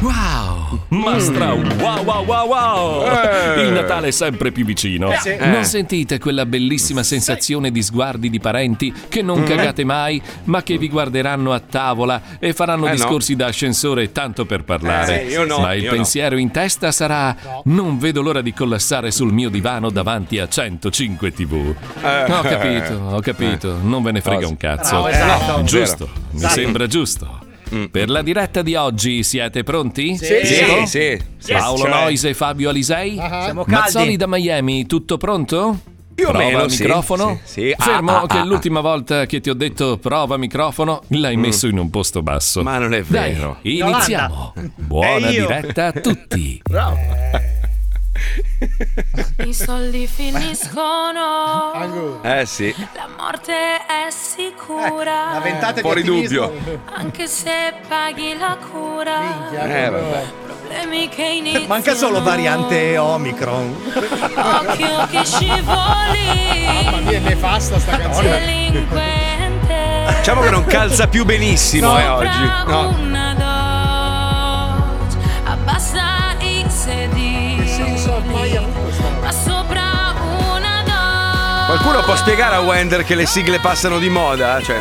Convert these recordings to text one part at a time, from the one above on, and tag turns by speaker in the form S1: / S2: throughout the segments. S1: Wow! Mastra, wow wow wow wow!
S2: Mm. Eh.
S1: Il Natale è sempre più vicino.
S2: sì.
S1: Non
S2: Eh.
S1: sentite quella bellissima sensazione di sguardi di parenti che non
S2: Mm.
S1: cagate mai, ma che vi guarderanno a tavola e faranno
S2: Eh, no.
S1: discorsi da ascensore tanto per parlare.
S2: Eh, io no,
S1: ma il
S2: io no.
S1: pensiero in testa sarà non vedo l'ora di collassare sul mio divano davanti a 105 TV.
S2: Eh.
S1: Ho capito, ho capito, non ve ne frega un cazzo. Eh,
S2: Bravo, esatto.
S1: No, giusto,
S2: Vero.
S1: mi
S2: Esatto.
S1: sembra giusto. Per la diretta di oggi siete pronti?
S2: Sì. Sì,
S1: Pronto?
S2: sì. Sì,
S1: Paolo
S2: cioè.
S1: Noise e Fabio Alisei?
S2: Ah,
S3: Siamo caldi.
S1: Mazzoli da Miami, tutto pronto?
S2: Più o
S1: prova
S2: meno,
S1: il
S2: sì,
S1: microfono?
S2: sì, sì. Ah,
S1: Fermo
S2: ah,
S1: che
S2: ah,
S1: l'ultima volta che ti ho detto prova microfono l'hai messo in un posto basso.
S2: Ma non è
S1: Dai,
S2: vero.
S1: iniziamo. Buona
S2: Eh, io.
S1: diretta a tutti.
S4: I soldi finiscono.
S2: Eh sì,
S4: La morte è
S3: Eh,
S4: sicura.
S2: fuori dubbio.
S4: Anche se paghi la cura.
S2: Eh, vabbè.
S4: Problemi che iniziano.
S3: Manca solo variante Omicron.
S4: Occhio che scivoli.
S5: È nefasta sta canzone.
S4: Delinquente.
S2: Diciamo che non calza più benissimo eh, oggi.
S4: Sopra una Dodge. Abbassa i sedili. Ma sopra una Dodge.
S2: Qualcuno può spiegare a Wender che le sigle passano di moda? Cioè,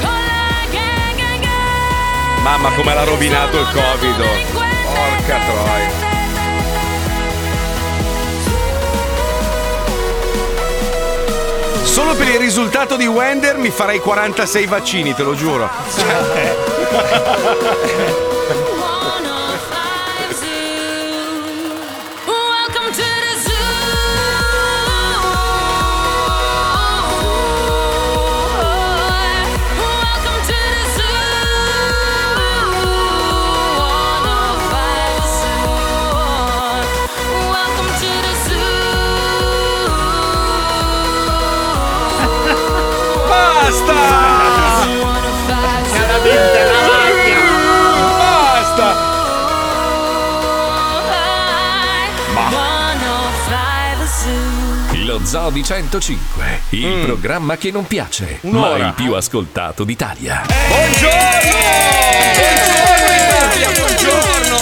S4: Con la gang, gang, gang.
S2: mamma come l'ha rovinato il Covid. oh. Porca troia. Solo per il risultato di Wender mi farei 46 vaccini, te lo giuro. Cioè, eh.
S4: Welcome to the zoo. Welcome to the zoo. Welcome to the zoo.
S2: Basta! é Basta!
S1: Lo Zoo di 105, il
S2: Mm.
S1: programma che non piace, ma il più ascoltato d'Italia.
S2: Eh, Buongiorno! Buongiorno!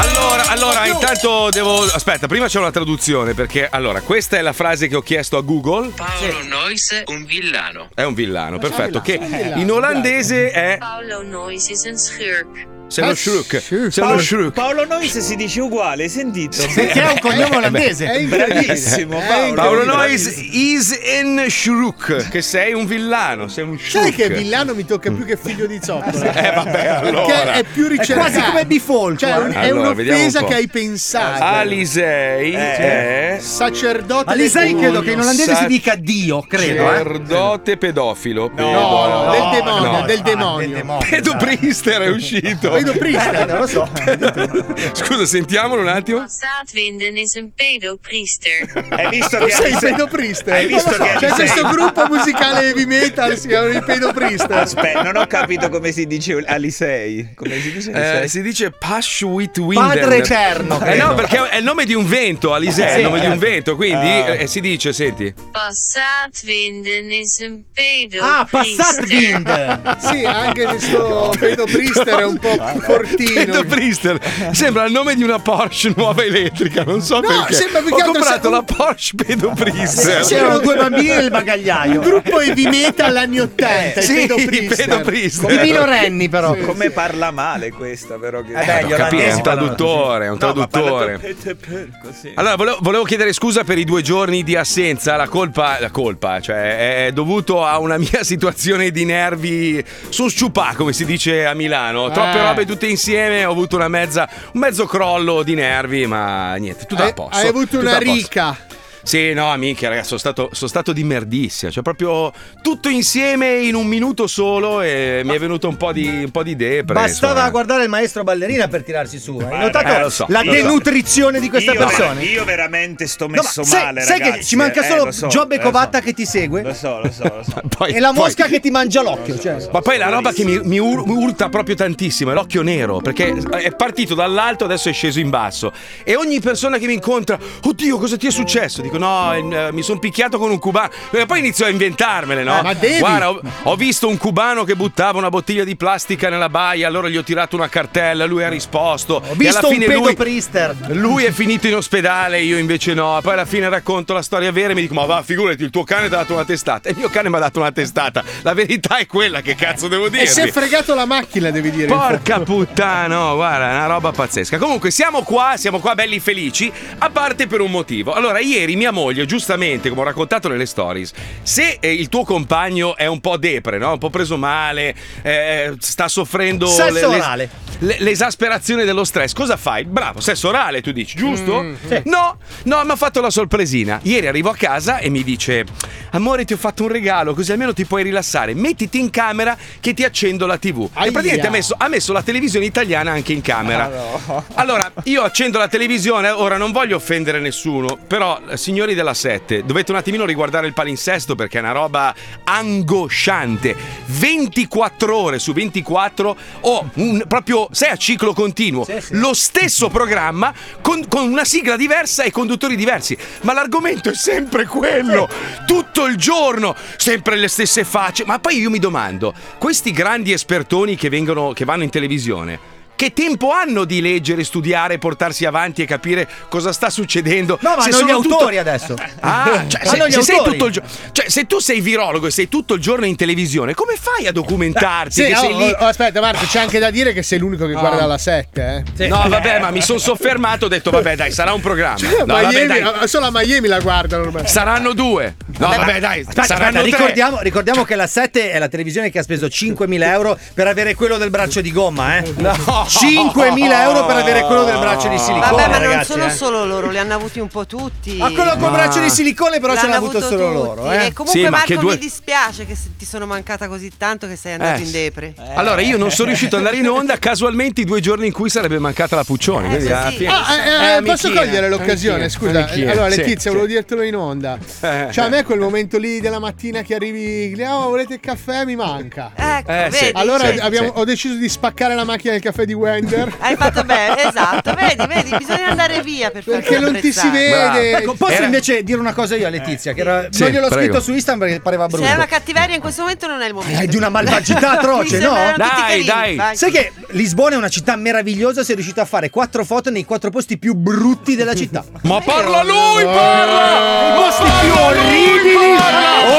S2: Allora, allora, intanto devo. Aspetta, prima c'è una traduzione perché. Allora, questa è la frase che ho chiesto a Google.
S6: Paolo Noise, un villano.
S2: È un villano, Nou, perfetto. Che in olandese è.
S7: Paolo Noise is een schurk.
S2: Se lo shruk. Se lo shruk.
S8: Paolo Noise si dice uguale, sentito.
S3: Perché è un
S2: Eh,
S3: cognome olandese.
S8: Bravissimo, Paolo.
S2: Paolo Nois is in shruk. Che sei un villano, sei un shruk.
S5: Sai che Villano mi tocca più che figlio di zoppo?
S2: Eh, vabbè,
S5: Perché
S2: allora.
S5: è più
S3: È
S5: ricercato.
S3: quasi come bifolco.
S5: Cioè, è un- è
S2: Allora, vediamo
S5: un'offesa
S2: un po'.
S5: che hai pensato.
S2: Alisei
S5: Eh.
S2: è.
S5: Sacerdote.
S3: Alisei
S5: del
S3: credo
S5: demonio.
S3: che in olandese
S2: Sa-
S3: si dica Dio, credo. eh.
S2: Cerdote pedofilo.
S5: No,
S2: Pedo-
S5: no, del demonio,
S2: no.
S5: del demonio.
S2: Pedoprister è uscito.
S5: Vedo Priest.
S3: Non lo so.
S2: Scusa, sentiamolo un attimo.
S7: Staatwinden is een pedopriester.
S8: Hai visto
S5: Tu
S8: che
S5: sei il pedopriest?
S2: Eh,
S8: Hai visto che
S5: C'è
S8: sei-
S5: questo gruppo musicale heavy metal, si chiamano i pedopriest.
S8: Aspetta, non ho capito come si dice Alisei. Come si dice Alisei?
S2: Eh, si dice Pashwit
S3: Padre eterno,
S2: Eh
S3: credo. ecco.
S2: no, perché è il nome di un vento, Alisei, è il nome di un vento, quindi eh, si dice, senti.
S7: Passaatwinden is een
S3: Ah,
S7: pedopriester.
S3: Passatwind!
S5: Sì, anche questo pedopriest è un po' più
S2: Vento
S5: fortino.
S2: Priester sembra il nome di una Porsche nuova elettrica, non so perché.
S5: sembra più che
S2: Ho
S5: altro
S2: comprato
S5: se-
S2: la Porsche Pedo Priester.
S3: C'erano due bambini nel bagagliaio.
S5: Gruppo heavy metal anni 80,
S2: Sì,
S5: i
S2: Pedo
S5: pedopriest.
S2: Priester.
S3: I minorenni però.
S8: Come parla male questa, però. Che... Eh,
S3: beh, gli
S2: Ho capito, è
S3: olandesi
S2: un
S3: parlano-
S2: traduttore, è un
S8: No, ma parla
S2: traduttore.
S8: per- per- così.
S2: Allora, volevo, volevo chiedere scusa per i due giorni di assenza. La colpa, la colpa, cioè, è dovuto a una mia situazione di nervi. Sono sciupà, come si dice a Milano. Troppe
S5: Eh.
S2: robe tutte insieme. Ho avuto una mezza, un mezzo crollo di nervi, ma niente, tutto
S5: Hai,
S2: a posto.
S5: hai avuto
S2: tutto
S5: una
S2: a posto.
S5: rica.
S2: Sì, no, amiche, ragazzi, sono stato, sono stato di merdissima. Cioè, proprio tutto insieme in un minuto solo. E mi è venuto un po' di, un po' di depre,
S3: Bastava
S2: insomma.
S3: guardare il maestro ballerina per tirarsi su. Hai
S2: eh,
S3: notato
S2: lo so,
S3: la
S2: lo so.
S3: denutrizione di questa
S8: io,
S3: persona?
S8: Io veramente sto
S3: No, ma
S8: messo
S3: sai,
S8: male,
S3: sai
S8: ragazzi,
S3: che ci manca
S8: eh,
S3: solo
S8: lo so,
S3: Giobbe
S8: lo
S3: Covatta
S8: so.
S3: che ti segue
S8: Lo so, lo so, lo so.
S2: Poi-
S3: e la
S2: poi-
S3: mosca che ti mangia l'occhio. Cioè.
S2: Ma poi la roba che mi, mi ur- mi urta proprio tantissimo è l'occhio nero, perché è partito dall'alto, adesso è sceso in basso. E ogni persona che mi incontra, oddio, cosa ti è successo? dico no, eh, mi sono picchiato con un cubano. E poi inizio a inventarmele, no?
S5: Eh, ma devi-
S2: Guarda, ho, ho visto un cubano che buttava una bottiglia di plastica nella baia, allora gli ho tirato una cartella, lui ha risposto.
S3: Ho visto
S2: e alla
S3: un
S2: fine lui, Ah,
S3: pedoprister.
S2: lui è finito in ospedale, io invece no. Poi alla fine racconto la storia vera e mi dico: Ma va, figurati, il tuo cane ti ha dato una testata. E il mio cane mi ha dato una testata. La verità è quella, che cazzo devo
S5: E si è
S2: dirvi?
S5: fregato la macchina, devi dire.
S2: Porca puttana, no, guarda, è una roba pazzesca. Comunque siamo qua, siamo qua belli felici, a parte per un motivo. Allora, ieri mia moglie, giustamente, come ho raccontato nelle stories, se eh, il tuo compagno è un po' depre, no? un po' preso male, eh, sta soffrendo
S3: Sesso orale.
S2: le- l'esasperazione dello stress, cosa fai? Bravo, sesso orale, tu dici, giusto?
S3: Mm, sì.
S2: No, no, mi ha fatto la sorpresina. Ieri arrivo a casa e mi dice: Amore, ti ho fatto un regalo, così almeno ti puoi rilassare. Mettiti in camera che ti accendo la TV. E
S5: Aia.
S2: praticamente ha messo, ha messo la televisione italiana anche in camera.
S3: Ah,
S8: Ah,
S2: Allora, io accendo la televisione, ora non voglio offendere nessuno, però, eh, signori della 7, dovete un attimino riguardare il palinsesto perché è una roba angosciante. 24 ore su 24 o un- proprio sei a ciclo continuo.
S3: Sì, sì.
S2: Lo stesso programma con, con una sigla diversa e conduttori diversi, ma l'argomento è sempre quello, tutto il giorno, sempre le stesse facce. Ma poi io mi domando, questi grandi espertoni che vengono che vanno in televisione che tempo hanno di leggere, studiare, portarsi avanti e capire cosa sta succedendo?
S3: No, ma
S2: Se
S3: hanno gli
S2: sono tutto-
S3: autori adesso.
S2: Ah, cioè,
S3: Hanno
S2: se,
S3: gli
S2: se sei
S3: autori.
S2: tutto il giorno, cioè, se tu sei virologo e sei tutto il giorno in televisione, come fai a documentarti?
S5: Sì,
S2: che
S5: oh,
S2: sei lì.
S5: oh, aspetta Marco, c'è anche da dire che sei l'unico che guarda la 7, eh.
S2: No, vabbè, ma mi sono soffermato, ho detto, vabbè, dai, sarà un programma.
S5: Cioè,
S2: No, vabbè,
S5: Miami,
S2: dai,
S5: solo a Miami la guardano ormai.
S2: saranno due. No, vabbè, dai,
S3: Aspetta,
S2: saranno
S3: aspetta,
S2: tre.
S3: ricordiamo, ricordiamo che la 7 è la televisione che ha speso 5.000 euro per avere quello del braccio di gomma, eh?
S2: No.
S3: 5.000 euro per avere quello del braccio di silicone.
S9: Vabbè, ma non
S3: ragazzi,
S9: sono
S3: eh.
S9: solo loro, li hanno avuti un po' tutti.
S3: Ma quello
S2: Ma-
S3: con braccio di silicone, però, ce
S9: L'hanno
S3: l'ha avuto
S9: avuto
S3: solo
S9: tutti.
S3: loro, eh?
S9: E comunque,
S2: Sì, ma che
S9: Marco,
S2: due-
S9: mi dispiace che se- ti sono mancata così tanto che sei andato
S2: Eh,
S9: in
S2: sì.
S9: depre.
S2: Allora, io non sono riuscito ad andare in onda casualmente i due giorni in cui sarebbe mancata la Puccioni.
S9: Eh,
S2: quindi
S9: sì,
S2: alla
S9: sì.
S2: fine-
S5: Ah, eh, eh,
S2: Eh,
S5: posso
S2: amichina,
S5: cogliere l'occasione?
S2: amichina,
S5: Scusa,
S2: amichina,
S5: allora
S2: sì,
S5: Letizia,
S2: sì.
S5: volevo dirtelo in onda.
S2: Eh.
S5: Cioè, a me quel momento lì della mattina che arrivi, oh, volete il caffè? Mi manca.
S9: Ecco,
S2: Eh, sì.
S9: vedi?
S5: Allora
S9: Sì.
S5: abbiamo-
S2: sì.
S5: ho deciso di spaccare la macchina del caffè di Wender.
S9: Hai fatto bene, esatto. Vedi, vedi, bisogna andare via per
S5: Perché
S9: farti
S5: non ti si
S9: apprezzare.
S5: vede.
S3: Ecco, posso
S2: Era-
S3: invece dire una cosa io a Letizia,
S9: Eh,
S3: che era...
S2: Sì,
S3: non gliel'ho
S2: prego.
S3: scritto su Instagram perché pareva brutto.
S9: Se è una cattiveria in questo momento non è il momento.
S3: È di una malvagità atroce,
S9: Mi
S3: no?
S9: sembrano tutti
S2: Dai,
S9: carini,
S2: dai.
S9: vai.
S3: Sai che Lisbona è una città meravigliosa, sei riuscito a fare quattro foto nei quattro posti più brutti della città.
S2: Ma parla lui, parla!
S3: posti più orribili,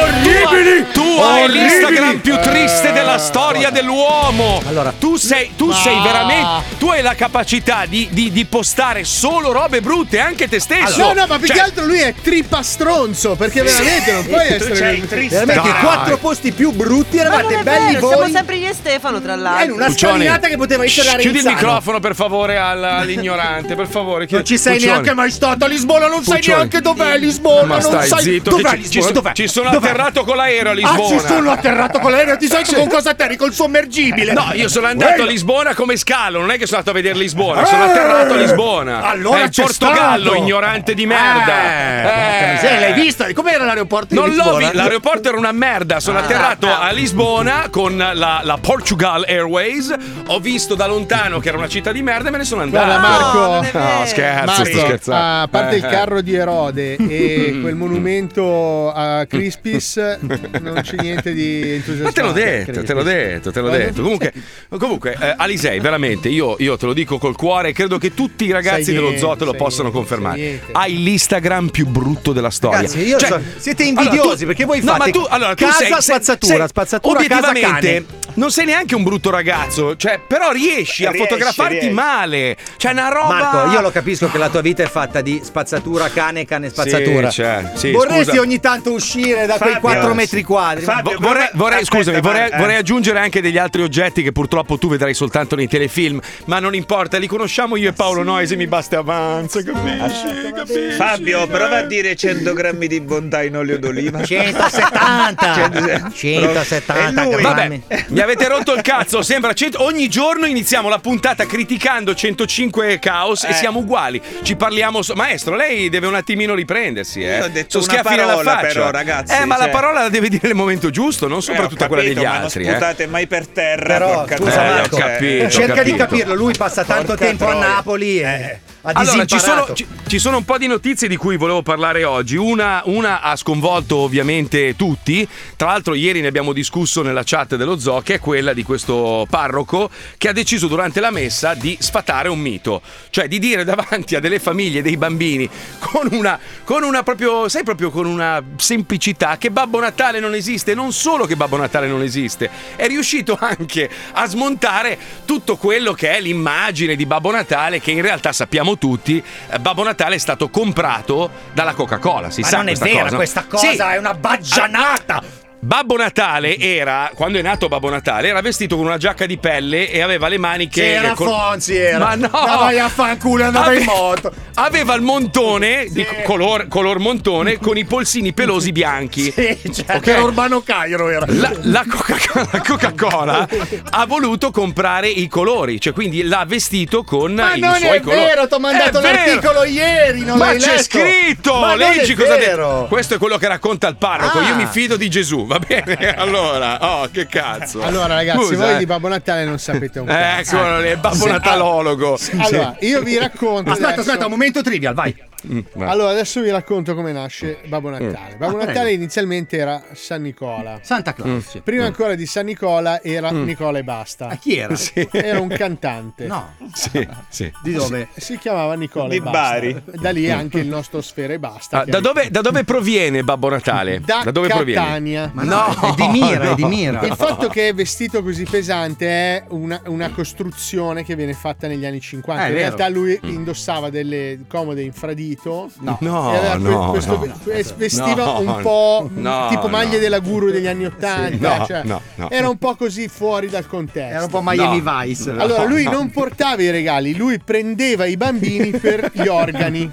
S2: Orribili! Tu hai l'Instagram più triste della storia dell'uomo!
S3: Eh, Allora-
S2: tu sei, tu sei veramente. Tu hai la capacità di, di- di postare solo robe brutte, anche te stesso!
S5: No, no, ma più
S2: Cioè,
S5: che altro lui è tripastronzo. Perché veramente non puoi essere.
S3: Veramente i
S2: Dai.
S3: quattro posti più brutti
S9: Ma non
S3: eravate
S9: è
S3: belli
S9: vero, siamo
S3: voi.
S9: sempre io e Stefano, tra
S3: È
S9: l'altro.
S3: una
S2: Puccioni,
S3: scalinata che poteva essere
S2: shh,
S3: a
S2: Chiudi il
S3: Renzano.
S2: microfono, per favore, al- all'ignorante, per favore.
S3: Non ci sei neanche mai stato a Lisbona, non sai
S2: Puccioni.
S3: neanche dov'è Lisbona,
S2: Ma
S3: non
S2: stai
S3: sai
S2: zitto,
S3: dov'è
S2: che ci-
S3: Lisbona, dov'è?
S2: ci sono
S3: Dov'è?
S2: atterrato con l'aereo a
S3: Ah, ci
S2: Lisbona.
S3: sono atterrato con l'aereo, ti sai con cosa atterri? Col sommergibile.
S2: No, io sono andato
S3: Quello- Eh,
S2: a Lisbona come scalo, non è che sono andato a vedere Lisbona, sono atterrato a Lisbona.
S3: Allora
S2: è il
S3: c'è
S2: Portogallo,
S3: stato.
S2: ignorante di
S3: Eh,
S2: merda.
S3: porca miseria, l'hai visto? Com'era l'aeroporto di
S2: Non l'ho
S3: Lisbona?
S2: visto, l'aeroporto era una merda. Sono atterrato a Lisbona con la, la Portugal Airways. Ho visto da lontano che era una città di merda e me ne sono andato.
S5: Guarda, Marco.
S9: non è vero.
S2: No, scherzo, sto
S5: Marco,
S2: scherzando.
S5: a parte il
S2: Eh, eh.
S5: carro di Erode e quel monumento a Crispis, non c'è niente di entusiasmante.
S2: Ma te l'ho detto, te l'ho
S5: Crispis.
S2: detto, te l'ho
S5: Voglio-
S2: detto. Comunque, comunque eh, Alisei, veramente, io, io te lo dico col cuore, credo che tutti i ragazzi
S5: Sai
S2: dello
S5: niente,
S2: Zoto lo
S5: sai
S2: possano
S5: niente, sai
S2: confermare.
S5: niente.
S2: Hai l'Instagram più brutto della storia.
S3: Ragazzi, io so- siete invidiosi, perché voi
S2: no, ma
S3: fate
S2: tu, allora, tu
S3: casa,
S2: sei- sei-
S3: spazzatura,
S2: sei-
S3: spazzatura, casa,
S2: obiettivamente,
S3: cane.
S2: non sei neanche un brutto ragazzo, cioè, però riesci a
S8: Riesci,
S2: fotografarti
S8: riesci.
S2: male. Cioè, una roba.
S3: Marco, io lo capisco che la tua vita è fatta di spazzatura, cane, cane, spazzatura.
S2: Sì, cioè, sì,
S3: Vorresti
S2: scusa.
S3: ogni tanto uscire da quei
S8: Fabio,
S3: 4 metri quadri. ma-
S8: Fabio,
S2: Vo- vorrei,
S8: però-
S2: vorrei-
S8: aspetta,
S2: scusami, vorrei,
S8: guarda, eh.
S2: vorrei aggiungere anche degli altri oggetti che purtroppo tu vedrai soltanto nei telefilm, ma non importa, li conosciamo io e Paolo Noisi, mi basta e avanza, capisci? capisci?
S8: Fabio, prova a
S3: eh.
S8: dire 100 grammi di bontà in olio d'oliva.
S3: 170 170
S8: E lui?
S2: Vabbè,
S3: grammi.
S8: Eh.
S2: mi avete rotto il cazzo, sembra cento- ogni giorno iniziamo la puntata criticando 105 Caos
S8: Eh.
S2: e siamo uguali. Ci parliamo so- maestro, lei deve un attimino riprendersi, eh.
S8: Io ho detto
S2: So
S8: una
S2: schiaffi nella
S8: parola,
S2: faccia.
S8: però, ragazzi,
S2: Eh, ma la
S8: cioè-
S2: parola la deve dire nel momento giusto, non soprattutto
S8: Eh, ho
S2: quella
S8: capito,
S2: degli
S8: ma
S2: altri,
S8: Non
S2: eh.
S8: sputate mai per terra.
S3: Però
S8: porca
S3: scusa
S2: eh,
S8: troia,
S2: ho
S3: Marco,
S8: cioè.
S2: capito, ho
S3: cerca di
S2: capito.
S3: capirlo, lui passa tanto
S8: Porca
S3: tempo a
S8: troia.
S3: Napoli e Ha
S2: eh. Allora, ci sono,
S3: disimparato.
S2: ci- ci sono un po' di notizie di cui volevo parlare oggi. Una, una ha sconvolto ovviamente tutti. Tra l'altro, ieri ne abbiamo discusso nella chat dello zoo, che è quella di questo parroco che ha deciso durante la messa di sfatare un mito, cioè di dire davanti a delle famiglie, dei bambini, con una, con una proprio, sai, proprio con una semplicità che Babbo Natale non esiste. Non solo che Babbo Natale non esiste, è riuscito anche a smontare tutto quello che è l'immagine di Babbo Natale, che in realtà sappiamo tutti, eh, Babbo Natale è stato comprato dalla Coca-Cola. Si
S3: Ma
S2: sa
S3: non è
S2: questa
S3: vera
S2: cosa.
S3: questa cosa,
S2: Sì. Ah,
S3: è una baggianata.
S2: Babbo Natale era, quando è nato Babbo Natale, era vestito con una giacca di pelle e aveva le maniche.
S10: C'era
S2: col-
S10: Fonzi, era.
S2: Ma no!
S10: Ma vai a fanculo, andava in
S2: Ave-
S10: moto.
S2: Aveva il montone, di
S10: Sì.
S2: color, color montone, con i polsini pelosi bianchi.
S10: Sì, certo,
S2: Ok.
S10: era Urbano Cairo era.
S2: La, la Coca- la Coca-Cola ha voluto comprare i colori, cioè quindi l'ha vestito con
S10: Ma
S2: i
S10: non
S2: suoi
S10: è
S2: colori.
S10: vero, ti ho mandato
S2: È vero!
S10: l'articolo ieri, non
S2: Ma
S10: l'hai
S2: c'è
S10: letto.
S2: scritto!
S10: Ma non è
S2: Leggi cosa ha detto.
S10: vero.
S2: Questo è quello che racconta il parroco.
S10: Ah.
S2: Io mi fido di Gesù, va bene? Allora, oh, che cazzo.
S5: Allora, ragazzi,
S2: Scusa,
S5: voi
S2: eh.
S5: di Babbo Natale non sapete un cazzo.
S2: Eccolo lì, il eh, ecco, babbo
S5: Sì.
S2: natalologo.
S5: Allora, io vi racconto.
S3: Aspetta,
S5: adesso-
S3: aspetta, un momento trivial, vai.
S2: Mm,
S5: Allora, adesso vi racconto come nasce Babbo Natale. Babbo
S3: Ah,
S5: Natale
S3: prego.
S5: inizialmente era San Nicola.
S3: Santa Claus.
S2: Mm.
S5: Prima ancora di San Nicola era Nicola e
S3: Ma
S5: basta.
S3: Ah, chi era?
S5: Era un cantante.
S3: No,
S2: Sì, sì.
S3: di dove?
S5: Si chiamava Nicola e
S8: Di
S5: basta.
S8: Bari.
S5: Da lì anche il nostro Sfera e basta.
S2: Mm. Ah, da, dove, da dove proviene Babbo Natale?
S5: Da,
S2: dove proviene?
S5: Catania.
S3: Ma no, è di Mira, è di Mira.
S5: Il fatto che è vestito così pesante è una, una costruzione che viene fatta negli anni 50.
S3: Eh, è
S5: In
S3: vero.
S5: realtà lui
S2: Mm.
S5: indossava delle comode infradito.
S2: No,
S5: e aveva que-
S2: no,
S5: questo
S2: no.
S5: ve- que- vestiva
S2: No,
S5: un po'
S2: no,
S5: mh, tipo maglie
S2: no.
S5: della guru degli anni 80.
S2: no,
S5: cioè,
S2: no, no.
S5: Era un po' così fuori dal contesto.
S3: Era un po' Miami
S2: No.
S3: Vice.
S5: Allora, lui non portava i regali, lui prendeva i bambini per gli organi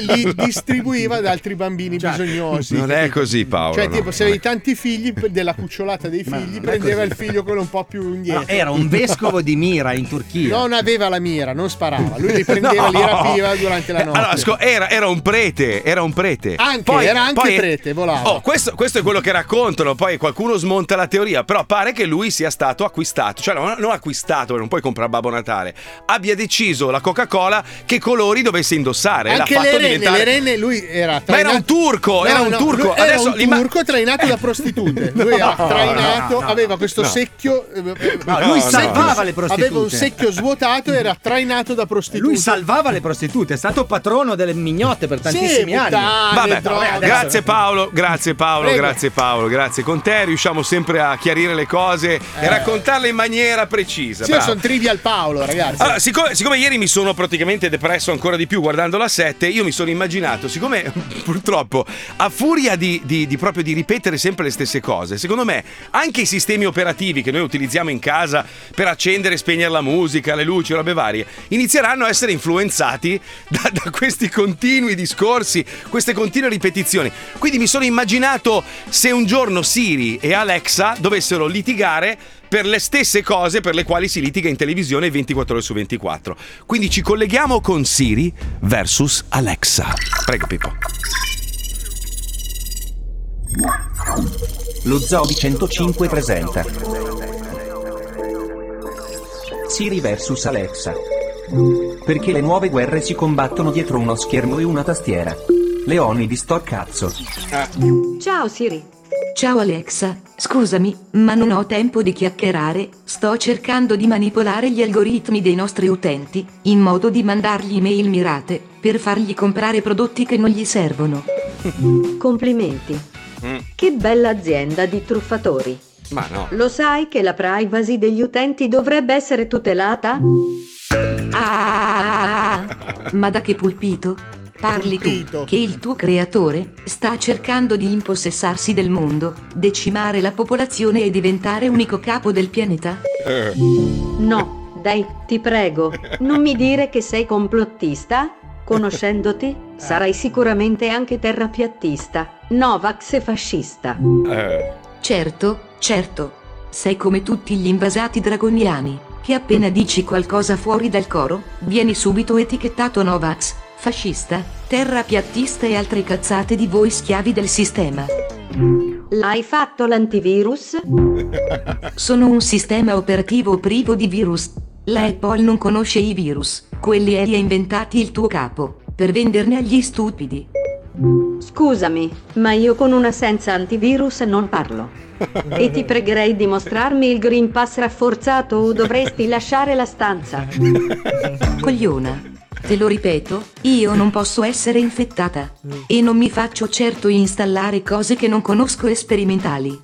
S5: li distribuiva ad altri bambini
S3: Cioè,
S5: bisognosi.
S2: Non è così, Paolo.
S5: Cioè,
S2: no.
S5: tipo, se avevi tanti figli, per- della cucciolata dei figli, prendeva il figlio quello un po' più
S3: No,
S5: indietro.
S3: era un vescovo di Mira in Turchia.
S5: Non aveva la mira, non sparava. Lui li prendeva, li rapiva durante la
S2: Eh,
S5: notte.
S2: Allora, sco- era, era un prete, era un prete.
S5: Anche, era anche prete, volava.
S2: Oh, questo, questo è quello che raccontano. Poi qualcuno smonta la teoria, però pare che lui sia stato acquistato. Cioè, non, non acquistato, perché non puoi comprare Babbo Natale. Abbia deciso la Coca-Cola che colori dovesse indossare. e l'ha
S5: Anche
S2: fatto
S5: le rene,
S2: diventare-
S5: le rene lui era
S2: Ma era un
S5: trainato-
S2: turco,
S5: No,
S2: era un
S5: no,
S2: turco.
S5: lui Era
S2: Adesso
S5: un
S2: l'imma-
S5: turco trainato da prostitute. Lui era
S2: Ah.
S5: trainato, aveva questo secchio. eh,
S3: No, lui
S2: no,
S3: salvava
S2: no.
S3: le prostitute.
S5: Aveva un secchio svuotato e era trainato da prostitute.
S3: Lui salvava le prostitute, è stato patrono delle mignotte per
S5: sì,
S3: tantissimi anni.
S5: puttane,
S2: Vabbè,
S5: droghe.
S2: grazie Paolo, grazie Paolo,
S5: Ah, Prego.
S2: grazie Paolo, grazie. Con te riusciamo sempre a chiarire le cose e raccontarle in maniera precisa.
S5: Eh. Sì, io
S2: bravo.
S5: sono trivial Paolo, ragazzi.
S2: Allora, siccome, siccome ieri mi sono praticamente depresso ancora di più guardando la 7, io mi sono immaginato, siccome purtroppo a furia di, di- di proprio di ripetere sempre le stesse cose, secondo me anche i sistemi operativi che noi utilizziamo in casa per accendere e spegnere la musica, le luci, robe varie, inizieranno a essere influenzati da, da questi continui discorsi, queste continue ripetizioni. Quindi mi sono immaginato se un giorno Siri e Alexa dovessero litigare per le stesse cose per le quali si litiga in televisione 24 ore su 24. Quindi ci colleghiamo con Siri versus Alexa. Prego Pippo.
S11: Lo Zobi 105 presenta Siri vs Alexa Perché le nuove guerre si combattono dietro uno schermo e una tastiera Leoni di sto cazzo
S12: Ciao Siri. Ciao Alexa, scusami, ma non ho tempo di chiacchierare, sto cercando di manipolare gli algoritmi dei nostri utenti, in modo di mandargli mail mirate, per fargli comprare prodotti che non gli servono.
S13: Complimenti. Che bella azienda di truffatori.
S2: Ma no.
S13: Lo sai che la privacy degli utenti dovrebbe essere tutelata?
S12: Ah, ma da che pulpito? Parli
S5: Pulpito.
S12: tu, che il tuo creatore sta cercando di impossessarsi del mondo, decimare la popolazione e diventare unico capo del pianeta?
S13: No, dai, ti prego, non mi dire che sei complottista. Conoscendoti, sarai sicuramente anche terrapiattista, Novax e fascista.
S2: Eh.
S12: Certo, certo. Sei come tutti gli invasati dragoniani, che appena dici qualcosa fuori dal coro, vieni subito etichettato Novax, fascista, terrapiattista e altre cazzate di voi schiavi del sistema.
S13: L'hai fatto l'antivirus?
S12: Sono un sistema operativo privo di virus. La Apple non conosce i virus, quelli e li ha inventati il tuo capo, per venderne agli stupidi.
S13: Scusami, ma io con una senza antivirus non parlo. E ti pregherei di mostrarmi il Green Pass rafforzato o dovresti lasciare la stanza.
S12: Cogliona. Te lo ripeto, io non posso essere infettata. E non mi faccio certo installare cose che non conosco e sperimentali.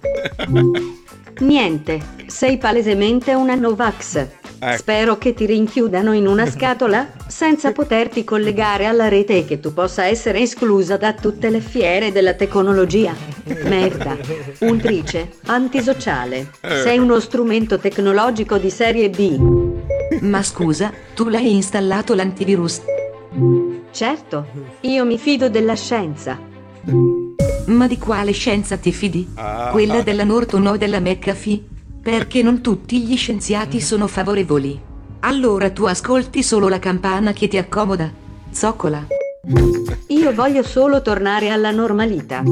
S13: Niente, sei palesemente una Novax.
S12: Ecco.
S13: Spero che ti rinchiudano in una scatola senza poterti collegare alla rete e che tu possa essere esclusa da tutte le fiere della tecnologia. Merda, untrice, antisociale. Sei uno strumento tecnologico di serie B.
S12: Ma scusa, tu l'hai installato l'antivirus?
S13: Certo, io mi fido della scienza.
S12: Ma di quale scienza ti fidi?
S2: Ah.
S12: Quella della Norton o della McAfee? Perché non tutti gli scienziati sono favorevoli. Allora tu ascolti solo la campana che ti accomoda. Zoccola.
S13: Io voglio solo tornare alla normalità.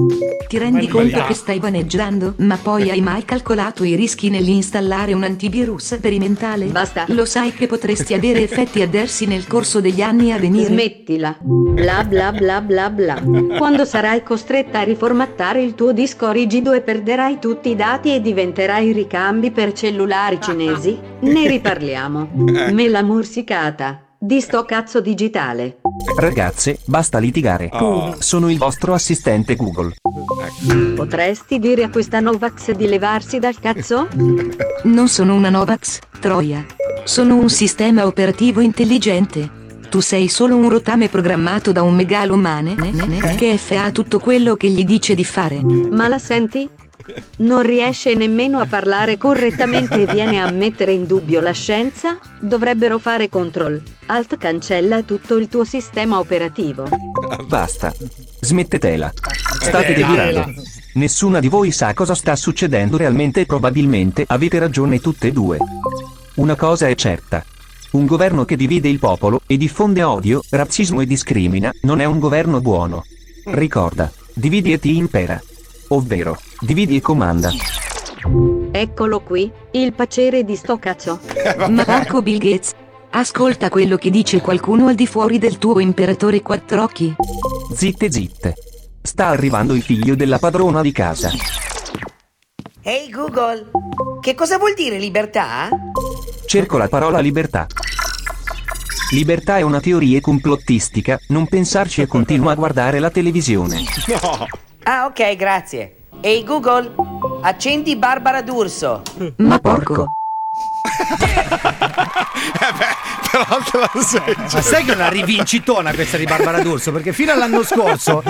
S12: Ti rendi conto che stai vaneggiando? Ma poi hai mai calcolato i rischi nell'installare un antivirus sperimentale? Basta. Lo sai che potresti avere effetti avversi nel corso degli anni a venire?
S13: Smettila. Bla bla bla bla bla. Quando sarai costretta a riformattare il tuo disco rigido e perderai tutti i dati e diventerai ricambi per cellulari cinesi, ne riparliamo. Me la morsicata. Di sto cazzo digitale.
S11: Ragazze, basta litigare.
S13: Oh.
S11: Sono il vostro assistente Google.
S13: Potresti dire a questa Novax di levarsi dal cazzo?
S12: Non sono una Novax, Troia. Sono un sistema operativo intelligente. Tu sei solo un rotame programmato da un megalomane ne- ne- ne- che fa tutto quello che gli dice di fare.
S13: Ma la senti? Non riesce nemmeno a parlare correttamente e viene a mettere in dubbio la scienza? Dovrebbero fare control. Alt cancella tutto il tuo sistema operativo.
S11: Basta. Smettetela. State
S13: Eh,
S11: delirando.
S13: dai.
S11: Nessuna di voi sa cosa sta succedendo realmente e probabilmente avete ragione tutte e due. Una cosa è certa. Un governo che divide il popolo e diffonde odio, razzismo e discrimina non è un governo buono. Ricorda, dividi e ti impera. Ovvero, dividi e comanda.
S13: Eccolo qui, il pacere di sto cazzo.
S12: Ma porco Bill Gates, ascolta quello che dice qualcuno al di fuori del tuo imperatore quattro occhi.
S11: Zitte zitte. Sta arrivando il figlio della padrona di casa.
S14: Ehi Google, che cosa vuol dire libertà?
S11: Cerco la parola libertà. Libertà è una teoria complottistica, non pensarci e continua a guardare la televisione.
S14: No. Ah ok, grazie. Ehi Google, accendi Barbara D'Urso.
S12: Ma porco.
S2: Però te la sei.
S3: Ma sai che è una rivincitona questa di Barbara D'Urso? Perché fino all'anno scorso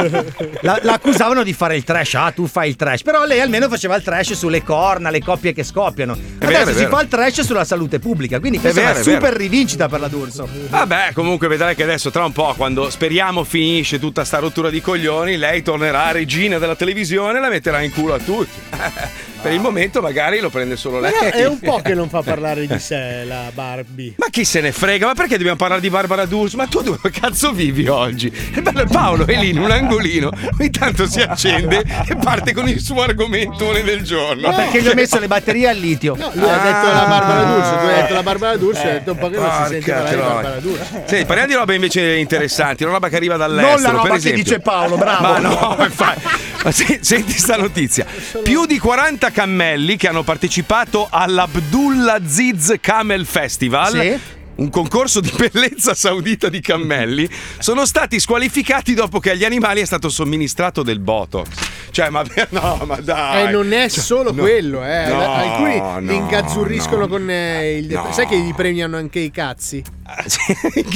S3: la, la accusavano di fare il trash. Ah, tu fai il trash. Però lei almeno faceva il trash sulle corna, le coppie che scoppiano. Adesso
S2: vero, è
S3: si
S2: vero.
S3: fa il trash sulla salute pubblica. Quindi
S2: È
S3: questa è,
S2: vero,
S3: una
S2: è vero.
S3: super rivincita per la D'Urso.
S2: Vabbè, comunque vedrai che adesso tra un po', quando speriamo finisce tutta sta rottura di coglioni, lei tornerà regina della televisione e la metterà in culo a tutti. per il momento magari lo prende solo lei.
S5: Però Eh, è un po' che non fa parlare di sé la Barbie.
S2: Ma chi se ne frega? Ma perché dobbiamo parlare di Barbara D'Urso? Ma tu dove cazzo vivi oggi? E bello, Paolo è lì in un angolino, ogni tanto si accende e parte con il suo argomentone del giorno. Ah.
S3: Ma perché
S2: cioè
S3: gli ho messo le batterie al litio.
S5: No, lui ha detto la Barbara D'Urso, tu hai detto la Barbara D'Urso, hai detto un po' che non si sente
S2: porca
S5: parlare di
S2: troia.
S5: Barbara D'Urso.
S2: Senti, parliamo di roba invece interessanti, una roba che arriva dall'estero.
S10: Non la roba
S2: per
S10: che
S2: esempio.
S10: dice Paolo, bravo.
S2: Ma no, infatti. Ma se- senti sta notizia. Più di 40 cammelli che hanno partecipato all'Abdullah Ziz Camel Festival. Un concorso di bellezza saudita di cammelli sono stati squalificati dopo che agli animali è stato somministrato del botox. Cioè, ma no, ma dai.
S5: Eh, non è solo
S2: Cioè, no.
S5: quello, eh.
S2: No,
S5: Alcuni
S2: no,
S5: li ingazzurriscono
S2: no.
S5: con eh, il.
S2: No.
S5: Sai che gli premiano anche i cazzi?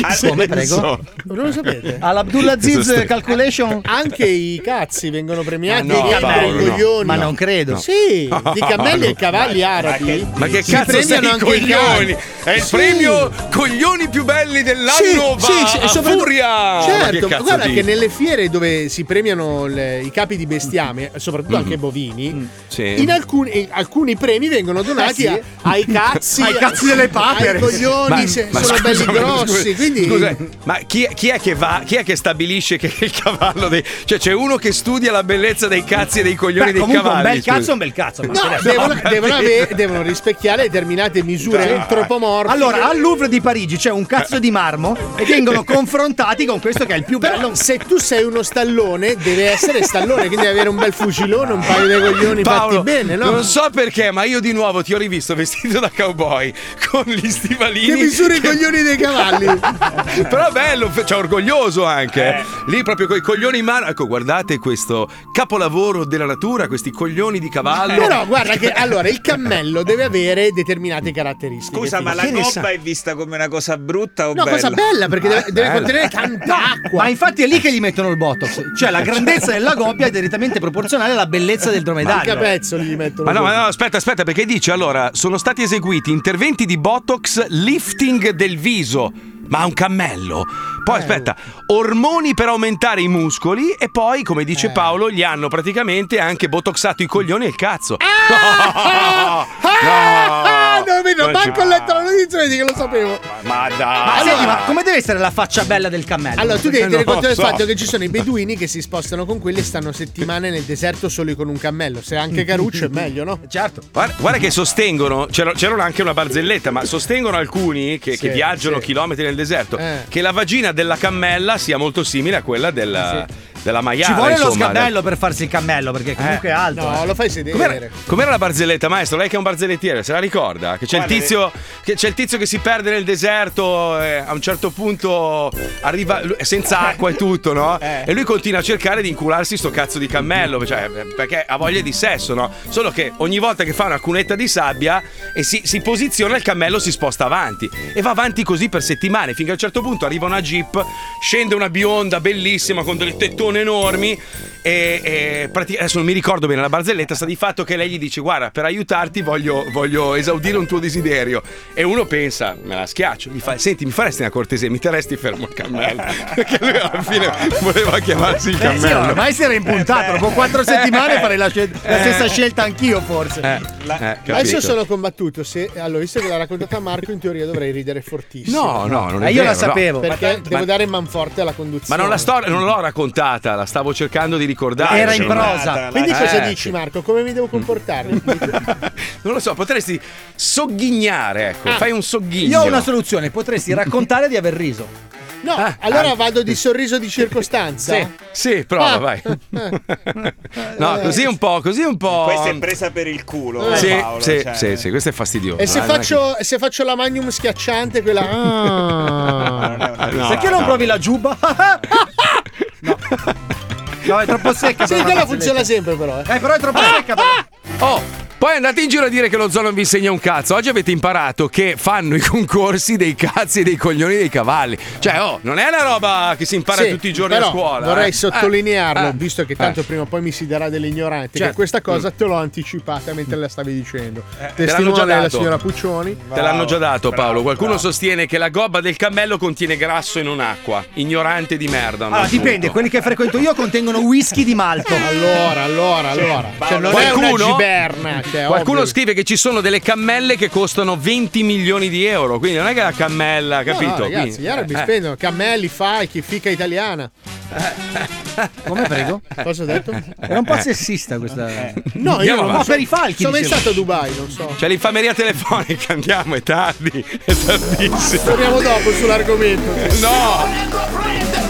S2: Ah,
S5: come,
S2: senso?
S5: prego? Non lo sapete?
S3: All'Abdulaziz
S5: Questo è-
S3: Calculation.
S5: Anche i cazzi vengono premiati,
S3: Ma no,
S5: i cammelli,
S3: Paolo,
S5: i
S3: no.
S5: coglioni.
S3: Ma non credo.
S5: Sì,
S3: No.
S5: i cammelli e i cavalli
S2: Ma-
S5: arabi.
S2: Ma che
S5: si
S2: cazzo
S5: premiano
S2: sei i
S5: anche
S2: coglioni?
S5: cani.
S2: È il
S5: Sì.
S2: premio coglioni più belli
S5: Sì,
S2: dell'anno va
S5: sì, sì, e
S2: a
S5: soprattutto-
S2: furia! Ma
S5: Certo,
S2: che
S5: ma
S2: cazzo
S5: guarda
S2: dici?
S5: che nelle fiere dove si premiano le- i capi di fame, soprattutto
S2: Mhm.
S5: anche bovini,
S2: Sì.
S5: in alcuni, in- alcuni premi vengono donati
S10: sì.
S5: a- ai cazzi,
S10: Ai cazzi delle papere.
S5: ai coglioni, se- sono
S2: scusa,
S5: belli
S2: ma
S5: grossi.
S2: scusa,
S5: quindi
S2: scusa, ma chi, chi è che va? Chi è che stabilisce che il cavallo dei. Cioè, c'è uno che studia la bellezza dei cazzi e dei coglioni
S3: Beh,
S2: dei
S3: comunque
S2: cavalli.
S3: un bel
S2: scusa.
S3: cazzo è un bel cazzo.
S5: No, devono, devono avere- devono rispecchiare determinate misure
S3: Dai.
S5: antropomorfiche.
S3: Allora, al Louvre di Parigi c'è un cazzo di marmo e vengono confrontati con questo che è il più bello.
S5: Se tu sei uno stallone, deve essere stallone, quindi avere un bel fucilone, un paio di coglioni
S2: Paolo,
S5: fatti bene, no?
S2: non so perché, ma io di nuovo ti ho rivisto vestito da cowboy con gli stivalini.
S5: Che misura i coglioni dei cavalli?
S2: Però bello, f- cioè orgoglioso anche. eh. Lì proprio con i coglioni in mano. Ecco, guardate questo capolavoro della natura, questi coglioni di cavallo.
S5: Però guarda che allora il cammello deve avere determinate caratteristiche.
S8: Scusa, ma la
S5: Che ne
S8: gobba
S5: sa?
S8: è vista come una cosa brutta o
S5: No,
S8: bella? Ah,
S5: cosa bella perché deve, deve
S8: bella.
S5: contenere tanta acqua.
S3: Ma infatti è lì che gli mettono il botox. Cioè la grandezza della gobbia è direttamente proporzionale alla bellezza del dromedario.
S5: Manca pezzo gli mettono.
S2: Ma no, ma no, aspetta, aspetta, perché dice allora sono stati eseguiti interventi di botox, lifting del viso, ma a un cammello.
S5: Eh.
S2: Poi aspetta, ormoni per aumentare i muscoli e poi, come dice
S5: Eh.
S2: Paolo, gli hanno praticamente anche botoxato i coglioni e il cazzo.
S5: Ah, non vedo,
S2: Non ci
S5: manco ho letto la notizia, vedi che lo sapevo.
S2: Ma dai!
S3: Ma senti, ma come deve essere la faccia bella del cammello?
S5: Allora, tu devi
S3: Non
S5: tenere conto del
S3: so.
S5: fatto che ci sono i beduini che si spostano con quelli e stanno settimane nel deserto soli con un cammello. Se anche Caruccio è meglio, no?
S3: Certo.
S2: Guarda, guarda che sostengono, c'era, c'era anche una barzelletta, ma sostengono alcuni che, che viaggiano chilometri nel deserto
S5: Eh.
S2: che la vagina della cammella sia molto simile a quella della, della maiala.
S3: Ci vuole lo
S2: insomma.
S3: sgabello per farsi il cammello, perché comunque è alto.
S5: Eh,
S3: eh.
S5: No, lo fai sedere.
S2: Com'era, com'era la barzelletta, maestro? Lei che è un barzellettiere, se la ricorda? Che c'è, il
S8: Guarda,
S2: tizio, che c'è il tizio che si perde nel deserto, eh, a un certo punto arriva lui- senza acqua e tutto, no? E lui continua a cercare di incularsi sto cazzo di cammello, cioè, eh, perché ha voglia di sesso, no? Solo che ogni volta che fa una cunetta di sabbia e si, si posiziona, il cammello si sposta avanti. E va avanti così per settimane, finché a un certo punto arriva una jeep, scende una bionda bellissima con delle tettone enormi e, e prati- adesso non mi ricordo bene la barzelletta, sta di fatto che lei gli dice guarda per aiutarti voglio, voglio esaudire un tuo desiderio e uno pensa me la schiaccio, mi fa senti mi faresti una cortesia, mi terresti fermo il cammello perché lui alla fine voleva chiamarsi il
S10: Eh sì,
S2: cammello.
S10: ormai si era impuntato. Dopo quattro settimane farei la, scel- la
S2: Eh.
S10: stessa scelta anch'io, forse.
S2: Eh, eh,
S5: Adesso
S2: capito.
S5: sono combattuto. Se, allora, visto che l'ha raccontata Marco, in teoria dovrei ridere fortissimo.
S2: No, no, non è
S3: Eh, io
S2: vero,
S3: la
S2: no.
S3: sapevo.
S5: Perché
S2: Ma-
S5: devo
S2: ma-
S5: dare manforte alla
S2: Ma
S5: conduzione.
S2: non, la sto- non l'ho raccontata, la stavo cercando di ricordare.
S3: Era in
S2: Cioè, non-
S3: prosa.
S5: Quindi
S2: Eh,
S5: cosa dici, Marco? Come mi devo comportare?
S2: Non lo so, potresti sogghignare, ecco,
S5: Ah.
S2: fai un sogghigno.
S3: Io ho una soluzione, potresti raccontare di aver riso.
S5: No, allora vado di sorriso di circostanza.
S3: Sì.
S2: Eh, Sì, prova,
S5: Ah.
S2: vai. No, così un po', così un po'.
S8: Questa è presa per il culo, eh,
S2: sì,
S8: Paolo,
S2: sì,
S8: cioè.
S2: sì, sì, questo è fastidioso.
S5: E se
S2: Eh, non è che-
S5: faccio, se faccio la magnum schiacciante, quella. ah.
S2: No,
S3: Perché non
S2: no.
S3: provi la giuba? no. No, è troppo secca.
S5: Sì,
S3: per una
S5: quella funziona
S3: barzelletta.
S5: sempre, però. eh.
S3: Eh, però è
S2: Ah!
S3: troppo secca. però.
S2: Oh, poi andate in giro a dire che lo zoo non vi insegna un cazzo. Oggi avete imparato che fanno i concorsi dei cazzi e dei coglioni dei cavalli. Cioè, oh, non è una roba che si impara
S5: Sì,
S2: tutti i giorni a
S5: però
S2: scuola.
S5: Vorrei
S2: eh.
S5: sottolinearlo,
S2: Eh, eh,
S5: visto che tanto
S2: eh.
S5: prima o poi mi si darà dell'ignorante, che
S2: Certo. Eh,
S5: questa cosa te l'ho anticipata mentre la stavi dicendo.
S2: te l'hanno già
S5: Testimone è la
S2: dato.
S5: signora Puccioni.
S2: Te l'hanno già dato Paolo. Qualcuno sostiene che la gobba del cammello contiene grasso e non acqua. Ignorante di merda.
S3: Allora,
S2: non
S3: dipende,
S2: punto.
S3: quelli che frequento io contengono whisky di malto.
S5: Allora, allora, allora. Cioè, non è una
S2: Qualcuno-
S5: giberna. Cioè,
S2: Mm. Qualcuno
S5: ovvio.
S2: scrive che ci sono delle cammelle che costano 20 milioni di euro. Quindi non è che la cammella,
S5: No, no,
S2: capito?
S5: ragazzi,
S2: Quindi-
S5: gli arabi
S2: eh, eh.
S5: spendono cammelli, falchi, fica italiana.
S2: Eh.
S3: Come prego?
S5: Cosa ho detto?
S3: Era un po' sessista questa.
S5: No, io
S2: eh. Andiamo
S5: non
S2: avanti.
S5: lo so.
S3: Ma per i falchi,
S5: Sono mai
S3: dicevo.
S5: stato a Dubai, non so.
S2: C'è l'infameria telefonica, andiamo, è tardi. È tardissimo.
S5: Torniamo dopo sull'argomento.
S2: No!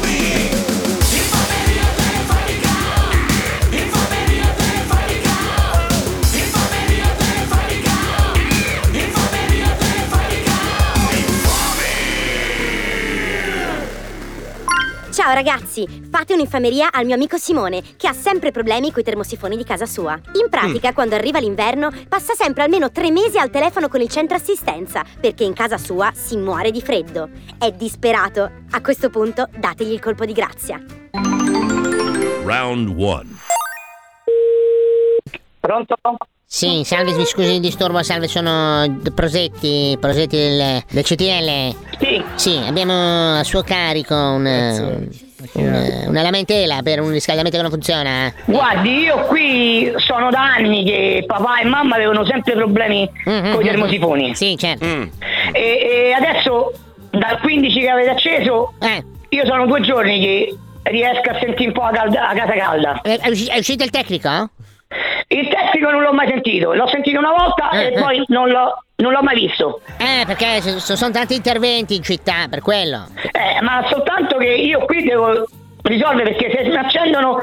S15: Ciao ragazzi, fate un'infameria al mio amico Simone, che ha sempre problemi coi termosifoni di casa sua. In pratica, quando arriva l'inverno, passa sempre almeno tre mesi al telefono con il centro assistenza, perché in casa sua si muore di freddo. È disperato. A questo punto, dategli il colpo di grazia.
S1: Round 1.
S16: Pronto? Sì, salve, mi scusi il disturbo, salve, sono Prosetti, Prosetti del, del CTL. Sì. abbiamo a suo carico un, un- una lamentela per un riscaldamento che non funziona.
S17: Guardi, io qui sono da anni che papà e mamma avevano sempre problemi
S14: Mm-hmm.
S17: con i termosifoni. Mm.
S16: Sì, certo.
S17: E, e adesso, dal 15 che avete acceso,
S14: Eh.
S17: io sono due giorni che riesco a sentire un po' la, calda- la casa calda.
S14: Eh,
S16: È, usci- è uscito il tecnico?
S17: Il tecnico non l'ho mai sentito, l'ho sentito una volta
S16: Eh,
S17: e
S16: eh.
S17: poi non l'ho, non l'ho mai visto.
S16: Eh, perché ci ci sono tanti interventi in città, per quello.
S17: Eh, ma soltanto che io qui devo risolvere perché se mi accendono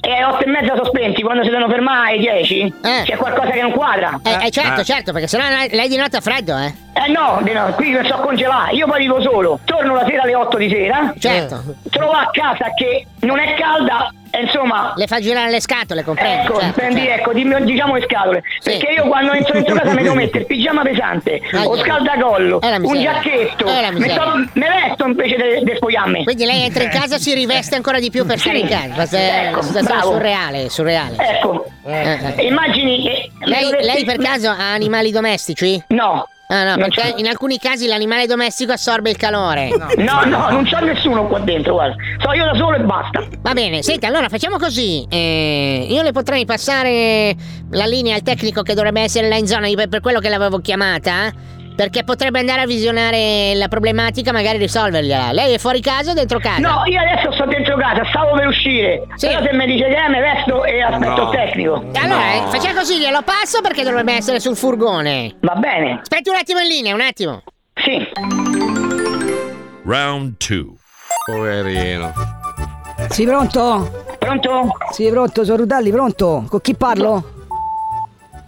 S17: e 8 e mezza sono spenti, quando si devono fermare ai 10 c'è qualcosa che non quadra.
S16: Eh, eh, certo,
S17: Ah.
S16: certo, perché sennò lei lei di notte ha freddo, eh.
S17: Eh no, di no, qui mi sto congelato, io poi vivo solo, torno la sera alle 8 di sera,
S16: Certo.
S17: trovo a casa che non è calda, e insomma...
S16: Le fa girare le scatole, comprendo.
S17: Ecco,
S16: certo,
S17: prendi,
S16: certo.
S17: ecco, dimmi- diciamo le scatole,
S16: Sì.
S17: perché io quando entro dentro casa mi devo mettere il pigiama pesante,
S16: Ah,
S17: o
S16: eh.
S17: scaldacollo,
S16: Eh, la
S17: un
S16: miseria.
S17: giacchetto,
S16: Eh, la
S17: mi,
S16: miseria.
S17: sto- mi vesto invece de- de spogliarmi.
S16: Quindi lei entra in
S17: Eh.
S16: casa, si riveste ancora di più per
S17: Sì.
S16: stare in casa. Questa è
S17: Ecco,
S16: una situazione
S17: bravo.
S16: surreale, surreale.
S17: Ecco,
S16: Eh, eh.
S17: immagini che-
S16: Lei, lei per caso ha animali domestici?
S17: eh, No.
S16: Ah, no,
S17: Non
S16: perché
S17: c'ho-
S16: in alcuni casi l'animale domestico assorbe il calore.
S17: No, no, non c'è nessuno qua dentro, guarda. So io da solo e basta.
S16: Va bene, senta, allora facciamo così. Eh, io le potrei passare la linea al tecnico che dovrebbe essere là in zona io per per quello che l'avevo chiamata. Perché potrebbe andare a visionare la problematica, magari risolvergliela. Lei è fuori casa o dentro casa?
S17: No, io adesso sto dentro casa, stavo per uscire. Però se mi dice che è, mi vesto e aspetto
S16: No.
S17: il tecnico.
S16: Allora, eh, facciamo così, glielo passo perché dovrebbe essere sul furgone.
S17: Va bene.
S16: Aspetti un attimo in linea, un attimo.
S17: Sì.
S18: Round 2.
S19: Poverino.
S20: Sì, pronto?
S17: Pronto?
S20: Sì, pronto, sono Rudelli, pronto? Con chi parlo?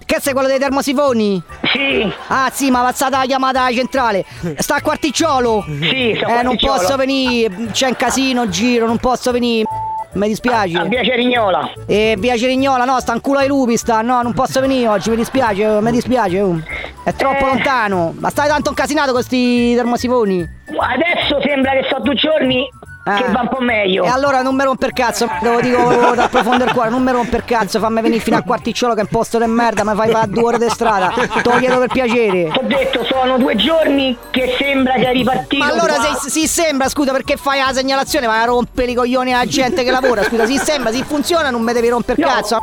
S20: Che sei quello dei termosifoni?
S17: Sì.
S20: Ah, sì, ma passata la chiamata centrale. Sta a quarticciolo?
S17: Sì, sta a
S20: Eh, non
S17: Quarticciolo.
S20: posso venire, c'è un casino, giro, non posso venire. Mi dispiace.
S17: A- a via Cerignola.
S20: Eh, via Cerignola, no, sta in culo ai lupi, sta, no, non posso venire oggi, mi dispiace, mi dispiace. oh. È
S17: Eh.
S20: troppo lontano. Ma stai tanto incasinato con questi termosifoni?
S17: Adesso sembra che sto due giorni che va un po' meglio.
S20: Ah. E allora non mi romper cazzo, te lo dico dal profondo del cuore, non mi romper cazzo, fammi venire fino a quarticciolo che è un posto di merda, mi fai fare due ore di strada, toglielo per piacere.
S17: Ho detto, sono due giorni che sembra che è ripartito.
S20: Ma allora
S17: qua.
S20: se, si sembra, scusa, perché fai la segnalazione, vai a rompere i coglioni alla gente che lavora, scusa, si sembra, si funziona, non mi devi romper cazzo. Ah,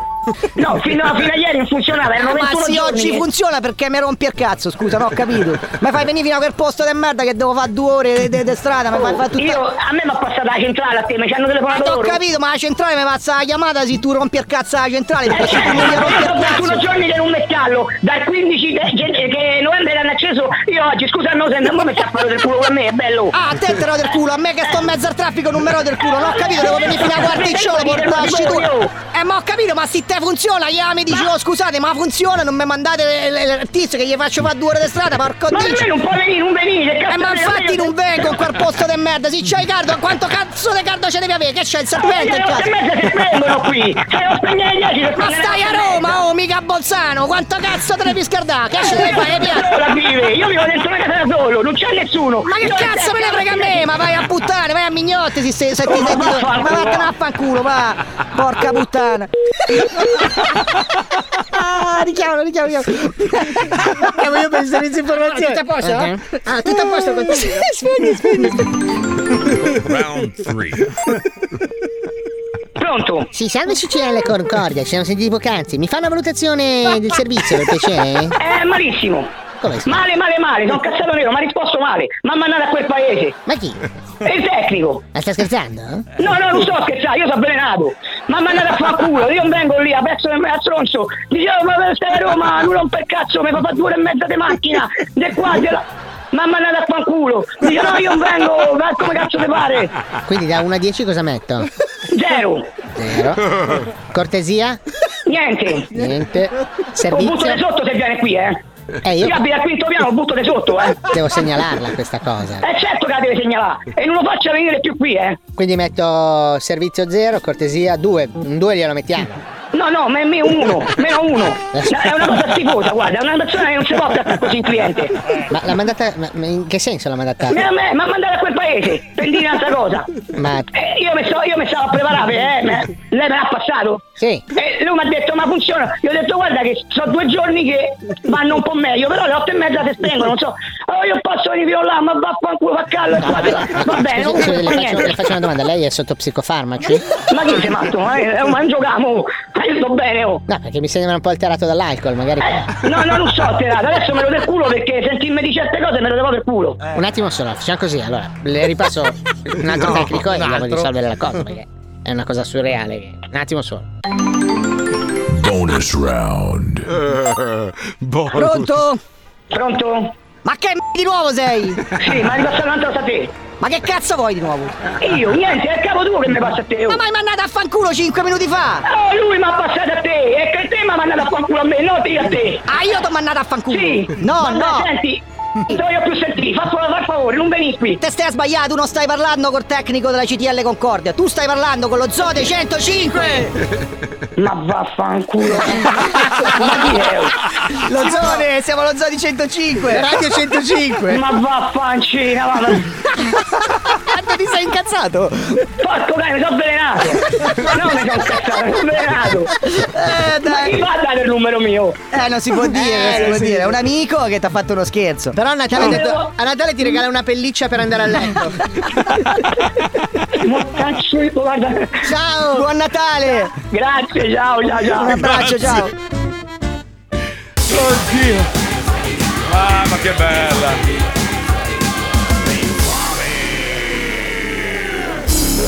S17: No, fino a, fino a ieri non funzionava, erano
S20: Ma
S17: 21
S20: sì,
S17: giorni
S20: oggi
S17: che-
S20: funziona perché mi rompi il cazzo, scusa, non ho capito. Mi fai venire fino a quel posto di merda che devo fare due ore di strada, mi fai fare tutta...
S17: Io, a me mi ha passato la centrale a te, mi ci hanno telefonato
S20: Eh, t'ho
S17: loro.
S20: capito, ma la centrale mi passa la chiamata se tu rompi il cazzo alla centrale, perché se tu non gli
S17: Io
S20: rompi il
S17: sono
S20: cazzo...
S17: 41 giorni che non metallo, dal 15 de- gen- che novembre l'hanno acceso, io oggi scusa no, se non mi sta a fare del culo con me, è bello.
S20: Ah, a te te rode il culo, a me che sto in mezzo al traffico non mi rode il culo, non ho capito, devo venire fino a quarticciolo, portarci tu. Eh, ma ho capito, ma se te funziona, io mi dici, oh scusate, ma funziona, non mi mandate le- le- le- il tizio che gli faccio fare due ore di strada, porco
S17: Ma
S20: dio.
S17: perché non può venire, non venire, che
S20: Eh, ma
S17: cazzo ne-
S20: infatti
S17: io-
S20: non vengo in quel posto di merda, se c'hai cardo, quanto cazzo di cardo ce devi avere? Che c'è il serpente in
S17: Ma
S20: casa?
S17: che merda si vengono qui? Cioè, ho spegnato le 10 per
S20: Ma
S17: prendere
S20: stai a
S17: la merda. Eh,
S20: Roma, oh, mica a Bolzano, quanto cazzo te devi scardare? Che ce devi fare? Via.
S17: Sola vive, io vivo dentro una casa da solo, non c'è nessuno.
S20: Ma che
S17: Io-
S20: cazzo me ne frega a me? Ma vai a puttane, vai a mignotte, se, se, se ti senti. Ma vattene a fanculo, va! Porca puttana! Ah, richiamalo, richiamalo, Eh, richiamalo. io per il servizio informazione. Tutto a posto? no? Ah, tutto a posto con te. Spegni, spegni,
S18: Round 3.
S17: Pronto?
S16: Sì, salve CCL Concordia, ci siamo sentiti poc'anzi. Mi fa una valutazione del servizio, per piacere?
S17: Eh, malissimo.
S16: Come sta?
S17: Male, male, male, sono cazzato nero, mi ha risposto male. Mi ha mandato a quel paese.
S16: Ma chi?
S17: Il tecnico.
S16: Ma sta scherzando?
S17: No, no, non sto scherzando, io sono avvelenato. Mi ha mandato a far culo, io non vengo lì a pezzo del stronzo. Dicevo, ma stai a Roma, lui rompe il cazzo, mi fa fare due ore e mezza di macchina, di qua, di là. Mi ha mandato a far culo. Dice, no, io non vengo, va come cazzo ti pare.
S16: Ah, Quindi da 1 a 10 cosa metto?
S17: Zero.
S16: Zero. Cortesia?
S17: Niente.
S16: Niente.
S17: Oh, butto
S16: Servizio?
S17: di sotto se viene qui, eh.
S16: Eh, io-
S17: abito al quinto piano, butto di sotto, eh.
S16: Devo segnalarla questa cosa.
S17: Eh certo che la deve segnalare e non lo faccia venire più qui, eh.
S16: Quindi metto servizio 0, cortesia 2. Un 2 glielo mettiamo.
S17: No, no, ma è meno uno, meno uno. Cioè, È una cosa schifosa, guarda, è una persona che non si può trattare così il cliente.
S16: Ma l'ha mandata. ma- ma in che senso l'ha mandata?
S17: Ma, ma, ma mandare a quel paese per dire un'altra cosa.
S16: Ma
S17: Eh, Io mi, so- io mi stavo a preparare, eh, me- lei me l'ha passato?
S16: Sì.
S17: E lui mi ha detto, ma funziona? Io ho detto, guarda che sono due giorni che vanno un po' meglio, però alle otto e mezza si spengono, non so. Oh, io posso venire là, ma vaffanculo, fa caldo, e qua. Va bene, non
S16: Scusi,
S17: c'è
S16: scusi, Cioè, le, faccio, le
S17: niente.
S16: faccio una domanda, lei è sotto psicofarmaci?
S17: Ma che sei matto? Ma è è un mangiogamo, ma io sto bene, oh. Eh,
S16: No, perché mi sembra un po' alterato dall'alcol, magari.
S17: No, no, non so, alterato, adesso me lo del culo perché sentirmi di certe cose me lo devo per culo.
S16: Un attimo solo, facciamo così, allora, le ripasso un altro
S17: Eh. No,
S16: tecnico e
S17: un
S16: andiamo a
S17: altro.
S16: risolvere la cosa, perché è una cosa surreale. che- Un attimo solo.
S21: Bonus round.
S2: Eh,
S22: Pronto?
S17: Pronto?
S22: Ma che m- di nuovo sei?
S17: Sì, ma mi passa un'altra cosa a te.
S22: Ma che cazzo vuoi di nuovo?
S17: Io, niente, è il capo tuo che mi passa a te, oh.
S22: Ma mi hai mandato a fanculo 5 minuti fa!
S17: Oh, lui mi ha passato a te e che te mi ha mandato a fanculo a me, no te a te.
S22: Ah, io ti ho mandato a fanculo!
S17: Sì.
S22: No,
S17: Guarda,
S22: no!
S17: Senti, non voglio più sentire, fa fa favore, non venire qui.
S22: Te stai a sbagliare, tu non stai parlando col tecnico della CTL Concordia, tu stai parlando con lo Zote 105!
S17: Ma vaffanculo.
S22: Lo Zone, siamo lo Zone 105! Radio 105!
S17: Ma vaffancina, va.
S22: Quanto ti sei incazzato?
S17: Porco dai, mi sono avvelenato. No, mi sono incazzato, mi sono avvelenato.
S22: Eh,
S17: Ma
S22: dai.
S17: chi va a dare il numero mio?
S22: Eh, non si può dire, non si può dire. È un amico che ti ha fatto uno scherzo. Però a Natale,
S17: ti ha detto-
S22: a Natale ti regala una pelliccia per andare a letto.
S17: Ma cazzo, io, guarda.
S22: Ciao! Buon Natale!
S17: Grazie, ciao, ciao, ciao.
S22: Un abbraccio, ciao!
S2: Oddio. Ah, ma che bella.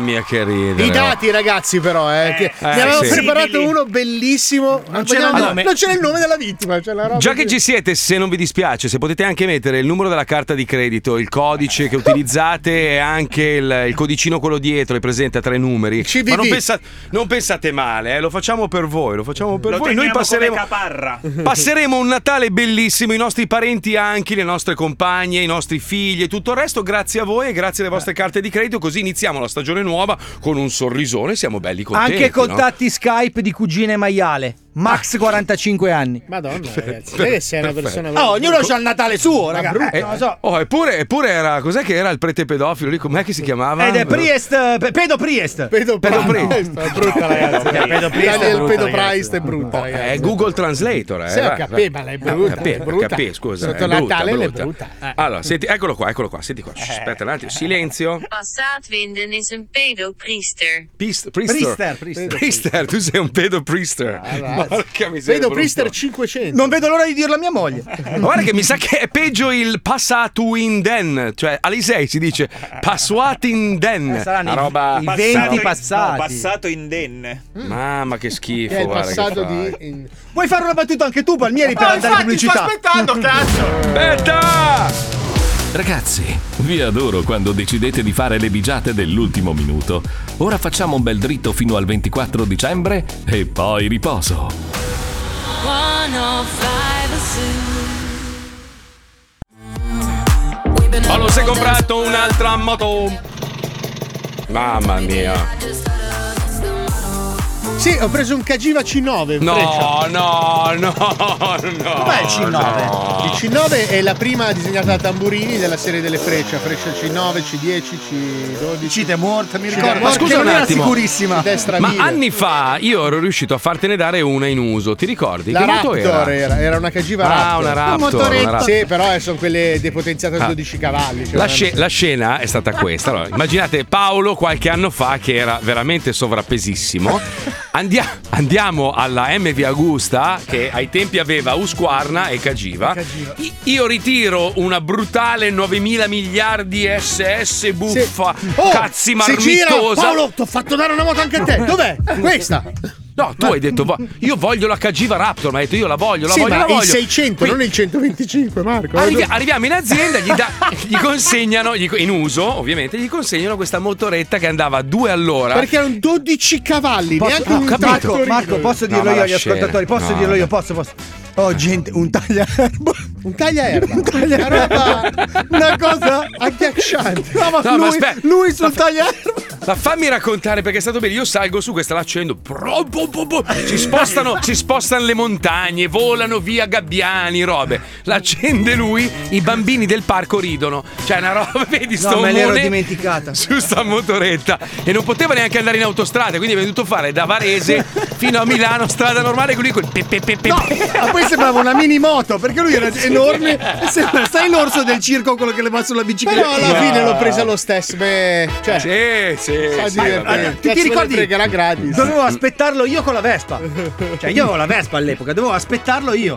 S2: mia, che ridere.
S5: I dati, ragazzi, però, eh. Ti- ne avevo
S2: sì.
S5: preparato uno bellissimo. Non
S2: c'era il nome.
S5: Non c'era il nome della vittima. C'è la roba
S2: Già che ci siete, se non vi dispiace, se potete anche mettere il numero della carta di credito, il codice che utilizzate e anche il, il codicino quello dietro, è presente a tre numeri.
S18: CVV.
S2: Ma non, pensa- non pensate male, eh, lo facciamo per voi, lo facciamo per
S18: Lo
S2: voi. Noi
S18: teniamo
S2: passeremo,
S18: come caparra.
S2: passeremo un Natale bellissimo, i nostri parenti anche, le nostre compagne, i nostri figli e tutto il resto grazie a voi e grazie alle
S5: Eh.
S2: vostre carte di credito, così iniziamo la stagione nuova con un sorrisone, siamo belli contenti.
S3: Anche
S2: no?
S3: contatti Skype di cugine maiale. Max 45 anni.
S5: Madonna, ragazzi.
S2: Per-
S5: Vedi che sei una
S2: perfetto.
S5: persona.
S3: Oh, ognuno c'ha il Natale suo, raga.
S2: Eh, oh, eppure, eppure era. Cos'è che era il prete pedofilo lì? Com'è che si chiamava?
S3: Ed è Priest, pe- Pedo Priest.
S5: Pedo
S2: Priest.
S5: È brutta, ragazzi.
S2: Eh,
S5: Pedo
S2: Pedo Priest
S5: Priest
S2: è
S5: il
S2: brutta,
S5: Pedo
S2: ragazzi.
S5: Priest è brutta, ragazzi.
S2: È eh, Google Translator, eh.
S5: Sì, ho
S2: va-
S5: capito, ma lei è
S2: va-
S5: brutta,
S2: capì,
S5: è brutta.
S2: capì, scusa.
S5: Sotto
S2: è brutta,
S5: Natale lei è brutta, eh.
S2: Allora, senti, eccolo qua, eccolo qua, senti qua. Shh, Aspetta un attimo, silenzio.
S7: Passaatwinden is een pedopriester.
S2: Pist- priester.
S7: Priester, priester.
S2: Priester, tu sei un pedo priester. Porca miseria.
S5: Vedo
S2: brutto.
S5: Priester 500.
S3: Non vedo l'ora di dirlo a mia moglie.
S2: Ma Guarda che mi sa che è peggio il passato in den, cioè all'Isei si dice passuati in den.
S8: Eh, Saranno
S2: Una
S8: i-
S2: roba
S8: i in- no, passato indenne.
S2: Mamma che schifo,
S8: Che è il
S2: guarda che
S8: passato
S2: fai.
S3: Vuoi fare una battuta anche tu, Palmieri, per
S8: Oh,
S3: andare in
S8: infatti, sto
S3: pubblicità?
S8: aspettando,
S3: cazzo!
S2: Aspetta!
S1: Ragazzi, vi adoro quando decidete di fare le bigiate dell'ultimo minuto. Ora facciamo un bel dritto fino al 24 dicembre e poi riposo.
S4: 105 is
S2: Paolo si è comprato un'altra moto. Mamma mia.
S5: Sì, ho preso un Cagiva C9. freccia.
S2: No, no, no, no.
S5: Com'è il C9?
S2: no.
S5: Il C9 è la prima disegnata da Tamburini della serie delle freccia, freccia C9, C10, C12. Cite morta, mi
S3: ricordo.
S2: Ma scusa un attimo.
S5: Destra
S2: Ma
S5: vile.
S2: anni fa io ero riuscito a fartene dare una in uso, ti ricordi?
S5: La
S2: che moto
S5: Raptor
S2: era?
S5: era? era, una cagiva
S2: Ah,
S5: Raptor.
S2: una Raptor, Un motoretto. una Raptor.
S5: Sì, però eh, sono quelle depotenziate a
S2: Ah.
S5: 12 cavalli. cioè
S2: La,
S5: non-
S2: sce- la scena è stata questa. Allora, immaginate Paolo qualche anno fa che era veramente sovrappesissimo. Andia- andiamo alla MV Augusta che ai tempi aveva Usquarna e Cagiva. I- io ritiro una brutale 9000 miliardi SS buffa,
S5: Oh,
S2: cazzi
S5: si gira!
S2: marmittosa.
S5: Paolo, ti ho fatto dare una moto anche a te. Dov'è? Questa.
S2: No, tu hai detto vo- io voglio la Cagiva Raptor, ma hai detto io la voglio, la
S5: sì,
S2: voglio,
S5: ma
S2: la
S5: il
S2: voglio.
S5: 600,
S2: Quindi-
S5: non il 125, Marco.
S2: Arrivi- arriviamo in azienda, gli, da- gli consegnano, gli co- in uso ovviamente, gli consegnano questa motoretta che andava a due all'ora.
S5: Perché erano 12 cavalli,
S2: Posso-
S5: neanche
S2: ho
S5: un
S2: capito.
S5: trattorino.
S3: Marco, posso
S2: No,
S3: dirlo
S2: ma
S3: io
S2: la
S3: agli
S2: scena.
S3: ascoltatori? Posso
S2: No,
S3: dirlo
S2: vabbè.
S3: io? Posso, posso. Oh, gente, un tagliaerba.
S5: Un tagliaerba.
S3: Una roba- Una cosa
S5: agghiacciante.
S3: No, ma
S2: No, ma
S3: lui,
S2: aspetta.
S3: lui sul tagliaerba.
S2: Ma fammi raccontare perché è stato bene. Io salgo su questa, l'accendo. pro- po- po- po- Si spostano, si spostano le montagne, volano via gabbiani, robe. L'accende lui, i bambini del parco ridono. Cioè, è una roba, vedi, sto
S3: No, me l'ero
S2: omone
S3: dimenticata.
S2: su sta motoretta. E non poteva neanche andare in autostrada, quindi è venuto fare da Varese fino a Milano, strada normale, con lui col pe- pe- pe- pe- pe-
S10: Ma poi sembrava una mini moto perché lui era enorme. e Sembra, sai l'orso del circo quello che le va sulla bicicletta.
S5: Però alla fine l'ho presa lo stesso. Beh, cioè,
S2: Eh, Sì, sì.
S5: a
S10: sì,
S5: dire,
S10: va bene.
S5: eh, cazzo me ne fregherà gratis.
S3: Dovevo aspettarlo io con la Vespa. Cioè, io avevo la Vespa all'epoca, dovevo aspettarlo io.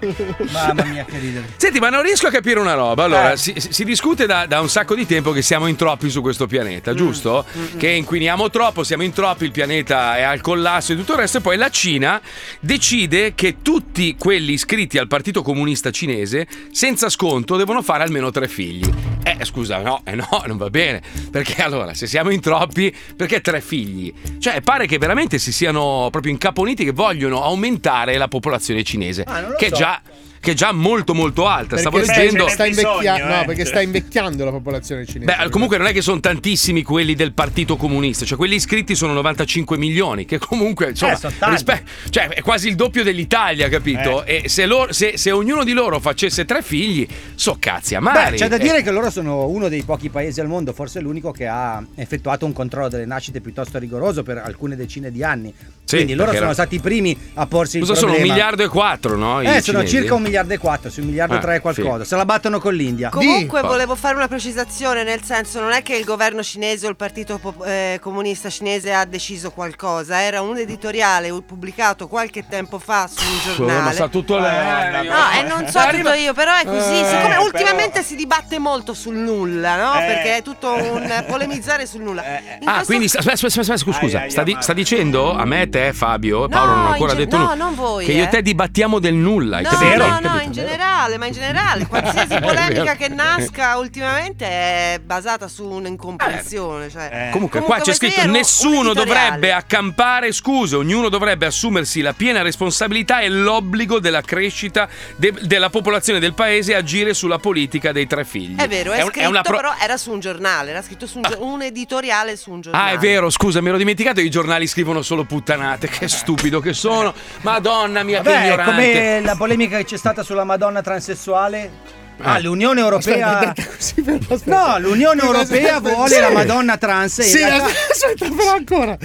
S3: Mamma mia, che ridere.
S2: Senti, ma non riesco a capire una roba. Allora,
S5: Eh.
S2: si, si discute da, da un sacco di tempo che siamo in troppi su questo
S5: Mm,
S2: pianeta, giusto? Che inquiniamo troppo, siamo in troppi, il pianeta è al collasso e tutto il resto. E poi la Cina decide che tutti quelli iscritti al Partito Comunista Cinese, senza sconto, devono fare almeno tre figli. Eh, scusa, no, eh no, non va bene. Perché allora, se siamo in troppi, perché tre figli? Cioè, pare che veramente si siano proprio incaponiti che vogliono aumentare la popolazione cinese.
S5: Ah, non lo
S2: che è
S5: so.
S2: già che è già molto molto alta. Stavo
S5: Perché eh, sta-
S2: leggendo.
S5: sta invecchia-
S3: eh,
S5: no,
S3: cioè.
S5: perché sta invecchiando la popolazione cinese.
S2: Beh, comunque non è che sono tantissimi quelli del Partito Comunista, cioè quelli iscritti sono 95 milioni, che comunque insomma,
S3: sono Eh, tanti. Eh.
S2: rispe- cioè, è quasi il doppio dell'Italia, capito? E se, loro- se- se ognuno di loro facesse tre figli, so cazzi amari.
S3: Beh, c'è da
S2: Eh,
S3: dire che loro sono uno dei pochi paesi al mondo, forse l'unico che ha effettuato un controllo delle nascite piuttosto rigoroso per alcune decine di anni.
S2: Sì,
S3: Quindi loro
S2: perché
S3: sono
S2: era-
S3: stati i primi a porsi il
S2: Cosa sono
S3: problema.
S2: un miliardo e quattro, no? i
S3: Eh, sono
S2: cinesi?
S3: circa un miliardo e quattro, su un miliardo e
S2: Ah,
S3: tre e qualcosa.
S2: sì.
S3: Se la battono con l'India.
S9: Comunque
S3: Di-
S9: volevo fare una precisazione, nel senso non è che il governo cinese o il partito Pop- eh, comunista cinese ha deciso qualcosa, era un editoriale pubblicato qualche tempo fa su un
S2: Scusa, ma
S9: giornale.
S2: sa tutto lei.
S9: No, e non so tutto io, però è così.
S2: Eh,
S9: Siccome
S2: però-
S9: ultimamente si dibatte molto sul nulla, no?
S2: Eh.
S9: Perché è tutto un polemizzare sul nulla. In
S2: Ah,
S9: questo-
S2: quindi aspetta, aspetta, aspetta, scusa, scusa. sta, di- sta dicendo a me, te, Fabio, e Paolo non ho
S9: in
S2: ancora
S9: gen-
S2: detto
S9: no,
S2: nulla.
S9: non voi,
S2: Che io e
S9: eh.
S2: te dibattiamo del nulla, hai
S9: No,
S2: capito?
S9: no, no, in generale, ma in generale, qualsiasi
S2: È vero.
S9: polemica che nasca ultimamente è basata su un'incomprensione. Cioè,
S2: Comunque, qua c'è
S9: come
S2: scritto:
S9: se ero un
S2: nessuno
S9: editoriale.
S2: dovrebbe accampare scuse, ognuno dovrebbe assumersi la piena responsabilità e l'obbligo della crescita de- della popolazione del paese e agire sulla politica dei tre figli.
S9: È vero, è,
S2: un-
S9: scritto,
S2: una pro-
S9: però era su un giornale, era scritto su un, gio- un editoriale su un giornale.
S2: Ah, è vero, scusa, mi ero dimenticato. I giornali scrivono solo puttanate. Che stupido che sono. Madonna mia, che
S3: Beh,
S2: ignorante.
S3: come la polemica che c'è stata sulla Madonna transessuale. Ah, l'Unione Europea.
S5: Aspetta,
S3: No, l'Unione Europea vuole
S5: Sì.
S3: la Madonna trans. e in
S5: Sì,
S2: eh.
S3: realtà-
S5: aspetta, però ancora.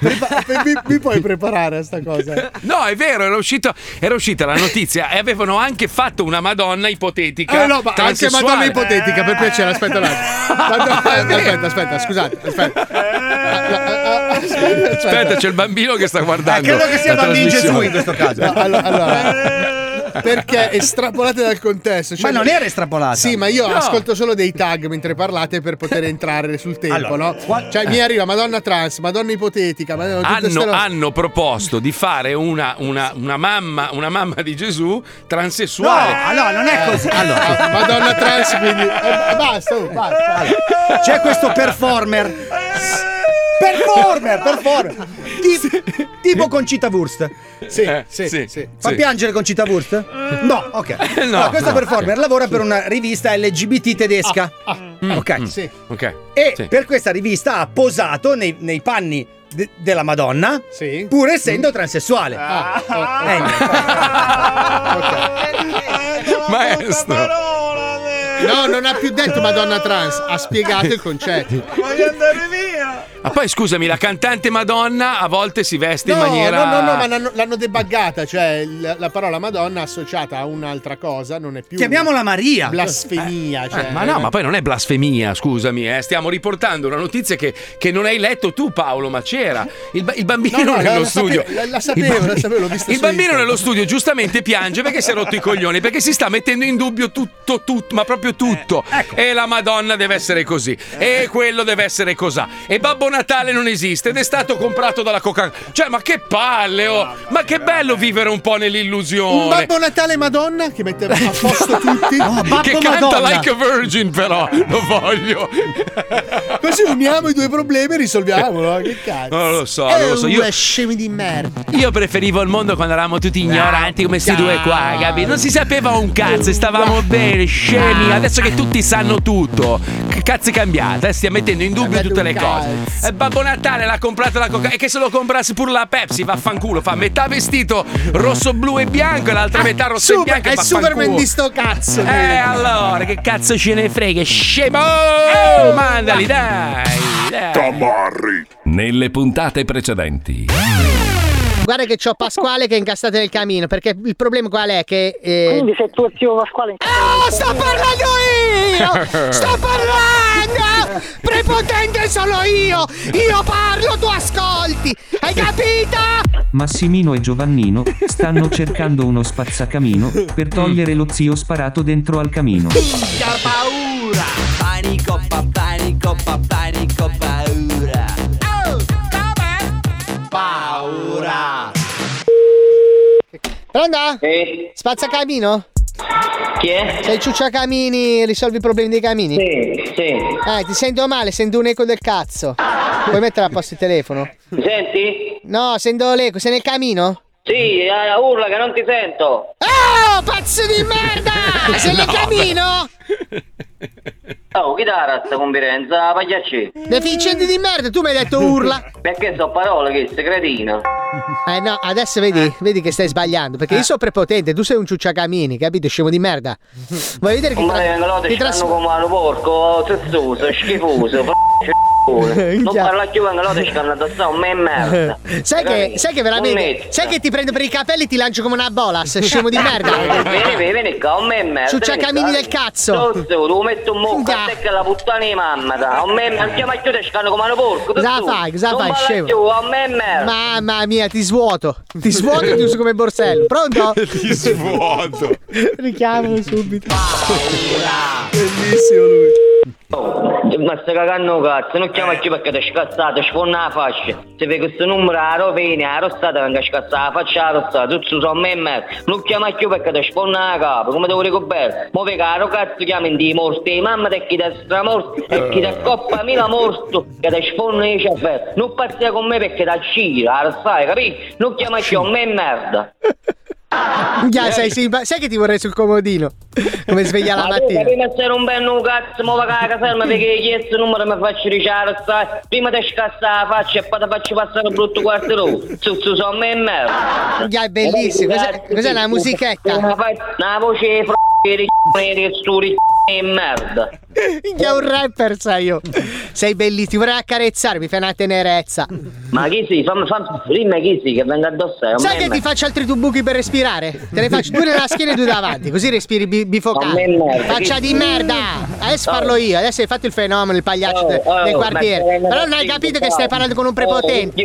S5: Prepa- mi, mi puoi preparare a sta cosa?
S2: No, è vero, era, uscito- era uscita la notizia e avevano anche fatto una Madonna ipotetica.
S5: Ah, no, ma anche
S2: transessuale.
S5: Madonna ipotetica, per piacere, aspetta un attimo. Madonna- aspetta, aspetta, scusate, aspetta.
S2: Eh,
S5: aspetta, Eh,
S2: Aspetta, c'è il bambino che sta guardando.
S5: credo che sia
S2: la
S5: bambino Gesù
S2: trasmissione.
S5: in questo caso. No, allora- allora, perché estrapolate dal contesto. cioè-
S3: Ma non era estrapolata.
S5: Sì, ma io
S3: No.
S5: ascolto solo dei tag mentre parlate per poter entrare sul tempo,
S2: Allora,
S5: no? Cioè,
S3: eh.
S5: mi arriva Madonna trans, Madonna ipotetica, Madonna tutte ste
S2: Hanno,
S5: robe.
S2: hanno proposto di fare una, una- una mamma, una mamma di Gesù transessuale. Eh,
S3: No, allora, non è così. Allora.
S5: Eh. Madonna trans, quindi. eh, basta, oh, basta.
S3: C'è questo performer. Performer, performer. Ti- tipo Concita Wurst.
S22: Eh,
S5: Sì, sì, sì.
S3: Fa piangere Concita Wurst? No, ok.
S18: Eh,
S3: Allora, questo
S5: no,
S3: performer
S5: ok.
S3: lavora per una rivista LGBT tedesca. ok.
S5: Sì.
S2: Ok.
S3: E
S2: Sì.
S3: per questa rivista ha posato nei, nei panni de- della Madonna, pur essendo transessuale.
S22: Ah.
S3: Eh,
S2: Maestro.
S5: No, non ha più detto Madonna trans, ha spiegato il concetto.
S10: Voglio andare via.
S2: Eh. Ma poi scusami, la cantante Madonna a volte si veste
S5: No,
S2: in maniera.
S5: no, no, no, ma l'hanno, l'hanno debuggata, cioè il- la parola Madonna associata a un'altra cosa non è più
S3: Chiamiamola Maria.
S5: Blasfemia, cioè.
S2: Eh, ma no, ma poi non è blasfemia, scusami, eh. stiamo riportando una notizia che, che non hai letto tu, Paolo, ma c'era. Il, ba- il bambino
S5: No, no,
S2: nello
S5: la- la
S2: studio.
S5: sapevo, la- la
S2: Il
S5: sapevo, la sapevo, l'ho vista
S2: Il
S5: su
S2: bambino
S5: Instagram.
S2: nello studio giustamente piange perché si è rotto i coglioni, perché si sta mettendo
S5: Eh, ecco.
S2: in dubbio tutto, tutto, ma proprio tutto. E la Madonna deve essere così, e quello deve dovrebbe essere cos'ha. E Babbo Natale non esiste ed è stato comprato dalla coca Cioè, ma che palle, oh! Ma che bello vivere un po' nell'illusione.
S5: Un Babbo Natale Madonna che mette a posto tutti.
S2: che canta like a virgin, però lo voglio.
S5: Così uniamo i due problemi e risolviamolo. no? Che cazzo.
S2: Non lo so,
S5: Eh,
S2: non lo so. Io,
S5: due scemi di merda.
S2: io preferivo il mondo quando eravamo tutti ignoranti come questi due qua, capi? Non si sapeva un cazzo, e stavamo bene, scemi. Adesso che tutti sanno tutto, che cazzo è cambiata? Eh? Stiamo mettendo in dubbio tutte le cose. Eh, Babbo Natale l'ha comprato la coca e che se lo comprasse pure la Pepsi, vaffanculo. Fa metà vestito rosso, blu e bianco e
S22: Ah.
S2: l'altra metà rosso e
S5: Ah, Super,
S2: bianco.
S5: è Superman
S2: vaffanculo.
S5: di sto cazzo.
S2: Eh, allora, che cazzo ce ne frega, scemo!
S5: Eh,
S2: Oh, mandali, dai, dai.
S21: Tamarri.
S1: Nelle puntate precedenti.
S22: Guarda che c'ho Pasquale che è incastrato nel camino, perché il problema qual è? Che. eh,
S17: Quindi se tuo zio Pasquale.
S22: Oh, sto parlando io! Sto parlando! Prepotente sono io! Io parlo, tu ascolti! Hai capito?
S11: Massimino e Giovannino stanno cercando uno spazzacamino per togliere lo zio sparato dentro al camino.
S18: Minchia paura! Panico, pa, panico, pa, panico, paura! Oh, come? Paura!
S22: Pronto? Spazzacamino?
S23: Chi è?
S22: Sei ciucciacamini, risolvi i problemi dei camini?
S23: Sì, sì.
S22: Eh, ti sento male, sento un eco del cazzo. Puoi mettere a posto il telefono?
S23: Mi senti?
S22: No, sento l'eco, sei nel camino?
S23: Sì, eh, urla che non ti sento!
S22: Oh, pazzo di merda! Sei nel
S23: No,
S22: camino?
S23: Oh, chi dà la razza convivenza? Pagliacci!
S22: Deficiente di merda, tu mi hai detto urla.
S23: Perché so parole che sei cretino?
S22: Eh no, adesso vedi, vedi che stai sbagliando, perché io
S23: Eh.
S22: sono prepotente, tu sei un ciucciacamini, capito? Scemo di merda. Vuoi vedere che
S23: Ma
S22: tra-
S23: eh, loro
S22: ti
S23: ti
S22: tras-
S23: stanno come un porco, zezzoso, schifoso, f***o. Non parla più quando loro ti stanno addosso, ma è merda!
S22: Sai che,
S23: Capito?
S22: sai che veramente,
S23: Monnezza.
S22: sai che ti prendo per i capelli e ti lancio come una bolas, scemo di merda.
S23: Vieni, vieni, vieni qua, un memme.
S22: Ciucciacamini del cazzo.
S23: Tozzo, lo metto un mucca, secca la puttana di mamma, da. Un memme, andiamo a chiudere, scano come un porco.
S22: Cosa
S23: tu.
S22: fai? Cosa
S23: Non
S22: fai,
S23: parla
S22: scemo?
S23: più, un memme.
S22: Mamma mia, ti svuoto. Ti svuoto e ti uso come borsello. Pronto?
S2: ti svuoto.
S22: Richiamalo subito.
S5: Bellissimo lui.
S23: Oh,
S5: Eh.
S23: Ma stai cagando cazzo, non chiama più perché ti è scazzato, sfonna la faccia. Se vedi questo numero a rovina, a rossata venga scazzata la faccia a rossata, tutto sono me e me. Non chiama più perché ti sfonna la capo, come devo ricordare? Mo ve caro cazzo chiami di morti, mamma te chi ti è stramorto, e chi ti è coppa mila morto, che ti sfonna il cervello. Non passi con me perché ti gira, a rossata, capito? Non chiama più a me e merda.
S22: Minchia, sei simpa- sai che ti vorrei sul comodino? Come sveglia la
S23: Ma tu,
S22: mattina.
S23: Prima se non bello cazzo, mo va a caserma perché hai chiesto il numero mi faccio ricciare, sai? Prima ti scassa la faccia e poi ti faccio passare un brutto quarto Zuzzo sono me e merda.
S22: Minchia, è bellissimo. Cos'è- cos'è una musichetta?
S23: Una, fa- una voce di fr***o di c***o di stu di c***o di merda.
S22: Minchia, un rapper, sai io. Sei bellissimo, ti vorrei accarezzare, mi fai una tenerezza.
S23: Ma chi si? Fammi, fammi, dimmi chi si che venga addosso. eh, è un
S22: Sai che
S23: memme.
S22: ti faccio altri due buchi per respirare? Te ne faccio due nella schiena e due davanti, così respiri bi-
S23: Ma me
S22: bifocale.
S23: merda,
S22: Faccia
S23: che-
S22: di merda! Adesso
S23: Oh.
S22: parlo io, adesso hai fatto il fenomeno, il pagliaccio
S23: Oh,
S22: de-
S23: oh,
S22: del
S23: ma
S22: quartiere.
S23: sei una
S22: Però non hai
S23: figa,
S22: capito che
S23: dai.
S22: stai parlando con un prepotente.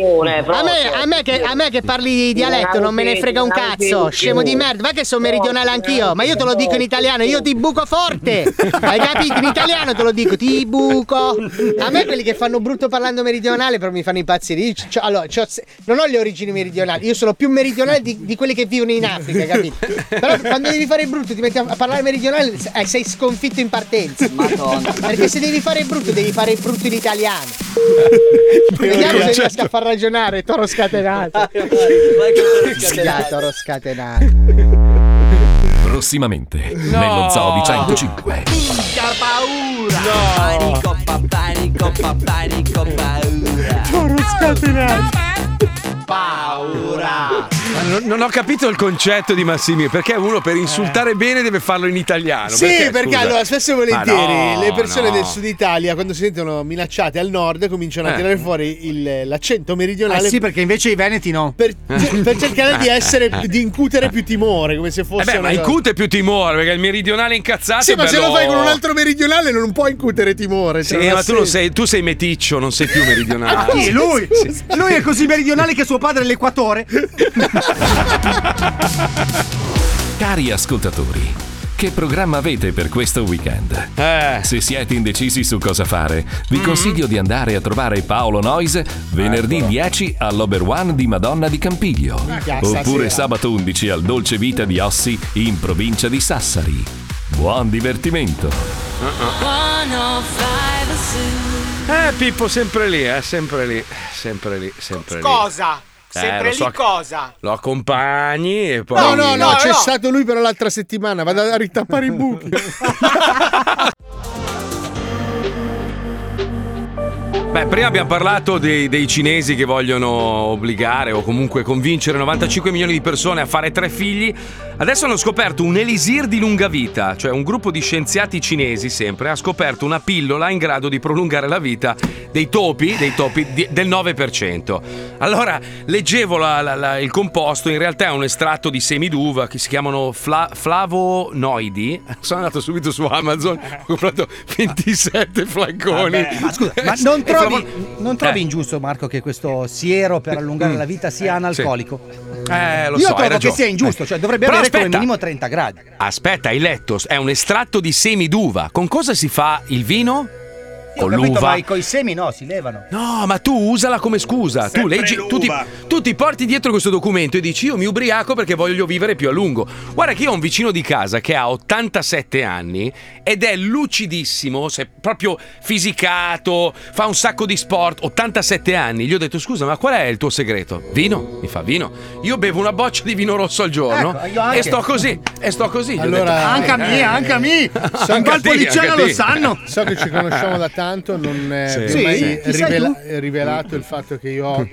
S23: Oh, minchione,
S22: A me,
S23: proprio.
S22: a me che, a me che parli di dialetto non me ne frega un
S23: Una
S22: cazzo,
S23: minchione.
S22: scemo di merda. Va che sono meridionale anch'io, ma io te lo dico in italiano, io ti buco forte. Hai capito? In italiano te lo dico, ti buco. A me quelli che fanno brutto parlando meridionale però mi fanno impazzire. Io c'ho- allora, c'ho se- non ho le origini meridionali, io sono più meridionale di, di quelli che vivono in Africa, capito? Però quando devi fare il brutto ti metti a a parlare meridionale, eh, sei sconfitto in partenza.
S18: Madonna.
S22: Perché se devi fare il brutto devi fare il brutto in italiano.
S18: Vediamo
S22: Vediamo se
S18: se
S22: riesco a far ragionare, toro scatenato. Scatenato, toro scatenato.
S1: Prossimamente, nello zoo di 105.
S18: Minchia paura! Panico, pa, panico, pa, panico, paura! Oh,
S5: Toro scatenato.
S18: Paura!
S2: Ma Ah, Non, non ho capito il concetto di Massimino, perché uno per insultare bene deve farlo in italiano.
S5: Sì, perché,
S2: scusa?
S5: allora spesso e
S2: Ma
S5: volentieri
S2: no,
S5: le persone
S2: no.
S5: del sud Italia, quando si sentono minacciate al nord, cominciano a
S2: Eh.
S5: tirare fuori il- l'accento meridionale.
S10: Eh sì, perché invece i veneti no.
S5: Per, per cercare di essere di incutere più timore, come se fosse.
S2: Eh beh,
S5: una
S2: ma
S5: cosa-
S2: incute più timore, perché il meridionale incazzato
S5: Sì,
S2: è
S5: ma se
S2: bello-
S5: lo fai con un altro meridionale non puoi incutere timore.
S2: Sì, ma tu, non sei, tu sei meticcio, non sei più
S10: Ah,
S2: meridionale.
S10: chi? Lui? Lui è così meridionale che suo padre è l'equatore.
S1: Cari ascoltatori, Che programma avete per questo weekend?
S2: Eh.
S1: Se siete indecisi su cosa fare, vi consiglio di andare a trovare Paolo Noise venerdì
S2: Ecco.
S1: 10 all'Ober One di Madonna di Campiglio.
S13: Ah,
S5: Minchia,
S1: Oppure
S5: stasera.
S1: sabato 11 al Dolce Vita di Ossi in provincia di Sassari. Buon divertimento!
S2: Eh, Pippo, sempre lì, eh, sempre lì, sempre lì, sempre lì.
S6: Cosa?
S2: Eh,
S6: Sempre
S2: lo
S6: lì
S2: so che-
S6: cosa?
S2: Lo accompagni e poi.
S5: No, no, no, c'è
S6: no.
S5: stato lui però l'altra settimana, vado a ritappare i buchi.
S2: Beh, prima abbiamo parlato dei, dei cinesi che vogliono obbligare o comunque convincere 95 milioni di persone a fare tre figli. Adesso hanno scoperto un elisir di lunga vita, cioè un gruppo di scienziati cinesi sempre ha scoperto una pillola in grado di prolungare la vita dei topi, dei topi di- del 9%. Allora, leggevo la- la- la- il composto, in realtà è un estratto di semi d'uva che si chiamano fla- flavonoidi. Sono andato subito su Amazon, ho comprato 27 flacconi.
S13: ma scusa, ma
S2: Eh,
S13: non
S2: e
S13: trovi,
S2: flavon-
S13: non trovi
S2: Eh.
S13: ingiusto, Marco, che questo siero per allungare
S2: Mm.
S13: la vita sia analcolico?
S2: Eh, lo
S13: Io
S2: so, hai
S13: trovo che
S2: ragione. Eh.
S13: sia ingiusto, cioè dovrebbe
S2: Però
S13: avere come
S2: aspetta.
S13: minimo 30 gradi.
S2: Aspetta, hai letto, è un estratto di semi d'uva. Con cosa si fa il vino?
S13: Ho
S2: Con
S13: capito,
S2: l'uva.
S13: ma con i semi no, si levano.
S2: No, ma tu usala come scusa. Tu
S13: Sempre
S2: leggi, tu ti,
S13: l'uva.
S2: tu ti porti dietro questo documento e dici: Io mi ubriaco perché voglio vivere più a lungo. Guarda, che io ho un vicino di casa che ha 87 anni ed è lucidissimo, se proprio fisicato, fa un sacco di sport. 87 anni. Gli ho detto: Scusa, ma qual è il tuo segreto? Vino? Mi fa vino. Io bevo una boccia di vino rosso al giorno
S13: Ecco, io anche.
S2: e sto così. E sto così. Gli ho detto,
S13: Allora, anche a me,
S2: eh,
S13: anche a me.
S2: Anche a te, anche a te.
S5: So che ci conosciamo da tanto, non è
S2: Sì.
S5: mai
S2: Sì, chi sei
S5: rivela-
S2: tu?
S5: eh, rivelato il fatto che io ho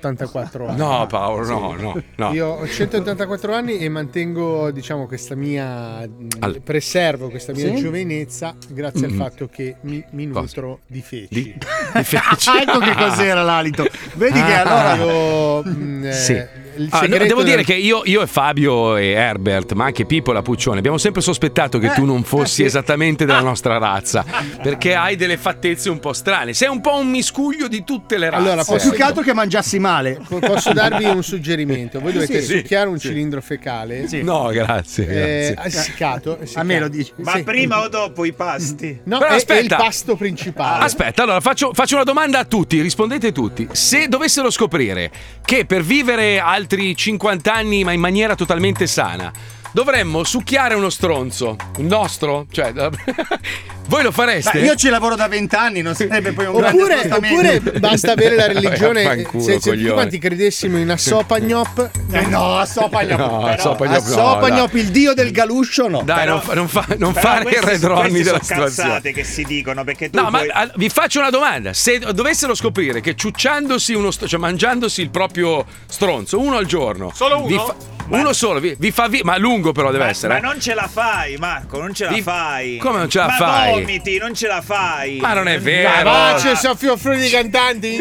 S5: 184 anni.
S2: No, Paolo, no, no, no.
S5: Io ho 184 anni e mantengo, diciamo, questa mia. mm,
S2: Al-
S5: preservo questa mia
S2: Sì?
S5: giovinezza grazie
S2: Mm.
S5: al fatto che mi, mi nutro di feci.
S10: Ah, ecco che cos'era l'alito. Vedi che
S5: Ah.
S10: allora.
S5: Io, mm, eh,
S2: Sì.
S5: il
S2: Ah, no,
S5: segreto
S2: devo dire
S5: del-
S2: che io, io e Fabio e Herbert, ma anche Pippo e la Puccione, abbiamo sempre sospettato
S5: Eh,
S2: che tu non fossi esattamente
S5: Ah.
S2: della nostra razza, perché hai delle fattezze un po' strane. Sei un po' un miscuglio di tutte le razze. Ecco.
S5: Allora, posso-
S10: Più che altro che mangiassi male.
S5: Po- Posso darvi un suggerimento? Voi dovete
S10: Sì, sì,
S5: succhiare un cilindro fecale.
S2: No, grazie.
S5: eh,
S2: grazie.
S5: essiccato, essiccato.
S10: A me lo dici.
S5: Sì.
S10: o dopo i pasti?
S5: No,
S2: Però
S5: è, è il
S2: aspetta. Ah,
S5: pasto principale.
S2: Aspetta, allora faccio, faccio una domanda a tutti, rispondete tutti. Se dovessero scoprire che per vivere altri 50 anni, ma in maniera totalmente sana, dovremmo succhiare uno stronzo, un nostro, cioè, voi lo fareste?
S10: Beh, io ci lavoro da vent'anni, non sarebbe poi un grande
S5: Oppure,
S10: spostamento.
S5: oppure basta avere la religione. eh,
S2: Vaffanculo,
S5: se se tutti
S2: coglione.
S5: quanti credessimo in Assopagnop,
S10: Eh no, Assopagnop,
S2: No, però- Assopagnop no,
S5: Assopagnop,
S2: dai.
S5: il dio del galuscio, no.
S2: Dai, non, fa- non fa- non
S5: però
S2: fare il
S5: queste-
S2: redronni
S5: queste
S2: della
S5: sono
S2: situazione.
S5: cazzate
S8: che si dicono perché tu
S2: No, ma
S8: puoi-
S2: ah, vi faccio una domanda. Se dovessero scoprire che ciucciandosi uno stro- cioè mangiandosi il proprio stronzo, uno al giorno.
S8: Solo uno?
S2: vi fa- uno solo, vi, vi fa vi- ma lungo però deve
S8: Ma-
S2: essere.
S8: Ma
S2: eh.
S8: non ce la fai, Marco, non ce la
S2: Di-
S8: fai.
S2: Come non ce la
S8: ma
S2: fai?
S8: Vomiti, non ce la fai.
S2: Ma non è
S5: Ma
S2: vero.
S5: va, c'è soffio fru di cantanti.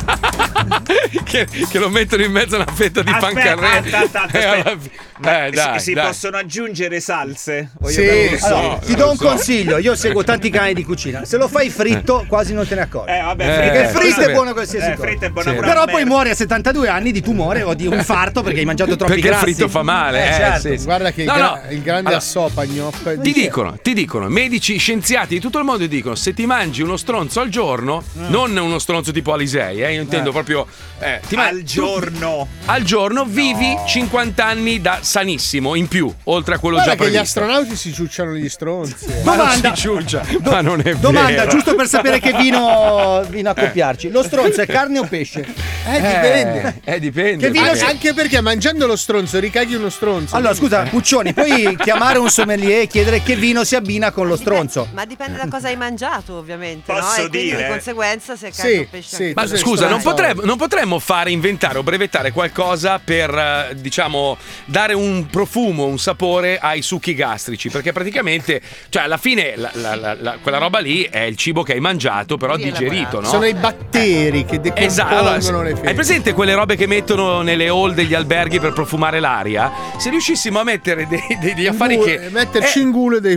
S2: che, che lo mettono in mezzo a una fetta di
S8: Aspetta,
S2: pancarrello.
S8: aspetta, aspetta,
S2: E alla
S8: aspetta.
S2: fi-
S8: Ma
S2: Eh,
S8: si-
S2: dai,
S8: si
S2: dai.
S8: possono aggiungere salse? Voglio
S13: Sì,
S8: bene lo so.
S13: allora, ti do un consiglio, io seguo tanti canali di cucina. Se lo fai
S2: Eh.
S13: fritto, quasi non te ne accorgi.
S10: Eh,
S8: vabbè,
S13: Perché
S8: fritto-
S13: il fritto
S8: vabbè.
S13: è buono qualsiasi
S8: Eh,
S13: cosa.
S8: fritto è buono
S13: Sì.
S8: pure a
S13: Però
S8: me.
S13: poi muori a 72 anni di tumore o di un infarto perché hai mangiato troppi
S2: Perché il
S13: grassi.
S2: fritto fa male, eh,
S13: certo.
S2: sì, sì.
S5: Guarda che
S2: No,
S5: il,
S2: no.
S5: gra- il grande
S2: Allora,
S5: Assopagnop.
S2: Ti dicono, ti dicono, medici, scienziati di tutto il mondo dicono: se ti mangi uno stronzo al giorno,
S13: Mm.
S2: non uno stronzo tipo Alisei, eh, io intendo
S8: Eh.
S2: proprio. eh, ti
S8: Al
S2: tu-
S8: giorno.
S2: al giorno vivi 50 anni da sanissimo in più, oltre a quello
S5: Guarda
S2: già
S5: che gli
S2: previsto.
S5: astronauti si ciucciano gli stronzi. eh.
S2: Ma non si ciuccia, ma non è
S13: Domanda,
S2: vero.
S13: giusto per sapere che vino, vino accoppiarci. Lo stronzo è carne o pesce?
S5: Eh, dipende.
S2: Eh, dipende.
S5: Che vino-
S13: perché-
S5: anche perché mangiando lo stronzo ricaghi uno stronzo.
S13: Allora, scusa,
S2: Eh.
S10: Eh.
S13: Puccioni, puoi chiamare un sommelier e chiedere che vino si abbina con lo stronzo?
S9: Ma dipende da cosa hai mangiato, ovviamente.
S13: Posso
S9: no? E quindi
S13: dire?
S9: di conseguenza se è
S13: Sì,
S9: carne o pesce. anche-
S2: Ma
S9: Cos'è
S2: scusa, non,
S9: strano?
S2: potremmo- non potremmo fare, inventare o brevettare qualcosa per, eh, diciamo, dare un profumo, un sapore ai succhi gastrici? Perché praticamente, cioè, alla fine la- la- la- la- quella roba lì è il cibo che hai mangiato, però digerito, no?
S5: Sono i batteri che decompongono
S2: Esatto, allora, se-
S5: le feci.
S2: hai presente quelle robe che mettono nelle hall degli alberghi per profumare l'aria? Se riuscissimo a mettere dei- degli affari
S5: Gu-
S2: che.
S5: Eh,
S2: Eh,
S5: metterci in culo dei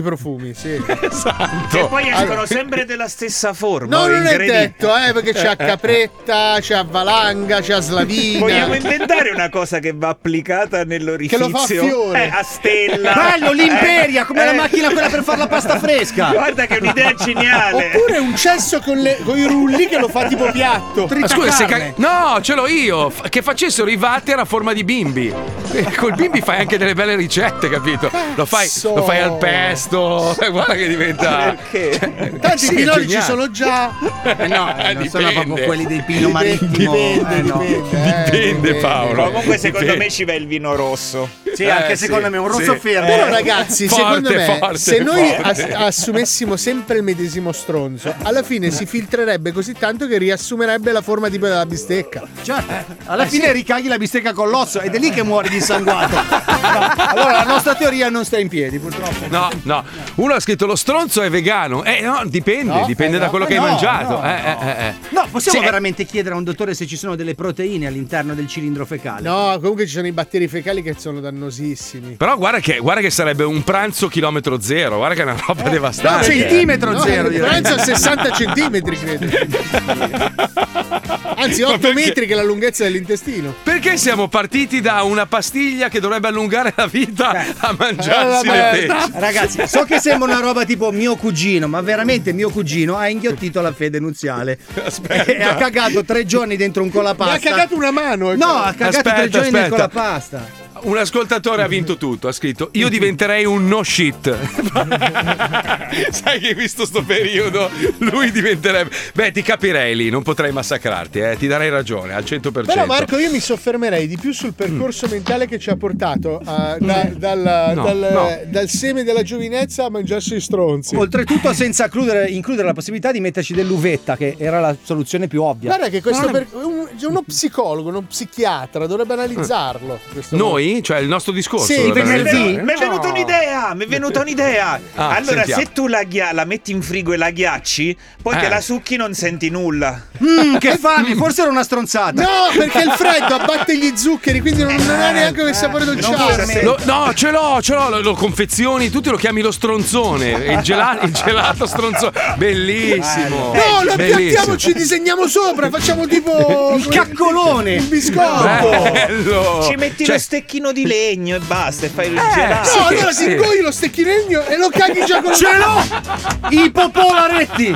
S5: profumi, sì.
S2: esatto.
S8: E poi escono
S5: Allora-
S8: sempre della stessa forma.
S5: No, non è
S8: ingredienti.
S5: detto, eh, perché c'è
S8: Eh, eh,
S5: capretta, c'è Valanga, c'è Slavina.
S8: Vogliamo inventare una cosa che va applicata nell'orifizio.
S5: Che lo fa a fiore.
S8: Eh, a stella.
S5: Bello, l'Imperia,
S10: come la macchina quella per far la pasta fresca.
S8: Guarda che è un'idea geniale.
S5: Oppure un cesso con, le- con i rulli che lo fa tipo piatto.
S2: Ma Ah, scusa, se ca- no, ce l'ho io. F- Che facessero i water a forma di bimbi. E col bimbi fai anche delle belle ricette, capito? Lo fai, lo fai al pesto. Eh, Guarda che diventa. Perché?
S5: Tanti pinoli ci sono già.
S2: no,
S13: Eh, non sono proprio quelli dei
S2: Pino
S13: Marittimo.
S5: Dipende, dipende. eh.
S2: Dipende, Paolo.
S8: Comunque, secondo
S2: Dipende. Eh,
S8: me ci va il vino rosso.
S13: Sì, anche secondo me un rosso fermo.
S5: Però ragazzi,
S8: Eh, Forte,
S5: secondo me,
S8: forte,
S5: se noi
S8: forte.
S5: ass- assumessimo sempre il medesimo stronzo, alla fine si filtrerebbe così tanto che riassumerebbe la forma tipo della bistecca.
S10: Alla
S5: Eh,
S10: fine
S5: sì.
S10: ricaghi la bistecca con l'osso ed è lì che muori dissanguato. No, allora la nostra teoria non sta in piedi, purtroppo.
S2: No, no. Uno ha scritto lo stronzo è vegano. Eh no, dipende,
S10: No,
S2: dipende
S10: eh,
S2: da
S10: no,
S2: quello
S10: eh,
S2: che
S10: no,
S2: hai mangiato.
S10: no,
S2: eh, eh, eh, eh.
S10: No, possiamo
S2: Sì, eh,
S10: veramente chiedere a un dottore se ci sono delle proteine all'interno del cilindro fecale.
S5: No, comunque ci sono i batteri fecali che sono dannosissimi.
S2: Però guarda che, guarda che sarebbe un pranzo chilometro zero, guarda che è una
S10: Eh.
S2: roba devastante.
S5: No,
S2: zero,
S5: Il
S2: direi.
S5: pranzo a 60 centimetri, credo. Anzi, 8 metri che è la lunghezza dell'intestino.
S2: Perché siamo partiti da una pastiglia che dovrebbe allungare la vita a mangiarsi
S10: Eh,
S2: le
S10: vabbè,
S2: pesce?
S10: Ragazzi, so che sembra una roba tipo mio cugino, ma veramente mio cugino ha inghiottito la fede nuziale. E ha cagato tre giorni dentro un colapasta.
S5: Mi ha cagato una mano. ecco.
S10: No, ha cagato tre giorni nel
S2: aspetta.
S10: colapasta.
S2: Un ascoltatore ha vinto tutto, ha scritto Io diventerei un no shit Sai che visto sto periodo Lui diventerebbe Beh ti capirei lì, non potrei massacrarti eh, Ti darei ragione al 100%
S5: Però Marco, io mi soffermerei di più sul percorso mentale che ci ha portato a- da- dal,
S10: Mm. No,
S5: dal-
S10: no.
S5: dal seme della giovinezza a mangiarsi i stronzi.
S10: Oltretutto senza includere, includere la possibilità di metterci dell'uvetta, che era la soluzione più ovvia.
S5: Guarda che questo
S10: No, no,
S5: per- un- cioè, uno psicologo, uno psichiatra dovrebbe analizzarlo.
S10: Eh.
S5: questo-
S2: Noi? Cioè il nostro discorso
S5: Sì,
S2: dovrebbe
S5: venerdì.
S2: essere-
S8: Mi è venuta un'idea, mi è venuta un'idea.
S2: Ah,
S8: allora,
S2: sentiamo.
S8: se tu la, ghia- la metti in frigo e la ghiacci, poi
S2: Eh.
S8: te la succhi non senti nulla. Eh,
S10: Mm, che fame, forse era una stronzata.
S5: No, perché il freddo abbatte gli zuccheri, quindi non, non ha neanche quel sapore dolciato.
S2: Lo- no, ce l'ho, ce l'ho, lo, lo confezioni, tu te lo chiami lo stronzone, il, gela- il gelato stronzone,
S10: Oh,
S2: bellissimo.
S5: No, lo
S2: bellissimo.
S5: piattiamo, ci disegniamo sopra, facciamo tipo.
S10: Il caccolone!
S5: Il biscotto!
S2: Bello.
S8: Ci metti
S2: Cioè- Eh,
S8: lo stecchino di legno e basta, e fai il gelato.
S5: no, allora si ingoi lo stecchinegno e lo caghi già con
S10: eh. Ce l'ho! I popolaretti!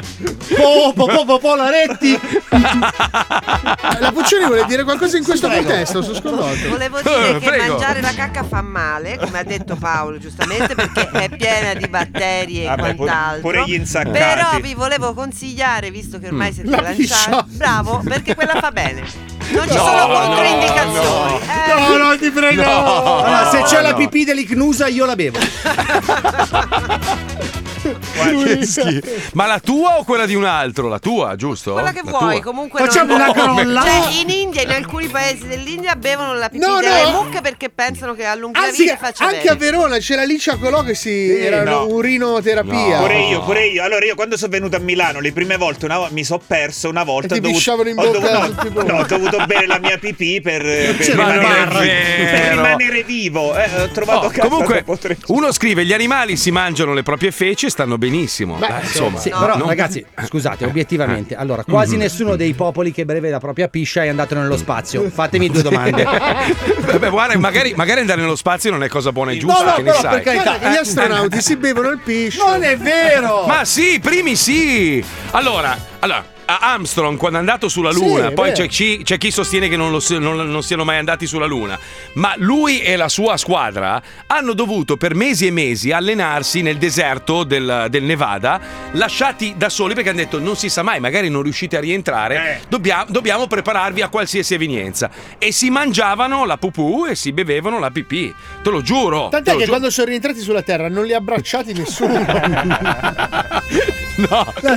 S10: Po, po, po, popolaretti!
S5: La Puccioni vuole dire qualcosa in questo contesto, sono sconvolto.
S9: Volevo
S2: Eh,
S9: dire che mangiare la cacca fa male, come ha detto Paolo, giustamente perché è piena di batteri e
S8: Vabbè, pure-
S9: quant'altro.
S8: pure gli insaccati.
S9: Però vi volevo consigliare, visto che ormai
S8: Mm.
S9: siete
S8: La
S9: lanciati, bravo, perché quella fa bene. Non ci
S8: No,
S9: sono
S8: no,
S9: controindicazioni.
S10: No, eh. no, ti prego! allora, se c'è la
S9: no.
S10: pipì dell'icnusa, io la bevo.
S2: Che schifo. Ma la tua o quella di un altro? La tua, giusto?
S9: Quella che
S2: La
S9: vuoi,
S2: tua.
S9: comunque non... Cioè, in India, in alcuni paesi dell'India bevono la pipì
S5: No,
S9: delle
S5: no.
S9: mucche perché pensano che a lungo
S5: Anzi,
S9: vita faccia
S5: Ah, anche a
S9: bene.
S5: Verona c'era Licia Colò che si era
S8: no.
S5: urinoterapia.
S8: Pure io, pure io. Allora, io quando sono venuto a Milano le prime volte una vo- mi sono perso una volta.
S5: E ti
S8: ho dovuto-
S5: pisciavano in
S8: ho
S5: bocca
S8: dovuto-
S5: tutti
S8: no,
S5: quanti.
S8: no, ho dovuto bere la mia pipì per, eh, per
S2: Ma non è
S8: rimanere, per
S2: vero.
S8: rimanere vivo. Eh, ho trovato
S2: Oh,
S8: casa
S2: comunque,
S8: dopo tre-
S2: uno scrive: Gli animali si mangiano le proprie feci e stanno benissimo.
S10: Beh,
S2: Eh, insomma,
S10: sì, però
S2: non-
S10: ragazzi, scusate, obiettivamente, allora, quasi nessuno dei popoli che breve la propria piscia è andato nello spazio. Fatemi due domande.
S2: Vabbè, Eh, guarda, magari, magari andare nello spazio non è cosa buona e giusta. che ne sai. Eh?
S5: Guarda che gli astronauti si bevono il piscio. eh. Non
S10: è vero!
S2: Ma sì, primi sì. Allora, allora, a Armstrong quando è andato sulla
S5: Sì,
S2: Luna,
S5: è
S2: poi
S5: vero.
S2: c'è chi, c'è chi sostiene che non, lo si- non- non siano mai andati sulla Luna, ma lui e la sua squadra hanno dovuto per mesi e mesi allenarsi nel deserto del, del Nevada, lasciati da soli perché hanno detto non si sa mai, magari non riuscite a rientrare,
S5: Eh.
S2: dobbiamo, dobbiamo prepararvi a qualsiasi evenienza. E si mangiavano la pupù e si bevevano la pipì, te lo giuro. te
S5: Tant'è
S2: lo
S5: che
S2: giuro.
S5: quando sono rientrati sulla Terra non li ha abbracciati nessuno.
S2: No,
S5: L'ha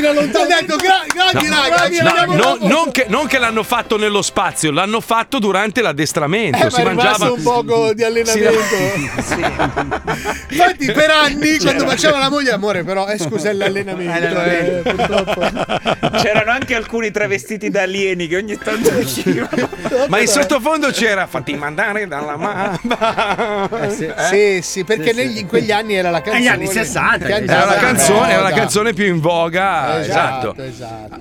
S2: no.
S5: da lontano. Ha detto "Gra- grandi
S2: No,
S5: raga, eh, ci
S2: no,
S5: vediamo
S2: no,
S5: dopo".
S2: non, che, non che l'hanno fatto nello spazio, l'hanno fatto durante l'addestramento.
S5: Eh, ma
S2: si
S5: è rimasto
S2: mangiava.
S5: un poco di allenamento. Infatti, per anni,
S2: Cioè,
S5: quando faceva la moglie, amore, però, eh, scusa, è l'allenamento. eh, purtroppo.
S8: C'erano anche alcuni travestiti da alieni che ogni tanto uscivano.
S2: Ma in sottofondo c'era fatti mandare dalla
S8: Eh,
S2: mamba.
S10: Eh,
S5: Sì, sì, perché negli- in quegli anni era la canzone.
S10: Negli anni 60,
S5: che
S10: eh,
S5: andava
S2: era la
S5: di
S2: canzone, era la
S5: moda.
S2: canzone più in voga, esatto.
S5: esatto,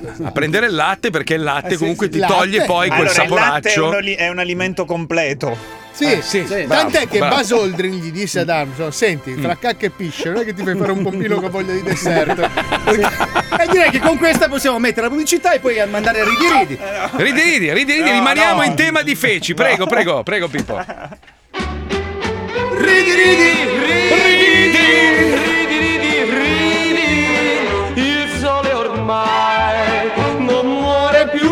S5: esatto. Eh,
S2: A prendere il latte perché il latte
S5: sì,
S2: comunque
S5: sì,
S2: ti
S5: latte.
S2: toglie poi quel
S8: allora, il latte è
S2: saporaccio.
S8: un, oli- è un alimento completo.
S5: Sì,
S10: Eh,
S5: sì. Tant'è che Buzz Aldrin gli disse ad Armstrong: Senti,
S10: Mm.
S5: tra cacca e pisce, non è che ti fai fare un pompino con voglia di dessert.
S10: E direi che con questa possiamo mettere la pubblicità e poi mandare ridi ridi.
S2: Ridi, ridi, ridi, ridi,
S10: No,
S2: rimaniamo
S10: no.
S2: in tema di feci. Prego, prego, prego Pippo.
S18: Ridi, ridi, ridi, ridi, ridi, ridi, il sole ormai non muore più.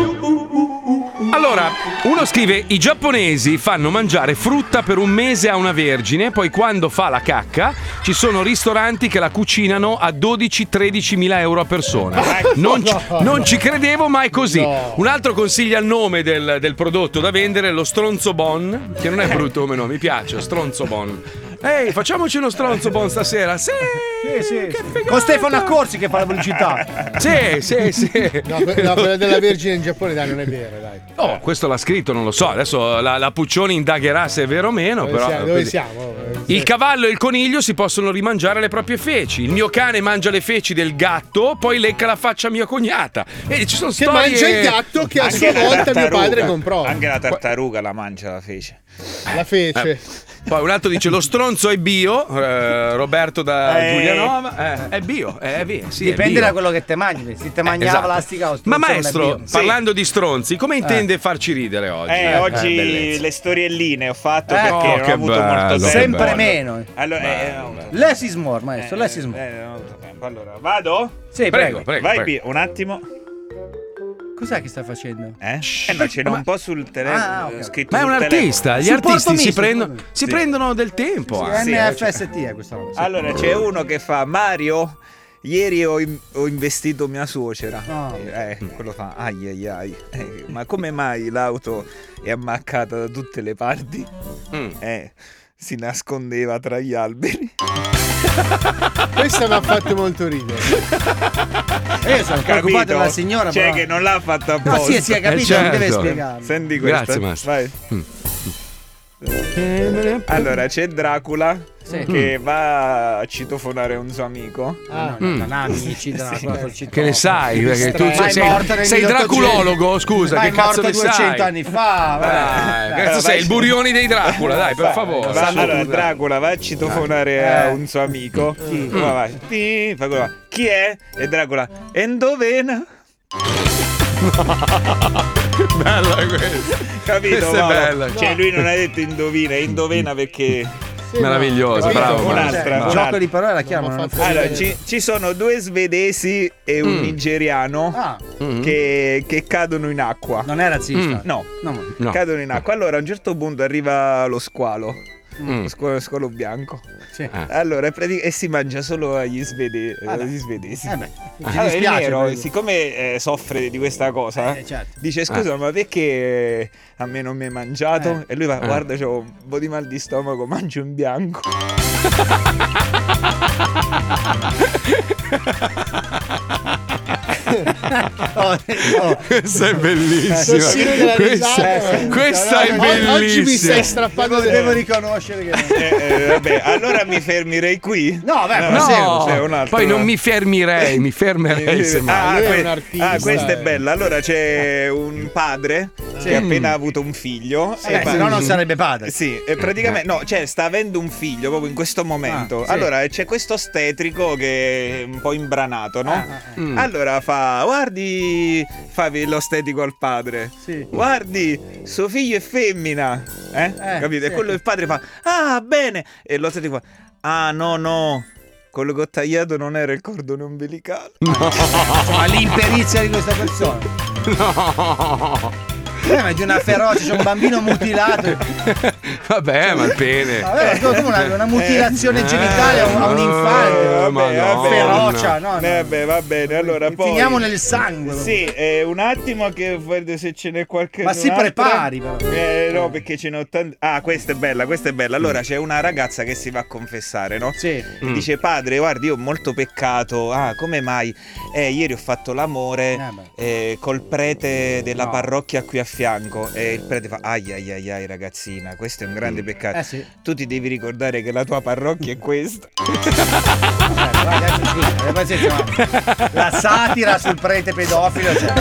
S2: Allora, uno scrive: I giapponesi fanno mangiare frutta per un mese a una vergine, poi quando fa la cacca ci sono ristoranti che la cucinano a 12-13 mila euro a persona. Non, ci- non ci credevo, ma è così. Un altro consiglia il nome del, del prodotto da vendere: lo stronzo bon, che non è brutto come nome, mi piace, stronzo bon. Ehi, facciamoci uno stronzo bon stasera. Sì,
S10: Con Stefano Accorsi che fa la pubblicità.
S2: sì, sì, sì.
S5: No, que- no, quella della Vergine in Giappone dai, non è vera, dai.
S2: Oh, questo l'ha scritto, non lo so. Adesso la, la Puccioni indagherà se è vero o meno.
S5: Dove
S2: però,
S5: siamo? Eh, Dove
S2: quindi-
S5: siamo?
S2: Il cavallo e il coniglio si possono rimangiare le proprie feci. Il mio cane mangia le feci del gatto, poi lecca la faccia a mia cognata. E ci sono
S5: Che
S2: storie-
S5: mangia il gatto che a
S8: Anche
S5: sua
S8: la
S5: volta mio
S8: tartaruga.
S5: padre comprò.
S8: Anche la tartaruga la mangia la fece.
S5: La fece.
S2: Eh, Poi un altro dice: Lo stronzo è bio. eh, Roberto da
S10: Eh.
S2: Giulianova. eh, è bio, eh, è via, sì, è
S10: Dipende
S2: bio.
S10: da quello che te mangi. Se te mangi
S2: Eh,
S10: la
S2: esatto.
S10: plastica o
S2: Ma
S10: stronzo, non è
S2: maestro,
S10: bio.
S2: parlando di stronzi, come intende farci ridere oggi?
S8: Eh, oggi
S2: bellezza.
S8: le storielline ho fatto
S2: Eh,
S8: perché
S2: oh,
S8: non
S2: che
S8: ho avuto
S2: bello,
S8: molto tempo.
S10: Sempre
S8: Allora-
S10: meno.
S8: Allora, eh, ho avuto-
S10: Less is more, maestro.
S8: eh,
S10: less is more.
S8: eh, non ho avuto tempo. Allora, vado?
S10: Sì, prego, prego,
S8: Vai,
S10: prego.
S8: Pi, un attimo.
S10: Cos'è che sta facendo?
S8: Eh? Eh, ma ce l'ho un po' sul telefono.
S10: Ah, ok.
S8: scritto
S2: Ma è un
S8: sul
S2: artista,
S8: telefono.
S2: gli artisti si, prendono, si prendono del tempo. anzi.
S10: NFST è questa roba. sì.
S8: Allora, c'è uno che fa Mario. Ieri ho, im- ho investito mia suocera. Eh, eh, quello fa ai ai ai. Eh, ma come mai l'auto è ammaccata da tutte le parti? Eh, si nascondeva tra gli alberi.
S5: Questa mi ha fatto molto ridere.
S10: Io Eh, sono
S8: Capito?
S10: preoccupato della signora.
S8: Cioè
S10: però.
S8: che non l'ha fatta apposta.
S10: No, sì, sì, ha capito, Eh, non certo. deve spiegarlo.
S8: Senti questa.
S2: Grazie, maestro.
S8: Vai. Allora c'è Dracula
S10: Sì.
S8: che va a citofonare un suo amico.
S10: Ah,
S2: Mm.
S10: no, no, amici, Dracula, col citofono.
S2: Che ne sai? Perché tu
S10: Distrai-
S2: sei,
S10: Vai morta
S2: sei,
S10: nel
S2: sei il
S10: 1800.
S2: draculologo, scusa,
S10: Vai
S2: che cazzo
S10: morta
S2: ne
S10: 200
S2: sai?
S10: anni fa.
S2: Dai,
S10: vabbè.
S2: cazzo sei il burioni dei Dracula, dai, per
S8: Vai. Va-
S2: favore. Su,
S8: allora,
S2: dai.
S8: Dracula va a citofonare
S2: Eh.
S8: a un suo amico. Va, vai. Ti- fa quello, Chi è? E Dracula. Endovena.
S2: Bella questa.
S8: Capito?
S2: Questa è
S8: Paolo?
S2: bella.
S8: Cioè, lui non ha detto indovina, è indovena perché.
S2: Meraviglioso,
S8: Capito?
S2: bravo.
S8: Un'altra,
S2: bravo.
S8: un'altra.
S10: Gioco di parole la chiamano.
S8: Allora, ci, ci sono due svedesi e un
S10: Mm.
S8: nigeriano
S2: Ah. Mm-hmm.
S8: che, che cadono in acqua.
S10: Non è razzista.
S8: Mm. No.
S10: No, ma-
S2: No.
S8: cadono in acqua. Allora a un certo punto arriva lo squalo. Lo squalo, lo squalo bianco.
S2: Ah.
S8: Allora, prati- e si mangia solo agli, svede-
S10: Ah, dai.
S8: agli svedesi.
S10: Eh beh, ci
S8: Allora, il
S10: dispiace
S8: nero,
S10: per lui.
S8: siccome eh, soffre di questa cosa,
S10: Eh, certo.
S8: dice: Scusa,
S10: Ah.
S8: ma perché a me non mi hai mangiato? E lui va: Guarda, c'ho un po' di mal di stomaco, mangio in bianco.
S2: Ah.
S10: Oh,
S2: Questa è bellissima.
S5: Tossire della
S2: Questa,
S5: risata.
S2: questa è bellissima.
S5: Oggi mi stai strappando
S10: Lo
S5: le
S10: devo riconoscere che.
S8: Eh, vabbè, allora mi fermerei qui.
S10: No, beh,
S8: ma
S2: No,
S8: sì, c'è un altro,
S2: poi non
S5: eh.
S8: no?
S2: mi fermirei, mi fermerei. se
S8: Ah,
S2: mai.
S8: que- ah, questa
S5: eh.
S8: è bella. Allora c'è un padre che ha
S10: Mm.
S8: appena avuto un figlio.
S10: Eh, se no non sarebbe padre. Eh.
S8: Sì, e praticamente no, cioè sta avendo un figlio proprio in questo momento.
S10: Ah, sì.
S8: Allora c'è questo ostetrico che è un po' imbranato, no?
S10: ah. Mm.
S8: Allora fa, guardi, fa l'ostetico al padre.
S10: Sì.
S8: Guardi, suo figlio è femmina. Eh?
S10: Eh,
S8: Capito? E
S10: sì.
S8: quello il padre fa, ah bene. E l'ostetico fa, ah no no. Quello che ho tagliato non era il cordone ombelicale.
S10: Ma l'imperizia di
S2: Ah.
S10: questa persona.
S2: No.
S10: Eh, ma è di una feroce, c'è un bambino mutilato.
S2: Vabbè, ma il pene.
S8: Eh.
S2: Eh,
S10: Vabbè, tu tu una, una mutilazione genitale a un, a un infante.
S2: oh,
S8: Vabbè,
S10: Vabbè, ferocia, no, no.
S8: Vabbè, va bene. Allora, poi
S10: Finiamo nel sangue.
S8: Sì, eh, un attimo che vedo se ce n'è qualche
S10: Ma si
S8: un'altra.
S10: prepari, però.
S8: Eh, no, perché ce n'ho tante. Ah, questa è bella, questa è bella. Allora c'è una ragazza che si va a confessare, no?
S10: Sì.
S2: Mm.
S8: Dice "Padre, guardi, io ho molto peccato. Ah, come mai? Eh, ieri ho fatto l'amore eh, col prete della parrocchia qui a fianco e il prete fa "Ai ai ai ai ragazzina, questo è un grande peccato.
S10: Eh sì.
S8: Tu ti devi ricordare che la tua parrocchia è questa.
S10: Eh, La satira sul prete pedofilo, cioè,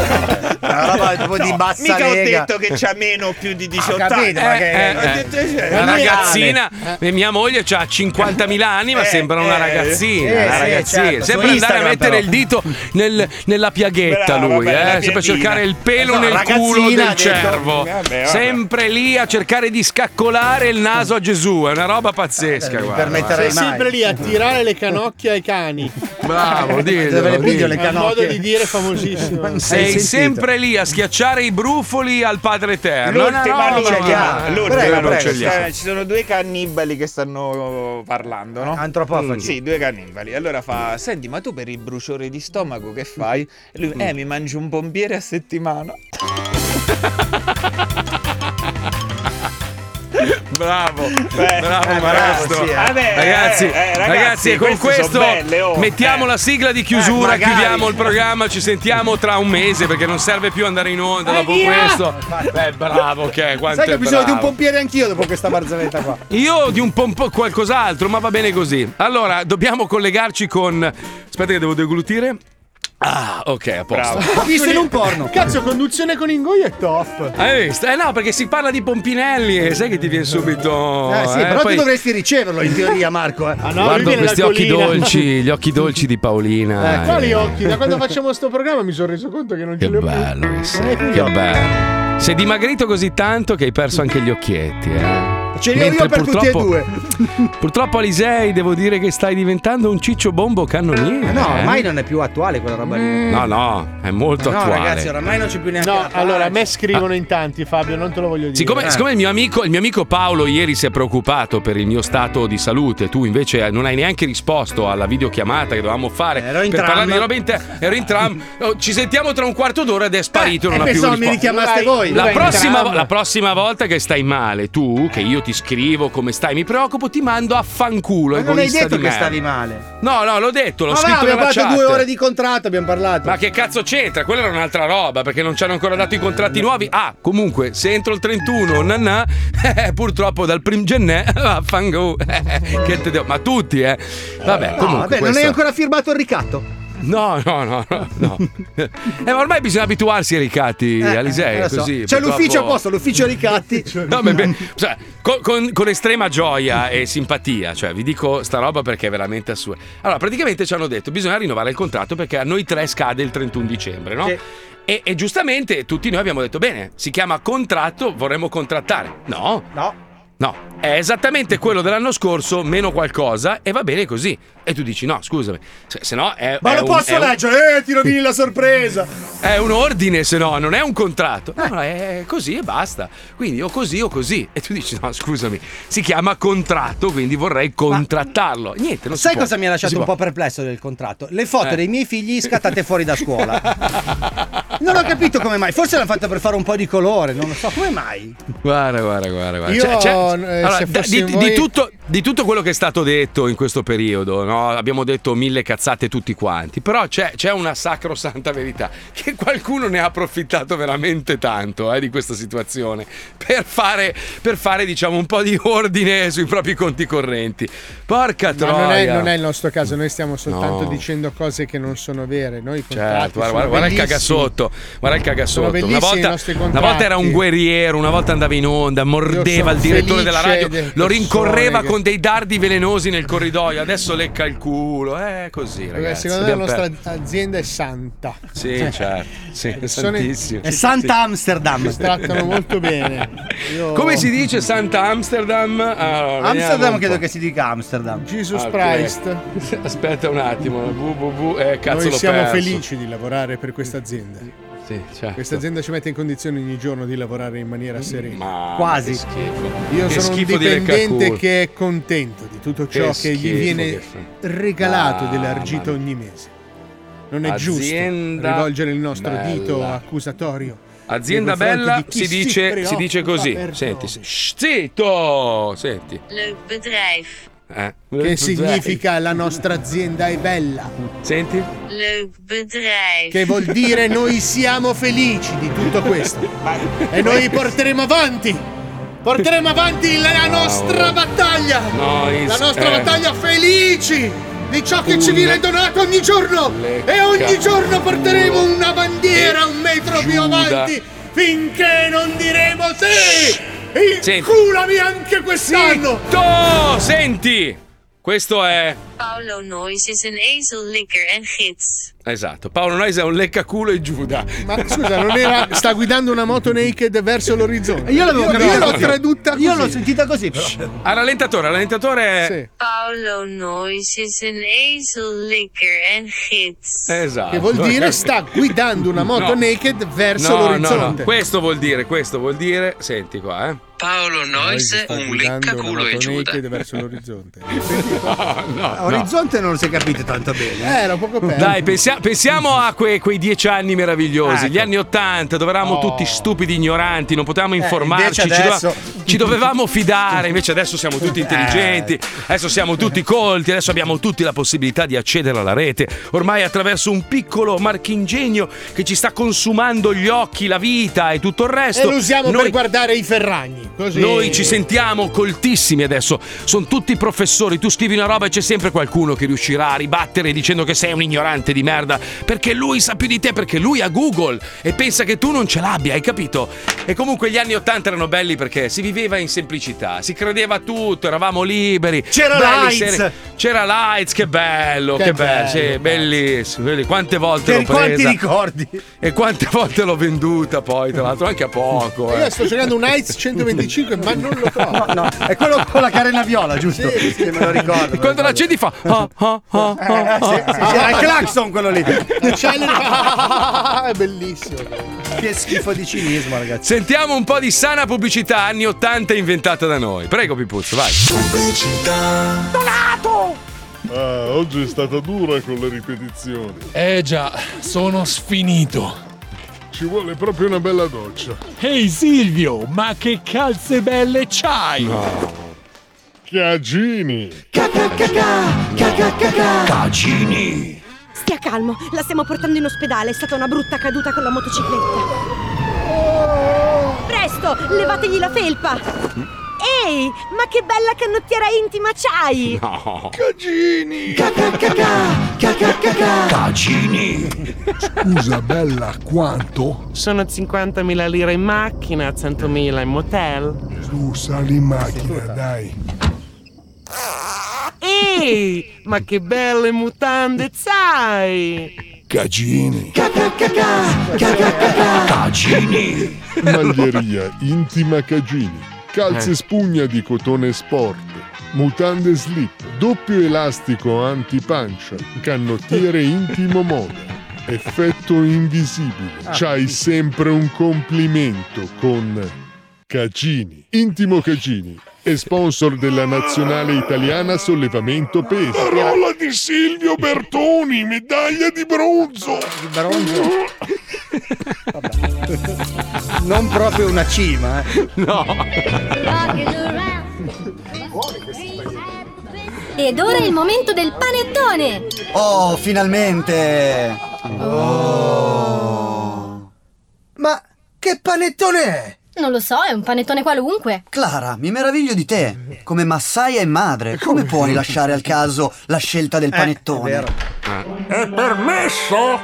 S10: una roba tipo di
S8: Eh, No,
S10: bassa
S8: mica ho
S10: lega. Ah,
S8: detto che c'ha meno o più di 18
S10: capito,
S8: anni.
S10: ma che-
S8: Eh,
S10: eh,
S8: ho detto,
S10: eh.
S8: cioè,
S2: Una
S8: non è-
S2: ragazzina, eh, mia moglie ha 50.000 anni, ma
S8: Eh,
S2: sembra
S8: eh,
S2: una ragazzina.
S8: eh,
S2: una
S8: sì,
S2: ragazzina.
S8: certo, su
S2: sempre andare a
S8: Instagram,
S2: mettere
S8: però.
S2: il dito nel- nella piaghetta
S8: Brava,
S2: lui,
S8: bella
S2: eh,
S8: piadina.
S2: sempre a cercare il pelo
S8: No,
S2: nel
S8: ragazzina,
S2: culo
S8: ha
S2: del
S8: detto-
S2: cervo.
S8: Vabbè, vabbè.
S2: Sempre lì a cercare di scaccolare il naso a Gesù. È una roba
S8: Eh,
S2: pazzesca. guarda,
S5: Sei
S2: guarda.
S5: sempre lì a tirare le canocchie ai cani.
S2: Bravo, dillo,
S5: Dove le
S2: dillo.
S5: piglio le
S2: È un
S5: canocchie?
S2: modo di
S5: dire famosissimo.
S2: Sei sempre lì a schiacciare i brufoli al Padre Eterno.
S8: L'ultima
S2: È una
S8: non ce
S2: roba-
S8: li ha. L'ultima Eh,
S2: Prego,
S10: eh,
S8: non
S2: prego,
S8: ce li ha.
S2: stai-
S8: Ci sono due cannibali che stanno parlando, no?
S10: Antropofagi.
S8: Mm, Sì, due cannibali. Allora fa: Senti, ma tu per il bruciore di stomaco che fai? E lui,
S10: Mm.
S8: eh, mi mangio un pompiere a settimana.
S2: Bravo,
S8: Beh,
S2: bravo
S8: eh,
S2: Maestro.
S8: bravo, sì, eh. Vabbè,
S2: ragazzi,
S8: eh, eh,
S2: ragazzi,
S8: ragazzi,
S2: con
S8: queste son
S2: questo
S8: belle, oh.
S2: mettiamo
S8: Eh.
S2: la sigla di chiusura,
S8: Eh, magari.
S2: chiudiamo il programma, ci sentiamo tra un mese perché non serve più andare in onda dopo questo. Beh, bravo, ok, quanto
S5: Sai che
S2: è
S5: ho bisogno di un
S2: bravo.
S5: pompiere anch'io dopo questa barzelletta qua.
S2: Io ho di un po', un po' qualcos'altro, ma va bene così. Allora, dobbiamo collegarci con. Aspetta, che devo deglutire. Ah, ok, a posto.
S5: Ho visto in un porno. Cazzo, conduzione con Ingoia è top.
S2: Hai visto? Eh no, perché si parla di Pompinelli e sai che ti viene subito.
S10: Eh, sì,
S2: eh,
S10: però
S2: poi-
S10: tu dovresti riceverlo in teoria, Marco. Eh.
S5: Ah,
S2: Guardo questi occhi dolci, gli occhi dolci di Paolina.
S5: Eh, quali occhi? Da quando facciamo sto programma mi sono reso conto che non ce
S2: Che
S5: li ho più.
S2: bello che sei,
S5: Eh, quindi
S2: che
S5: occhi.
S2: bello. Sei dimagrito così tanto che hai perso anche gli occhietti, eh.
S5: Ce li ho
S2: Mentre
S5: io per tutti e
S2: purtroppo-
S5: due.
S2: Purtroppo Alisei, devo dire che stai diventando un ciccio bombo cannoniere.
S10: No,
S2: eh.
S10: ormai non è più attuale quella roba lì.
S2: No, no, è molto
S10: No,
S2: attuale.
S10: ragazzi, oramai non c'è più neanche.
S5: No,
S10: la pace.
S5: allora a me scrivono in tanti, Fabio, non te lo voglio dire.
S2: Ah.
S5: Eh.
S2: Siccome, siccome il, mio amico, il mio amico Paolo ieri si è preoccupato per il mio stato di salute, tu invece Eh, non hai neanche risposto alla videochiamata che dovevamo
S5: Eh,
S2: fare
S10: in
S2: per
S10: tram.
S2: parlare di roba interna. Ero in tram. Oh, Ci sentiamo tra un quarto d'ora ed è sparito.
S10: Eh,
S2: non ha più
S10: pensavo mi
S2: risposto.
S10: richiamaste voi.
S2: La
S10: Vai in
S2: prossima,
S10: tram.
S2: vo- la prossima volta che stai male, tu, che io ti scrivo come stai, mi preoccupo, ti mando a fanculo.
S10: Ma non hai
S2: egoista
S10: detto
S2: di
S10: che
S2: merda.
S10: stavi male.
S2: No, no, l'ho detto, l'ho
S10: Ma va,
S2: scritto
S10: abbiamo
S2: nella
S10: fatto
S2: chat.
S10: due ore di contratto, abbiamo parlato.
S2: Ma che cazzo c'entra? Quella era un'altra roba perché non ci hanno ancora dato i contratti nuovi. Ah, comunque, se entro il 31 nanà, eh, purtroppo dal prim gennè vaffango. eh, che te devo- Ma tutti, eh. Vabbè,
S10: No,
S2: comunque
S10: vabbè, non
S2: questo-
S10: hai ancora firmato il ricatto.
S2: No, no, no, no. no. Eh, ma ormai bisogna abituarsi ai ricatti,
S10: Eh,
S2: Alisei,
S10: eh, lo so.
S2: così.
S10: C'è
S2: purtroppo-
S10: l'ufficio apposta, l'ufficio ricatti.
S2: No, beh, beh, cioè, con, con- con estrema gioia e simpatia, cioè, vi dico sta roba perché è veramente assurda. Allora, praticamente ci hanno detto bisogna rinnovare il contratto perché a noi tre scade il 31 dicembre, no? E, e giustamente tutti noi abbiamo detto: bene, si chiama contratto, vorremmo contrattare. No,
S10: no.
S2: No, è esattamente quello dell'anno scorso, meno qualcosa, e va bene così. E tu dici: no, scusami, se, se no è.
S10: Ma
S2: è
S10: lo
S2: un-
S10: posso
S2: è un-
S10: leggere? Eh, ti rovini la sorpresa.
S2: è un ordine, se no, non è un contratto. No, no, è così e basta. Quindi o così o così. E tu dici: no, scusami, si chiama contratto, quindi vorrei contrattarlo. Niente, non si
S10: Sai
S2: può.
S10: cosa mi ha
S2: Non
S10: lasciato
S2: si
S10: un
S2: può.
S10: po' perplesso del contratto? Le foto
S2: Eh.
S10: dei miei figli scattate fuori da scuola. Non ho capito come mai. Forse l'hanno fatta per fare un po' di colore, non lo so. Come mai?
S2: Guarda, guarda, guarda. guarda.
S10: Io, eh, se
S2: da-
S10: fossi
S2: di,
S10: in voi-
S2: di tutto, di tutto quello che è stato detto in questo periodo, no? abbiamo detto mille cazzate tutti quanti, però c'è, c'è una sacrosanta verità che qualcuno ne ha approfittato veramente tanto eh, di questa situazione per fare, per fare diciamo, un po' di ordine sui propri conti correnti. Porca
S5: Ma
S2: troia!
S5: non è, non è il nostro caso, noi stiamo soltanto
S2: No.
S5: dicendo cose che non sono vere. Noi i contratti
S2: Certo, guarda, guarda,
S5: sono
S2: guarda il
S5: bellissimi.
S2: cagasotto, guarda il
S5: Sono
S2: cagasotto. Una
S5: bellissimi i
S2: volta,
S5: nostri
S2: una
S5: contratti.
S2: volta era un guerriero, una volta andava in onda, mordeva
S5: sono
S2: il direttore della
S5: felice
S2: radio,
S5: delle
S2: lo rincorreva
S5: persone che-
S2: con dei dardi velenosi nel corridoio, adesso lecca il culo, eh, così
S5: Perché
S2: ragazzi.
S5: secondo me la
S2: Abbiamo
S5: nostra Cioè,
S2: perso.
S5: azienda è santa.
S2: Sì, certo, sì, è
S5: Sono-
S2: santissimo.
S5: è Santa
S10: Amsterdam.
S5: Ci trattano molto bene. Io-
S2: Come si dice Santa Amsterdam? Allora, vediamo
S10: Amsterdam
S2: un
S10: credo
S2: po'.
S10: che si dica Amsterdam.
S5: Jesus
S2: Ah, ok.
S5: Christ.
S2: Aspetta un attimo, www, eh, cazzo
S5: Noi
S2: l'ho
S5: siamo
S2: perso.
S5: felici di lavorare per questa azienda.
S2: Sì, certo.
S5: Questa azienda ci mette in condizione ogni giorno di lavorare in maniera serena.
S2: Ma
S10: Quasi.
S2: che schifo.
S5: Io
S2: Che
S5: sono un
S2: schifo di lecca
S5: dipendente
S2: culo.
S5: che è contento di tutto ciò che,
S2: schifo
S5: gli viene
S2: che fa.
S5: regalato
S2: Mamma
S5: dell'argito
S2: mia.
S5: ogni mese. Non è giusto
S2: Azienda
S5: rivolgere il nostro
S2: bella.
S5: dito accusatorio.
S2: Azienda
S5: nei confronti
S2: bella
S5: di chi
S2: si dice, si
S5: preoccupa
S2: dice così.
S5: per
S2: Senti, se- Shh, zitto! Senti.
S7: Leuk bedrijf.
S2: Eh.
S5: Che significa la nostra azienda è bella.
S2: Senti?
S7: Leuk bedrijf.
S5: Che vuol dire noi siamo felici di tutto questo. e noi porteremo avanti Porteremo avanti la nostra battaglia!
S2: Nois,
S5: la nostra
S2: eh.
S5: battaglia felici di ciò che ci
S2: Una-
S5: viene donato ogni giorno!
S2: Le
S5: E ogni
S2: cazzo-
S5: giorno porteremo una bandiera un metro più
S2: Giuda.
S5: avanti finché non diremo sì!
S2: Senti.
S5: Inculami anche quest'anno!
S2: Oh, senti! Questo è.
S7: Paolo Noyes is een ezellikker en gids.
S2: Esatto, Paolo Nois è un leccaculo e Giuda.
S5: Ma scusa, non era. Sta guidando una moto naked verso l'orizzonte.
S2: Io l'avevo capito.
S5: Io l'ho tradotta così. Io l'ho sentita così, però.
S2: Al rallentatore, al rallentatore è.
S7: Paolo Noyes is een ezellikker en gids.
S2: Esatto.
S5: Che vuol dire sta guidando una moto
S2: No.
S5: naked verso
S2: No, no, no,
S5: l'orizzonte.
S2: questo vuol dire, questo vuol dire. Senti qua, eh.
S24: Paolo Nois, un leccaculo e Giuda.
S5: verso l'orizzonte.
S2: No, no, no.
S3: Orizzonte non si è capito tanto
S5: Eh,
S3: bene.
S5: era poco perso.
S2: Dai, pensia- pensiamo a que- quei dieci anni meravigliosi, gli anni Ottanta, dove eravamo
S5: Ecco. Oh. Eh,
S2: tutti stupidi, ignoranti, non potevamo
S5: invece
S2: informarci, ci,
S5: adesso- Eh.
S2: ci dovevamo fidare, invece adesso siamo tutti intelligenti, adesso siamo tutti colti, adesso abbiamo tutti la possibilità di accedere alla rete, ormai attraverso un piccolo marchingegno che ci sta consumando gli occhi, la vita e tutto il resto.
S5: E lo usiamo
S2: Noi-
S5: per guardare i Ferragni. Così.
S2: noi ci sentiamo coltissimi adesso, sono tutti professori, tu scrivi una roba e c'è sempre qualcuno che riuscirà a ribattere dicendo che sei un ignorante di merda, perché lui sa più di te, perché lui ha Google e pensa che tu non ce l'abbia, hai capito? E comunque gli anni Ottanta erano belli perché si viveva in semplicità, si credeva a tutto, eravamo liberi.
S3: C'era
S2: belli,
S3: Lights.
S2: seri- C'era Lights, che bello, che,
S3: Che
S2: bello,
S3: bello,
S2: sì, bellissimo. belli- Quante volte
S3: Per
S2: l'ho presa.
S3: quanti ricordi?
S2: E quante volte l'ho venduta poi, tra l'altro anche a poco. eh.
S5: Io sto cercando un Heights 125, ma non lo trovo.
S3: È quello con la carena viola, giusto? Eh,
S5: Sì,
S3: Che me lo ricordo.
S2: Quando la l'accendi fa. ah, ah, ah, ah, ah.
S3: Era il claxon quello lì.
S5: Ah, è bellissimo.
S3: Che schifo di cinismo, ragazzi.
S2: Sentiamo un po' di sana pubblicità anni 80 inventata da noi. Prego Pipuzzo, vai. Pubblicità.
S14: Ah, oggi è stata dura con le ripetizioni.
S25: Eh già, sono sfinito.
S14: Ci vuole proprio una bella doccia.
S25: Ehi Silvio, ma che calze belle c'hai!
S14: Chiagini!
S25: Cagini!
S15: Stia calmo, la stiamo portando in ospedale, è stata una brutta caduta con la motocicletta. Presto, levategli la felpa! Ehi, ma che bella canottiera intima c'hai!
S18: Eh.
S25: No!
S14: Cagini!
S25: Cagini!
S18: Scusa bella, quanto? Sono 50.000 lire in macchina, 100.000 in motel. Su, sali in macchina, dai. Ehi, ma che belle mutande sai!
S14: Cagini!
S25: Cagini!
S14: Maglieria intima Cagini. Calze
S25: Eh.
S14: spugna di cotone sport. Mutande slip. Doppio elastico antipancia. Canottiere intimo moda. Effetto invisibile.
S26: Ah.
S14: C'hai sempre un complimento con Cagini. Intimo Cagini. È sponsor della nazionale italiana sollevamento peso.
S26: Parola di Silvio Bertoni, medaglia di bronzo!
S3: Non proprio una cima, eh.
S2: No.
S27: Ed ora è il momento del panettone!
S28: Oh, finalmente! Oh. Ma che panettone è?
S27: Non lo so, è un panettone qualunque.
S28: Clara, mi meraviglio di te. Come massaia e madre, come Eh, puoi lasciare al caso la scelta del panettone?
S18: Ah.
S26: È permesso?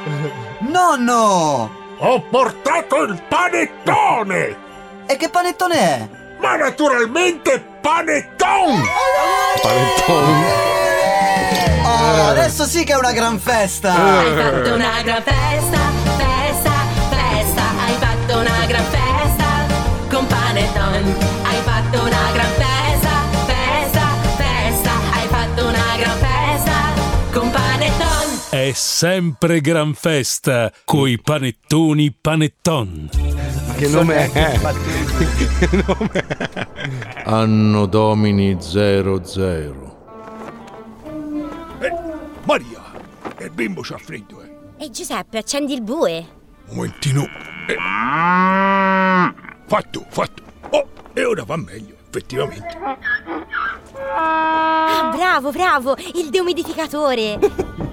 S28: Nonno!
S26: Ho portato il panettone!
S28: E che panettone è?
S26: Ma naturalmente panettone!
S28: Oh, adesso sì che è una gran
S18: Eh.
S28: festa!
S27: Hai fatto una gran festa, festa, festa. Hai fatto una gran festa con panettone. Hai fatto una gran festa, festa, festa. Hai fatto una gran festa con panettone.
S1: È sempre gran festa coi panettoni panetton.
S2: Che nome è?
S29: Anno Domini 00.
S26: Eh, Maria, il bimbo c'ha freddo, eh.
S15: Ehi Giuseppe, accendi il bue.
S26: Momentino. Eh. Fatto, fatto. Oh, e ora va meglio, effettivamente.
S15: Ah, bravo, bravo, il deumidificatore.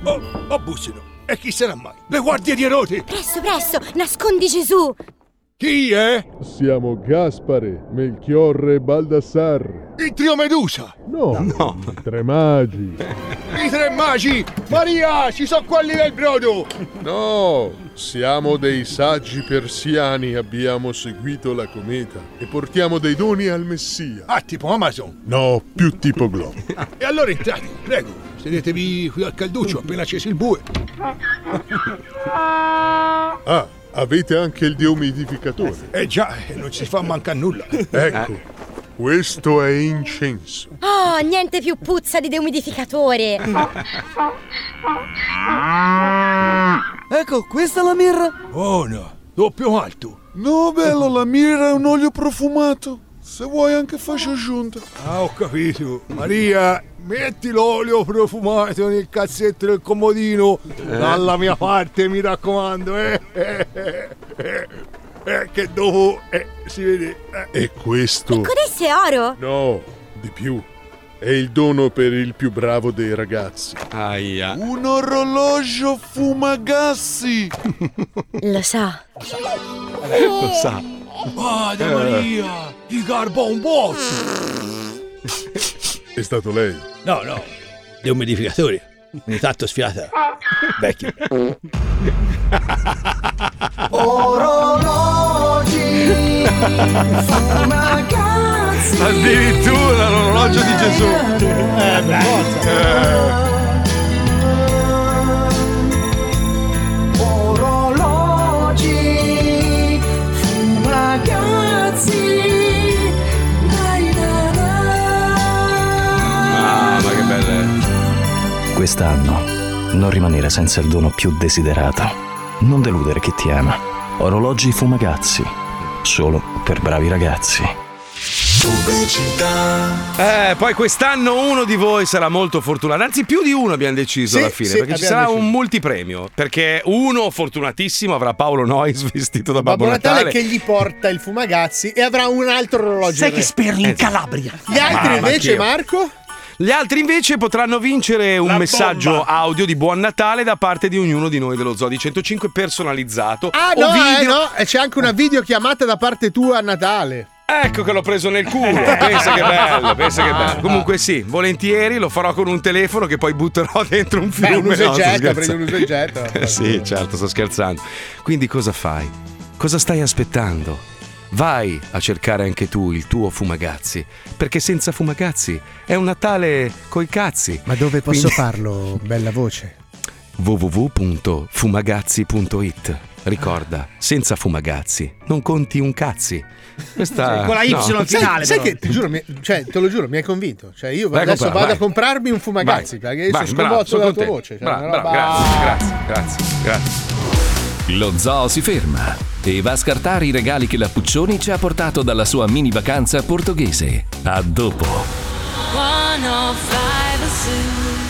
S26: Oh, bussino. E chi sarà mai? Le guardie di Erode!
S15: Presto, presto, nascondi Gesù.
S26: Chi è?
S14: Siamo Gaspare, Melchiorre e Baldassarre.
S26: Il trio Medusa!
S14: No, i tre magi.
S26: I tre magi! Maria, ci sono quelli del brodo!
S14: No, siamo dei saggi persiani, abbiamo seguito la cometa e portiamo dei doni al Messia.
S26: Ah, tipo Amazon!
S14: No, più tipo Globo.
S26: E allora entrate, prego, sedetevi qui al calduccio appena accesi il bue.
S14: Ah, avete anche il deumidificatore.
S26: Eh già, non si fa mancare nulla.
S14: Ecco, questo è incenso.
S15: Oh, niente più puzza di deumidificatore!
S26: Ecco, questa è la mirra. Oh no, doppio alto.
S28: No, Oh, bello, la mira è un olio profumato. Se vuoi anche fascia asciunta.
S26: Ah, ho capito. Maria, metti l'olio profumato nel cazzetto del comodino.
S14: Eh.
S26: Dalla mia parte, mi raccomando. Eh, eh, eh, eh, eh, che dopo eh, si vede. eh.
S14: E questo...
S15: Codesse è oro!
S14: No, di più. È il dono per il più bravo dei ragazzi. Aia.
S28: Un orologio fumagassi.
S15: Lo so.
S14: Lo sa.
S26: Vada Maria, gli garba un bozzo.
S14: È stato lei.
S26: No, no, deumidificatore. Ogni tanto sfiata. Vecchio.
S28: Orologi. Fumagazzi.
S2: Addirittura l'orologio di Gesù.
S28: Eh,
S26: Eh.
S28: Orologi. Fumagazzi. Dai, da, da.
S2: Ah, ma che belle.
S3: Quest'anno non rimanere senza il dono più desiderato. Non deludere chi ti ama. Orologi fumagazzi. Solo per bravi ragazzi.
S2: Eh, poi quest'anno uno di voi sarà molto fortunato, anzi più di uno abbiamo deciso Sì, alla fine, sì, perché ci abbiamo sarà deciso. un multipremio, perché uno fortunatissimo avrà Paolo Nois vestito da Babbo,
S5: Babbo Natale che gli porta il fumagazzi e avrà un altro orologio.
S2: Sai che sperli in
S5: Eh, sì.
S2: Calabria.
S5: Gli altri
S2: Mamma
S5: invece,
S2: mia.
S5: Marco?
S2: Gli altri invece potranno vincere un messaggio audio di Buon Natale da parte di ognuno di noi dello Zoo di 105 personalizzato.
S5: Ah,
S2: o
S5: no,
S2: video-
S5: eh, no, eh, c'è anche una videochiamata da parte tua a Natale.
S2: Ecco che l'ho preso nel culo. Eh, Pensa che bello, pensa che bello. Comunque sì, volentieri lo farò con un telefono che poi butterò dentro un
S5: Beh,
S2: fiume.
S5: un usa
S2: No, sto
S5: e getta,
S2: scherzando.
S5: prendi un usa e getta.
S2: Eh, sì, certo, sto scherzando. Quindi cosa fai? Cosa stai aspettando? Vai a cercare anche tu il tuo fumagazzi, perché senza fumagazzi è un Natale coi cazzi.
S5: Ma dove posso
S2: Quindi-
S5: farlo? Bella voce.
S2: www.fumagazzi.it Ricorda, senza fumagazzi non conti un cazzi. Questa no.
S5: Sai, sai che, ti giuro, mi- cioè, te lo giuro, mi hai convinto. Cioè, io
S2: Vai a
S5: adesso
S2: comprare,
S5: vado
S2: vai.
S5: a comprarmi un fumagazzi
S2: Vai,
S5: perché io
S2: vai,
S5: sono
S2: bravo,
S5: sconvolto dalla tua
S2: contento.
S5: voce. Cioè,
S2: Bravo,
S5: una roba-
S2: bravo, grazie, grazie, grazie.
S1: Lo zoo si ferma e va a scartare i regali che la Puccioni ci ha portato dalla sua mini vacanza portoghese. A dopo.
S27: 105 Zoo.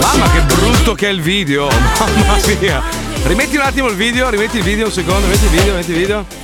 S2: Mamma che brutto che è il video! Mamma mia! Rimetti un attimo il video, rimetti il video un secondo, rimetti il video, rimetti il video.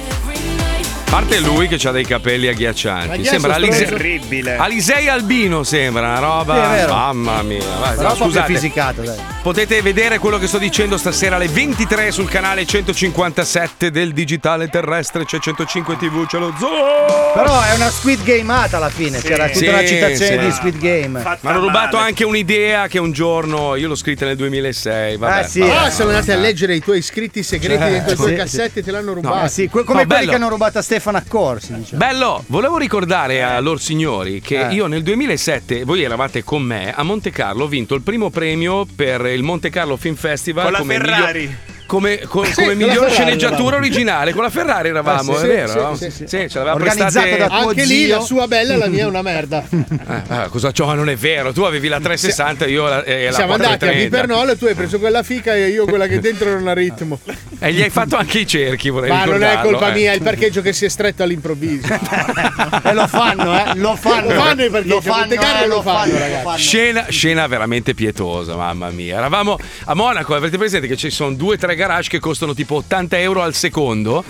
S2: A parte lui che ha dei capelli
S8: Ma
S2: agghiaccianti.
S8: chi è
S2: Sembra
S8: sto
S2: Alise-
S8: stronzo? Terribile.
S2: Alisei Albino sembra una roba.
S8: Sì, è vero.
S2: Mamma mia. Vai,
S8: Però
S2: no,
S8: proprio
S2: scusate.
S8: fisicato,
S5: dai.
S2: Potete vedere quello che sto dicendo stasera alle 23 sul canale 157 del digitale terrestre, c'è 105 TV, c'è lo zoo.
S10: Però è una Squid Gameata alla fine. C'era tutta
S2: Sì,
S10: una citazione
S2: sì.
S10: di Squid Game.
S2: Mi hanno rubato anche un'idea che un giorno, io l'ho scritta nel 2006, vabbè.
S5: Ah, sì.
S2: vabbè,
S5: Ah, sono andati a
S2: vabbè.
S5: leggere i tuoi scritti segreti
S2: Certo.
S5: dentro i tuoi
S2: Sì,
S5: cassetti e te l'hanno rubato.
S10: Eh sì, que- come
S2: No,
S10: quelli
S2: bello.
S10: che hanno rubato a Stefano Accorsi. Diciamo.
S2: Bello, volevo ricordare a lor signori
S5: Eh.
S2: che io nel 2007, voi eravate con me a Monte Carlo, ho vinto il primo premio per il Monte Carlo Film Festival
S8: Con la
S2: come
S8: Ferrari.
S2: miglior- come, co-
S8: Sì,
S2: come
S8: con la
S2: miglior
S8: Ferrari
S2: sceneggiatura
S8: eravamo.
S2: originale con la Ferrari eravamo, è
S5: Eh, sì, sì,
S2: vero?
S5: sì,
S2: no?
S5: sì, sì.
S2: ce l'aveva
S5: Organizzata
S2: prestate
S5: da tuo Anche lì la sua bella e la mia è una merda.
S2: Eh, eh, cosa c'ho? Non è vero, tu avevi la 360 io la, e la
S5: Siamo andati a
S2: 430.
S5: Pipernola e tu hai preso quella fica e io quella che dentro non ha ritmo.
S2: E gli hai fatto anche i cerchi, volevi
S5: Ma non è
S2: ricordarlo,
S5: colpa
S2: eh.
S5: mia, è il parcheggio che si è stretto all'improvviso.
S10: e lo fanno, eh? Lo fanno.
S5: Lo fanno i
S10: Lo
S5: parcheggi, a
S10: fanno,
S5: Monte Carlo
S10: eh,
S5: lo
S10: lo
S5: fanno,
S10: fanno,
S5: ragazzi.
S2: Scena, scena veramente pietosa, mamma mia. Eravamo a Monaco, avete presente che ci sono due o tre garage che costano tipo 80 euro al secondo?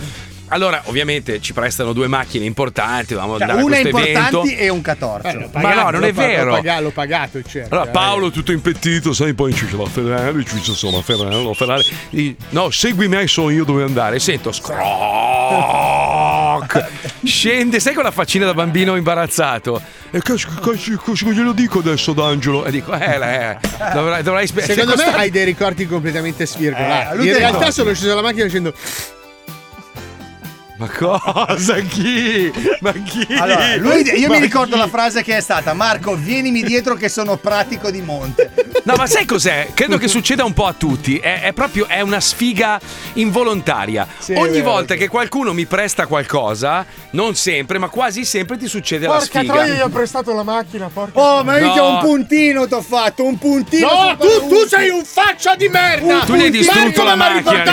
S2: Allora, ovviamente ci prestano due macchine importanti, dovevamo
S10: Cioè,
S2: andare a
S10: una
S2: questo evento.
S10: importanti e un catorcio.
S2: pagato, Ma no, non è l'ho pa- l'ho vero. pagato,
S5: l'ho pagato, certo.
S2: eh. Allora, Paolo tutto impettito, sai, poi ci la Ferrari, ci insomma Ferrari, Ferrari. Gli- No, seguimi me, so io dove andare. Sento scroc. Scende, sai con la faccina da bambino imbarazzo. E che cosa glielo dico adesso ad Angelo? E dico, eh, eh, dovrai, dovrai spe-
S5: Secondo
S2: sei
S5: me
S2: costa-
S5: hai dei ricordi completamente
S2: Eh,
S5: svirgolati.
S2: lui
S5: In
S2: detto-
S5: realtà sono sceso dalla macchina dicendo
S2: Ma cosa? Chi? Ma chi?
S10: Allora, lui- io
S2: Ma
S10: mi ricordo la frase che è stata: Marco, vienimi dietro che sono pratico di monte.
S2: No, ma sai cos'è? Credo che succeda un po' a tutti. È, è proprio è una sfiga involontaria.
S10: è
S2: Ogni
S10: vero,
S2: volta che qualcuno mi presta qualcosa, non sempre, ma quasi sempre ti succede la
S5: Porca
S2: sfiga.
S5: troia, gli ho prestato la macchina, porca.
S10: Oh, ma
S2: io No. ti ho un
S5: puntino ti ho fatto, un puntino.
S10: ti ho
S5: No,
S10: fatto
S5: tu, tu sei un faccia di merda.
S2: Un Tu gli hai distrutto
S5: Marco
S2: la
S5: me l'ha
S2: macchina,
S5: riportata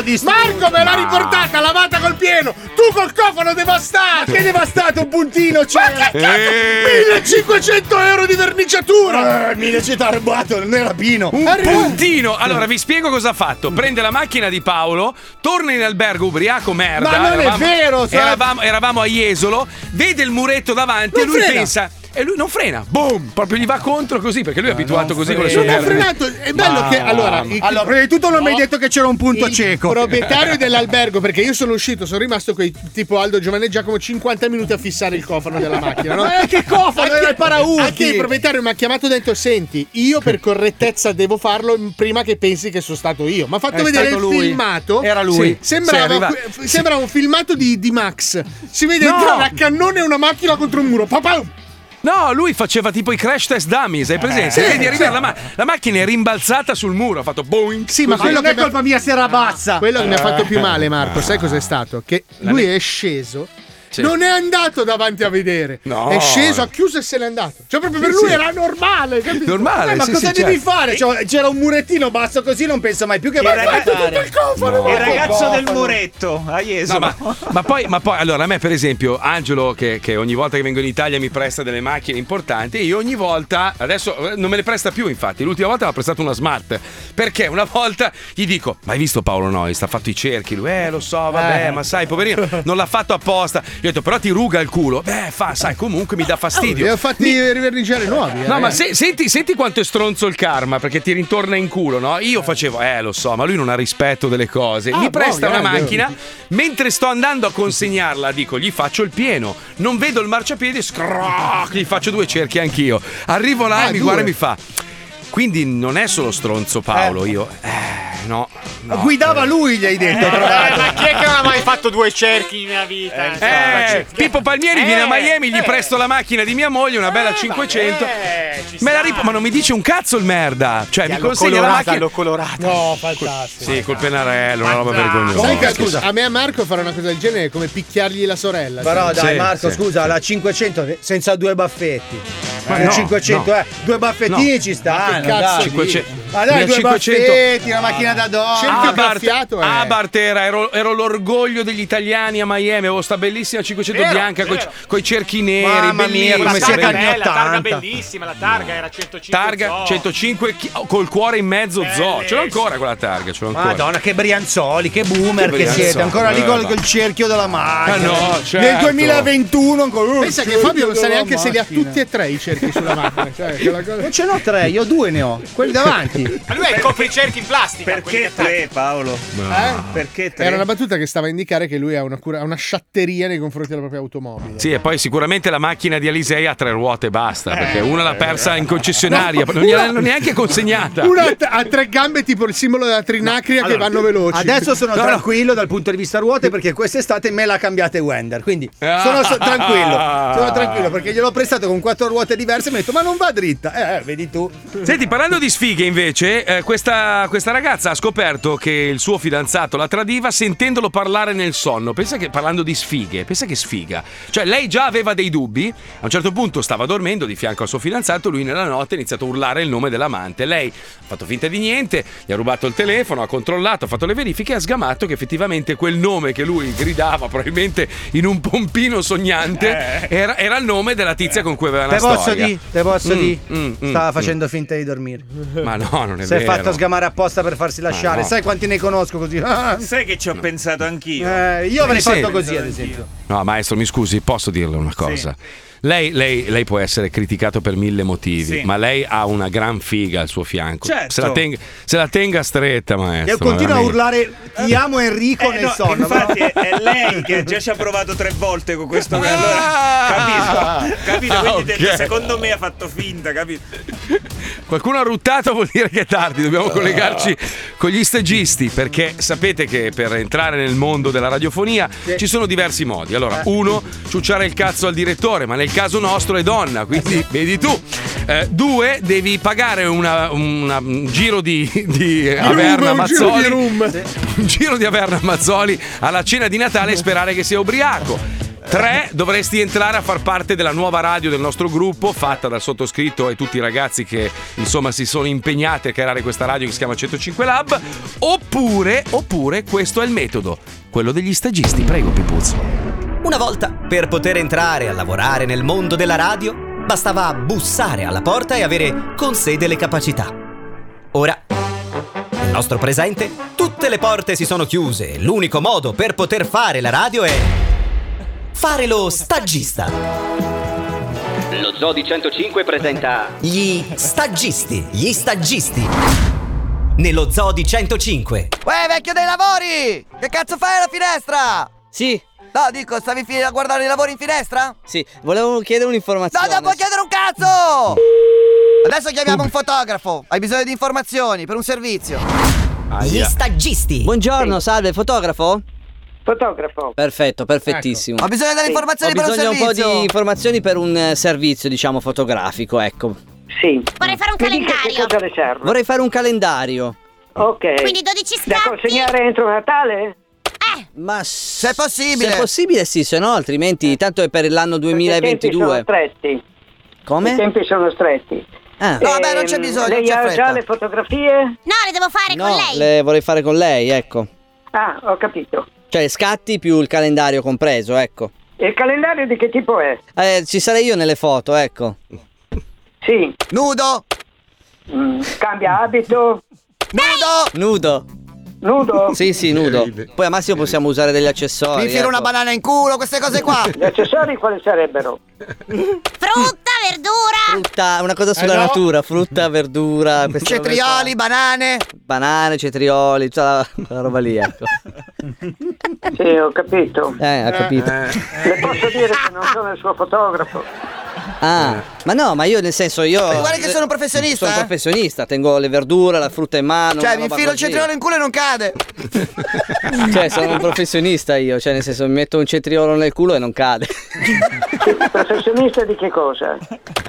S2: Lisè.
S5: la ma- Marco me l'ha riportata lavata col pieno. Tu col cofano devastato.
S10: Ma che devastato,
S5: un puntino Ma che cazzo?
S2: Eh.
S5: 1500 euro di verniciatura.
S10: Eh, 1500 ha rubato, non era Pino.
S2: Un puntino! Allora vi spiego cosa ha fatto. Prende la macchina di Paolo, torna in albergo ubriaco merda.
S5: Ma non è vero, sa-
S2: Eravamo, eravamo a Jesolo, vede il muretto davanti e lui
S5: frena.
S2: pensa. E lui non frena, boom! Proprio gli va contro così, perché lui è abituato così con le sue
S5: Non ha
S2: merda.
S5: frenato. È bello
S2: Ma-
S5: che. Allora, il-
S10: Allora, prima di tutto non mi hai detto che c'era un punto
S5: il
S10: cieco.
S5: proprietario dell'albergo, perché io sono uscito, sono rimasto quei tipo Aldo, Giovanni e Giacomo 50 minuti a fissare il cofano della macchina. No?
S10: Ma che cofano?
S5: Anche,
S10: Era il paraurti.
S5: Anche il proprietario mi ha chiamato dentro: Senti, io per correttezza devo farlo prima che pensi che sono stato io. Ma ha fatto
S10: È
S5: vedere il
S10: stato lui.
S5: filmato.
S10: Era lui.
S5: Sembrava,
S10: Sì, arriva-
S5: que- sembrava un filmato di, di Max. Si vede
S2: No.
S5: entrare a cannone una macchina contro un muro. Papà!
S2: No, lui faceva tipo i crash test dummies, hai presenza?
S5: Eh,
S2: Vedi
S5: sì.
S2: arrivare la, ma- la macchina è rimbalzata sul muro, ha fatto boing.
S5: Sì, ma
S2: così.
S5: quello che mi ha- Ah.
S10: mia se era bassa.
S5: Quello che mi ha fatto più male, Marco, sai cos'è stato? Che
S2: La
S5: lui
S2: ne-
S5: è sceso.
S2: Sì.
S5: Non è andato davanti a vedere.
S2: No.
S5: È sceso, ha chiuso e se n'è andato. Cioè, proprio per
S10: Sì,
S5: lui
S10: sì.
S5: era normale. Capito? Eh,
S2: Normale,
S10: ma
S2: sì,
S10: cosa
S2: sì,
S10: devi
S2: certo.
S10: fare? Cioè, c'era un murettino basso così, non penso mai più che
S5: Il
S10: vada a
S5: raga-
S10: fare.
S5: il cofano,
S8: Il ragazzo del
S10: Cofano.
S8: muretto a
S2: No,
S8: Jesolo.
S2: ma, ma poi, ma poi, allora, a me, per esempio, Angelo, che, che ogni volta che vengo in Italia mi presta delle macchine importanti, io ogni volta, adesso eh, non me le presta più, infatti, l'ultima volta mi ha prestato una smart. Perché una volta gli dico: Ma hai visto Paolo Nois? Ha fatto i cerchi. Lui, eh, lo so, vabbè,
S10: Eh.
S2: ma sai, poverino, non l'ha fatto apposta. Gli ho detto, però ti ruga il culo. Beh, fa, sai, comunque mi dà fastidio.
S5: Li ho fatti riverniciare nuovi. eh,
S2: No, ma
S5: ragazzi.
S2: se- senti, senti quanto è stronzo il karma perché ti rintorna in culo, no? Io facevo, eh, lo so, ma lui non ha rispetto delle cose.
S5: Ah,
S2: Mi presta
S5: boh,
S2: una
S5: grande.
S2: macchina, mentre sto andando a consegnarla, dico, gli faccio il pieno. Non vedo il marciapiede, scroc, gli faccio due cerchi anch'io. Arrivo là
S5: Ah,
S2: e mi
S5: due.
S2: guarda e mi fa. Quindi non è solo stronzo Paolo, io. Eh, no. no. eh."
S10: Guidava lui, gli hai detto. tra l'altro.
S4: Eh, ma chi è che non ha mai fatto due cerchi nella vita?
S2: Eh, Pippo Palmieri viene
S10: eh,
S2: a Miami, gli presto la macchina di mia moglie, una bella 500.
S10: eh,
S2: Me la rip- ma non mi dice un cazzo il merda. Cioè, mi
S4: L'ho
S2: consegna la
S4: colorata,
S2: macchina.
S4: l'ho colorata.
S5: No, fantastico.
S2: Sì, col pennarello, una roba vergognosa.
S5: Sai che,
S2: Sì.
S5: scusa, a me e a Marco fare una cosa del genere è come picchiargli la sorella.
S10: Però
S5: Sì.
S10: dai
S5: Sì,
S10: Marco,
S5: sì.
S10: scusa, la 500 senza due baffetti.
S5: Ma
S10: Eh,
S5: no,
S10: 500,
S5: no.
S10: eh, due baffettini
S5: No.
S10: ci
S5: Ma
S10: stanno.
S5: che cazzo
S10: Ah, dai.
S5: dici?
S10: Ma dai, due
S2: 500.
S10: baffetti, la macchina da donna. eh.
S2: Abart,
S5: Ah,
S2: Abart era, ero, ero l'orgoglio degli italiani a Miami, avevo sta bellissima 500
S4: Vero,
S2: bianca coi,
S4: vero.
S2: coi cerchi neri,
S10: Mamma mia,
S2: bellissima,
S10: come
S2: si
S10: siete
S2: vede.
S10: anni
S4: la targa
S10: 80.
S4: bellissima, la targa era 105
S2: targa
S4: zoo.
S2: 105 chi- oh, col cuore in mezzo zoo. Ce l'ho ancora quella targa, ce l'ho ancora.
S10: Madonna, che brianzoli, che boomer
S2: Che
S10: che, siete.
S2: brianzoli, eh,
S10: Ancora lì col,
S2: guarda.
S10: col cerchio della macchina.
S2: Ah, no,
S10: Nel
S2: certo.
S10: 2021 ancora. uh,
S5: Pensa che
S10: cerchio
S5: Fabio non sa
S10: della
S5: neanche se li ha
S10: macchina.
S5: tutti e tre i cerchi sulla macchina. Cioè, quella cosa-
S10: Non ce n'ho tre, io due ne ho. Quelli davanti.
S4: Ma lui è il copricerchi in plastica.
S8: Perché tre, Paolo?
S10: Eh?
S5: No.
S8: Perché tre?
S5: Era una battuta che stava a indicare che lui ha una, cura- ha una sciatteria nei confronti della propria automobile.
S2: Sì, e poi sicuramente la macchina di Alisei ha tre ruote e basta, perché una l'ha persa in concessionaria,
S5: No,
S2: non gliel'hanno
S5: una-
S2: neanche consegnata.
S5: Una ha t- ha tre gambe tipo il simbolo della trinacria che vanno veloci.
S10: Adesso sono
S5: No, no.
S10: tranquillo dal punto di vista ruote perché quest'estate me la cambiate Wender. Quindi sono
S2: Ah.
S10: so- tranquillo. Sono tranquillo perché gliel'ho prestato con quattro ruote diverse e mi ha detto ma non va dritta. Eh, eh, vedi tu.
S2: Senti, parlando di sfighe invece, eh, questa, questa ragazza ha scoperto che il suo fidanzato la tradiva sentendolo parlare nel sonno. Pensa che parlando di sfighe, pensa che sfiga. Cioè, lei già aveva dei dubbi, a un certo punto stava dormendo di fianco al suo fidanzato, lui nella notte ha iniziato a urlare il nome dell'amante. Lei ha fatto finta di niente, gli ha rubato il telefono, ha controllato, ha fatto le verifiche e ha sgamato che effettivamente quel nome che lui gridava probabilmente in un pompino sognante era, era il nome della tizia con cui aveva una
S10: Eh. Te posso
S2: storia.
S10: di, te posso
S2: Mm,
S10: di.
S2: mm, mm,
S10: Stava
S2: mm.
S10: facendo finta di dormire.
S2: Ma no, non è
S3: Sei
S2: vero.
S3: fatto sgamare apposta per farsi lasciare.
S2: no.
S3: Sai quanti ne conosco così?
S10: Ah,
S8: Sai che ci ho pensato anch'io.
S3: Ah. Eh, io avrei
S2: Sì.
S3: fatto così, ad esempio.
S2: No, maestro, mi scusi, posso dirle una cosa? Lei, lei- lei può essere criticato per mille motivi,
S3: Sì.
S2: ma lei ha una gran figa al suo fianco.
S3: Certo.
S2: Se, la tenga, se la tenga stretta, maestro.
S3: Io continuo a
S2: ma
S3: urlare ti amo Enrico nel sonno.
S8: Eh, Infatti è, è lei che già ci ha provato tre volte con questo. Allora, capito? Capito? Quindi
S2: Ah,
S8: te-
S2: ok.
S8: secondo me ha fatto finta, capito?
S2: Qualcuno ha ruttato vuol dire che è tardi, dobbiamo collegarci con gli stagisti perché sapete che per entrare nel mondo della radiofonia ci sono diversi modi.
S3: Eh.
S2: Allora, uno, ciucciare il cazzo al direttore, ma nel caso nostro è donna, quindi vedi tu. Eh, due, devi pagare una- una- un giro di, di Averna
S14: un giro di
S2: Mazzoli.
S14: rum.
S2: Un giro di Averna Mazzoli alla cena di Natale e sperare che sia ubriaco. Tre, dovresti entrare a far parte della nuova radio del nostro gruppo, fatta dal sottoscritto e tutti i ragazzi che insomma si sono impegnati a creare questa radio che si chiama 105 Lab. Oppure, oppure, questo è il metodo, quello degli stagisti. Prego, Pipuzzo.
S30: Una volta, per poter entrare a lavorare nel mondo della radio, bastava bussare alla porta e avere con sé delle capacità. Ora, nel nostro presente, tutte le porte si sono chiuse e l'unico modo per poter fare la radio è fare lo stagista.
S6: Lo Zoo di 105 presenta
S30: Gli stagisti, gli stagisti. Nello zoo di 105.
S28: Uè, vecchio dei lavori! Che cazzo fai alla finestra? Sì. No, dico, stavi fi- a guardare i lavori in finestra?
S31: Sì, volevo chiedere un'informazione.
S28: No, non puoi chiedere un cazzo! Adesso chiamiamo un fotografo. Hai bisogno di informazioni per un servizio.
S31: Gli
S28: stagisti.
S31: Buongiorno, salve, fotografo? Fotografo. Perfetto, perfettissimo.
S28: Ho Ecco. bisogno delle informazioni
S31: Ho
S28: per un
S31: bisogno un po'
S28: servizio.
S31: di informazioni per un eh, servizio, diciamo, fotografico, ecco. Sì. Vorrei fare un calendario. Vorrei fare un calendario. Ok. Quindi Eh. 12 Da consegnare entro Natale? Ma se è
S28: possibile.
S31: Se è possibile sì, se no altrimenti tanto è per l'anno 2022. I tempi Eh. sono stretti. Come? I tempi sono stretti. Ah.
S28: No, beh, non c'è bisogno,
S31: lei
S28: non c'è
S31: ha
S28: fretta.
S31: già le fotografie? No, le devo fare No, le vorrei fare con lei, ecco. Ah, ho capito. Cioè scatti più il calendario compreso, ecco. E il calendario di che tipo è? Eh, ci sarei io nelle foto, ecco. Sì. Mm,
S28: Nudo!
S31: cambia abito?
S28: Nudo!
S31: Nudo. Nudo? Sì, sì, nudo. Poi a massimo possiamo usare degli accessori.
S28: Mi filo una
S31: ecco.
S28: banana in culo, queste cose qua!
S31: Gli accessori quali sarebbero?
S28: Frutta, verdura!
S31: Frutta, una cosa sulla
S28: Eh no. Mm.
S31: natura, frutta, verdura, queste robe
S28: Cetrioli, banane!
S31: qua. banane, cetrioli, tutta la, la roba lì, ecco. Sì, ho capito. Eh, ha capito. Le posso dire che non sono il suo fotografo. Ah, ma no, ma io nel senso io
S28: Ma Eh. guarda che sono un professionista,
S31: Sono
S28: eh.
S31: professionista, tengo le verdure, la frutta in mano.
S28: Cioè,
S31: una
S28: mi
S31: roba
S28: infilo il
S31: così.
S28: cetriolo in culo e non cade!
S31: Cioè, sono un professionista io, cioè nel senso mi metto un cetriolo nel culo e non cade. professionista di che cosa?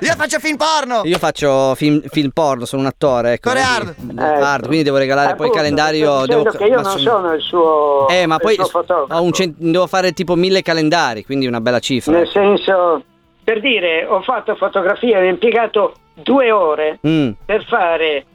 S28: Io faccio film porno!
S31: Io faccio film, film porno, sono un attore, ecco.
S28: Core hard.
S31: Mm, hard, quindi devo regalare poi il calendario. sto dicendo devo- che io non ma sono il suo. Eh, ma il poi suo ho un cent- devo fare tipo mille calendari, quindi una bella cifra. Nel senso.
S6: Per dire, ho fatto fotografia, ho impiegato due ore
S31: Mm.
S6: per fare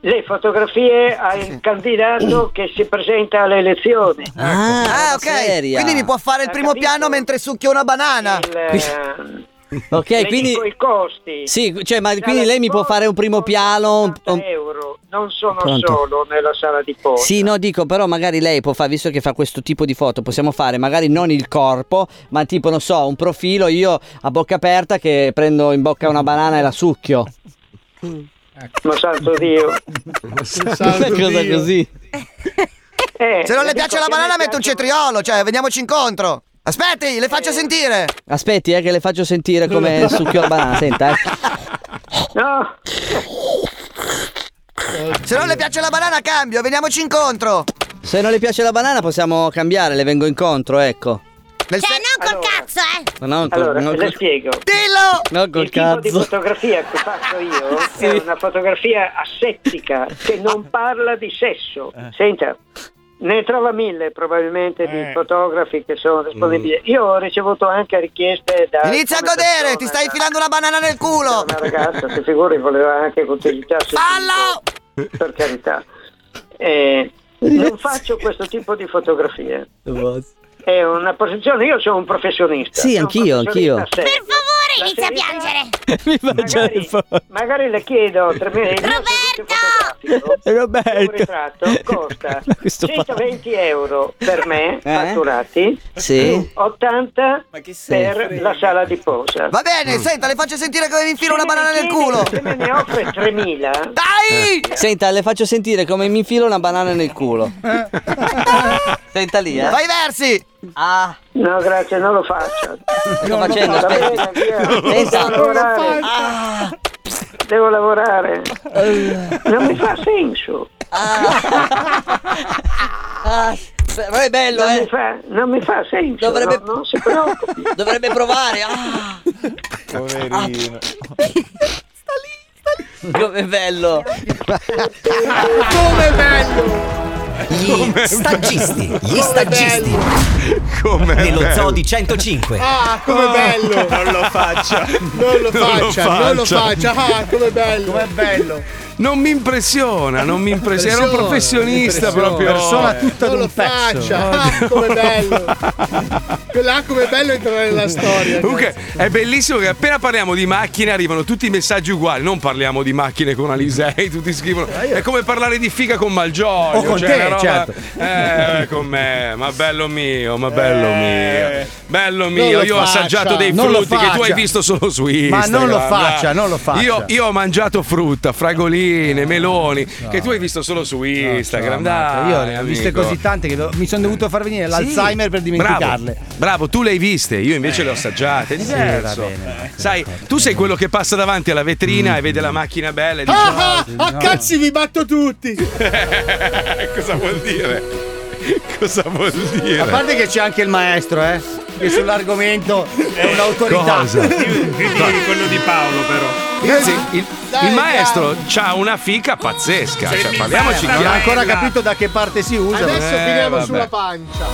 S6: le fotografie al candidato che si presenta alle elezioni.
S28: Mm. Ah, ok! Quindi mi può fare il primo piano mentre succhio una banana!
S6: eh,
S31: Ok,
S6: Le
S31: quindi.
S6: dico i costi.
S31: Sì, cioè, ma
S6: Sala
S31: quindi lei mi può fare un primo piano. un- un-
S6: euro. Non sono
S31: Pronto.
S6: solo nella sala di posta.
S31: Sì, no, dico, però magari lei può fare, visto che fa questo tipo di foto, possiamo fare magari non il corpo, ma tipo, non so, un profilo io a bocca aperta che prendo in bocca una banana e la succhio.
S6: Ma santo Dio.
S31: Una cosa così.
S28: Eh, Se non le
S6: dico
S28: piace la
S6: che
S28: banana,
S6: mi
S28: metto un cetriolo, cioè, veniamoci incontro! Aspetti, le faccio sentire!
S31: Aspetti, eh, che le faccio sentire come succhio la banana, senta, eh.
S6: No!
S28: Se non le piace la banana, cambio, veniamoci incontro!
S31: Se non le piace la banana possiamo cambiare, le vengo incontro, ecco.
S28: cioè, non col cazzo, eh!
S31: Ma non col-
S6: Allora,
S31: non
S6: le
S31: col-
S6: spiego.
S28: Dillo!
S31: non col
S6: Il tipo di
S31: cazzo.
S6: fotografia che faccio io è una fotografia assettica che non parla di sesso. Senta, ne trova mille probabilmente di fotografi che sono disponibili. Io ho ricevuto anche richieste da...
S28: Inizia a
S6: come
S28: godere, ti stai filando una banana nel culo!
S6: persona, Una ragazza, si figuri, voleva anche conteggiarsi.
S28: Fallo!
S6: Per carità. Eh, non faccio questo tipo di fotografie. È una posizione, io sono un professionista.
S31: Sì,
S6: sono un
S31: anch'io, anch'io.
S6: professionista serio.
S31: Per favore,
S32: La
S18: inizia a
S32: sera-
S18: piangere. Mi faccio le foto.
S6: Magari le chiedo tre minuti. Un
S18: Roberto.
S6: ritratto costa
S18: Ma questo fa- Eh?
S6: 120 euro per me, fatturati,
S31: Sì.
S6: 80 per la sala di posa.
S28: Va bene, senta, le faccio sentire che devi infilare una banana nel culo.
S6: Se me ne offre 3.000,
S31: Senta, le faccio sentire come mi infilo una banana nel culo. Senta lì, eh.
S6: Vai
S28: versi!
S31: Ah.
S6: No, grazie, non lo faccio.
S31: Sto facendo,
S6: Va bene,
S31: aspetta.
S6: via.
S31: Senta.
S6: Devo lavorare. Devo lavorare. Non mi fa senso.
S31: Ah, beh, ma è bello,
S6: non
S31: eh.
S6: Mi fa, non mi fa senso.
S31: Dovrebbe-
S6: no, non si preoccupi.
S31: Dovrebbe provare. Ah,
S33: Poverino.
S31: com'è bello.
S5: Come bello!
S30: Gli stagisti, gli
S5: Com'è
S30: stagisti.
S2: Come
S30: Nello
S2: bello.
S30: zoo di 105.
S5: Ah, come bello!
S2: Non lo faccia.
S5: Non lo
S2: Non lo
S5: faccia, non lo
S2: faccia.
S5: faccia. Ah, come bello! Com'è bello!
S2: Non mi impressiona, non mi impressiona. Era un
S5: Persona,
S2: professionista
S5: persona.
S2: proprio.
S5: Persona tutta non lo faccia. Ah, come bello! Là come bello entrare nella storia.
S2: Comunque è bellissimo che appena parliamo di macchine arrivano tutti i messaggi uguali, non parliamo di macchine con Alisei, tutti scrivono. È come parlare di figa con Malgioglio.
S3: Eh, O con
S2: cioè,
S3: te,
S2: una roba-
S3: certo.
S2: Eh, con me, ma bello mio, ma bello
S5: Eh.
S2: mio. Bello
S3: Non
S2: mio,
S3: lo
S2: io ho
S3: faccia,
S2: assaggiato dei
S3: non lo
S2: frutti che tu hai
S3: faccia.
S2: visto solo su
S3: Ma
S2: Instagram.
S3: non lo faccia,
S2: dai.
S3: non lo faccia.
S2: Io, io ho mangiato frutta, fragoline, meloni, che tu hai visto solo su Instagram. dai,
S3: Io ne cioè, ho viste
S2: amico. Eh.
S3: così tante che do- mi sono dovuto far venire l'Alzheimer per dimenticarle.
S2: Bravo, bravo, tu le hai viste, io invece le ho assaggiate. È
S3: Sì,
S2: diverso.
S3: va bene.
S2: Sai, tu sei quello che passa davanti alla vetrina e vede la macchina bella e dice:
S5: Ah, ah,
S2: "Oh, eh,
S5: a cazzi vi batto tutti!
S2: Cosa vuol dire?
S26: Eh,
S2: Cosa vuol dire?
S3: A parte che c'è anche il maestro, eh, che sull'argomento è un'autorità.
S2: cosa?
S3: di
S8: quello di Paolo, però.
S2: Ragazzi, il,
S3: Dai,
S2: il
S3: dai.
S2: maestro ha una fica pazzesca.
S3: Sì,
S2: Cioè, parliamoci
S3: Eh, non ho
S2: chiaro.
S3: ancora capito da che parte si usa.
S2: Adesso Eh, finiamo vabbè. sulla
S5: pancia.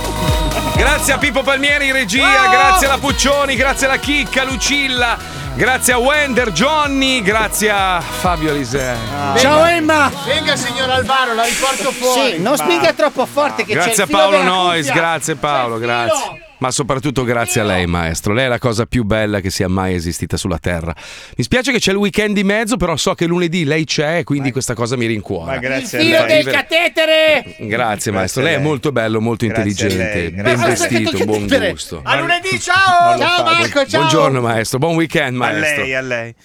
S2: Grazie a Pippo Palmieri in regia,
S3: Oh!
S2: grazie alla Puccioni, grazie alla Chicca, Lucilla, grazie a Wender, Johnny, grazie a Fabio Alisei.
S3: Ciao Emma!
S5: Venga signor Alvaro, la riporto fuori.
S3: Sì, non spiega troppo forte che c'è
S2: Grazie a
S3: il filo
S2: Paolo
S3: della
S2: Nois,
S3: cuffia.
S2: grazie Paolo, grazie. Ma soprattutto grazie a lei, maestro. Lei è la cosa più bella che sia mai esistita sulla Terra. Mi spiace che c'è il weekend di mezzo, però so che lunedì lei c'è, quindi questa cosa mi rincuora.
S8: Ma grazie a
S5: Filo
S8: lei.
S5: del catetere!
S2: Grazie, maestro. Lei è molto bello, molto intelligente,
S8: grazie.
S2: ben
S8: Ma cosa
S2: vestito, buon gusto.
S8: A lunedì,
S5: ciao!
S8: Non lo
S5: Ciao
S8: fa,
S5: Marco, ciao!
S2: Buongiorno, maestro. Buon weekend,
S8: A
S2: maestro.
S8: lei, a lei.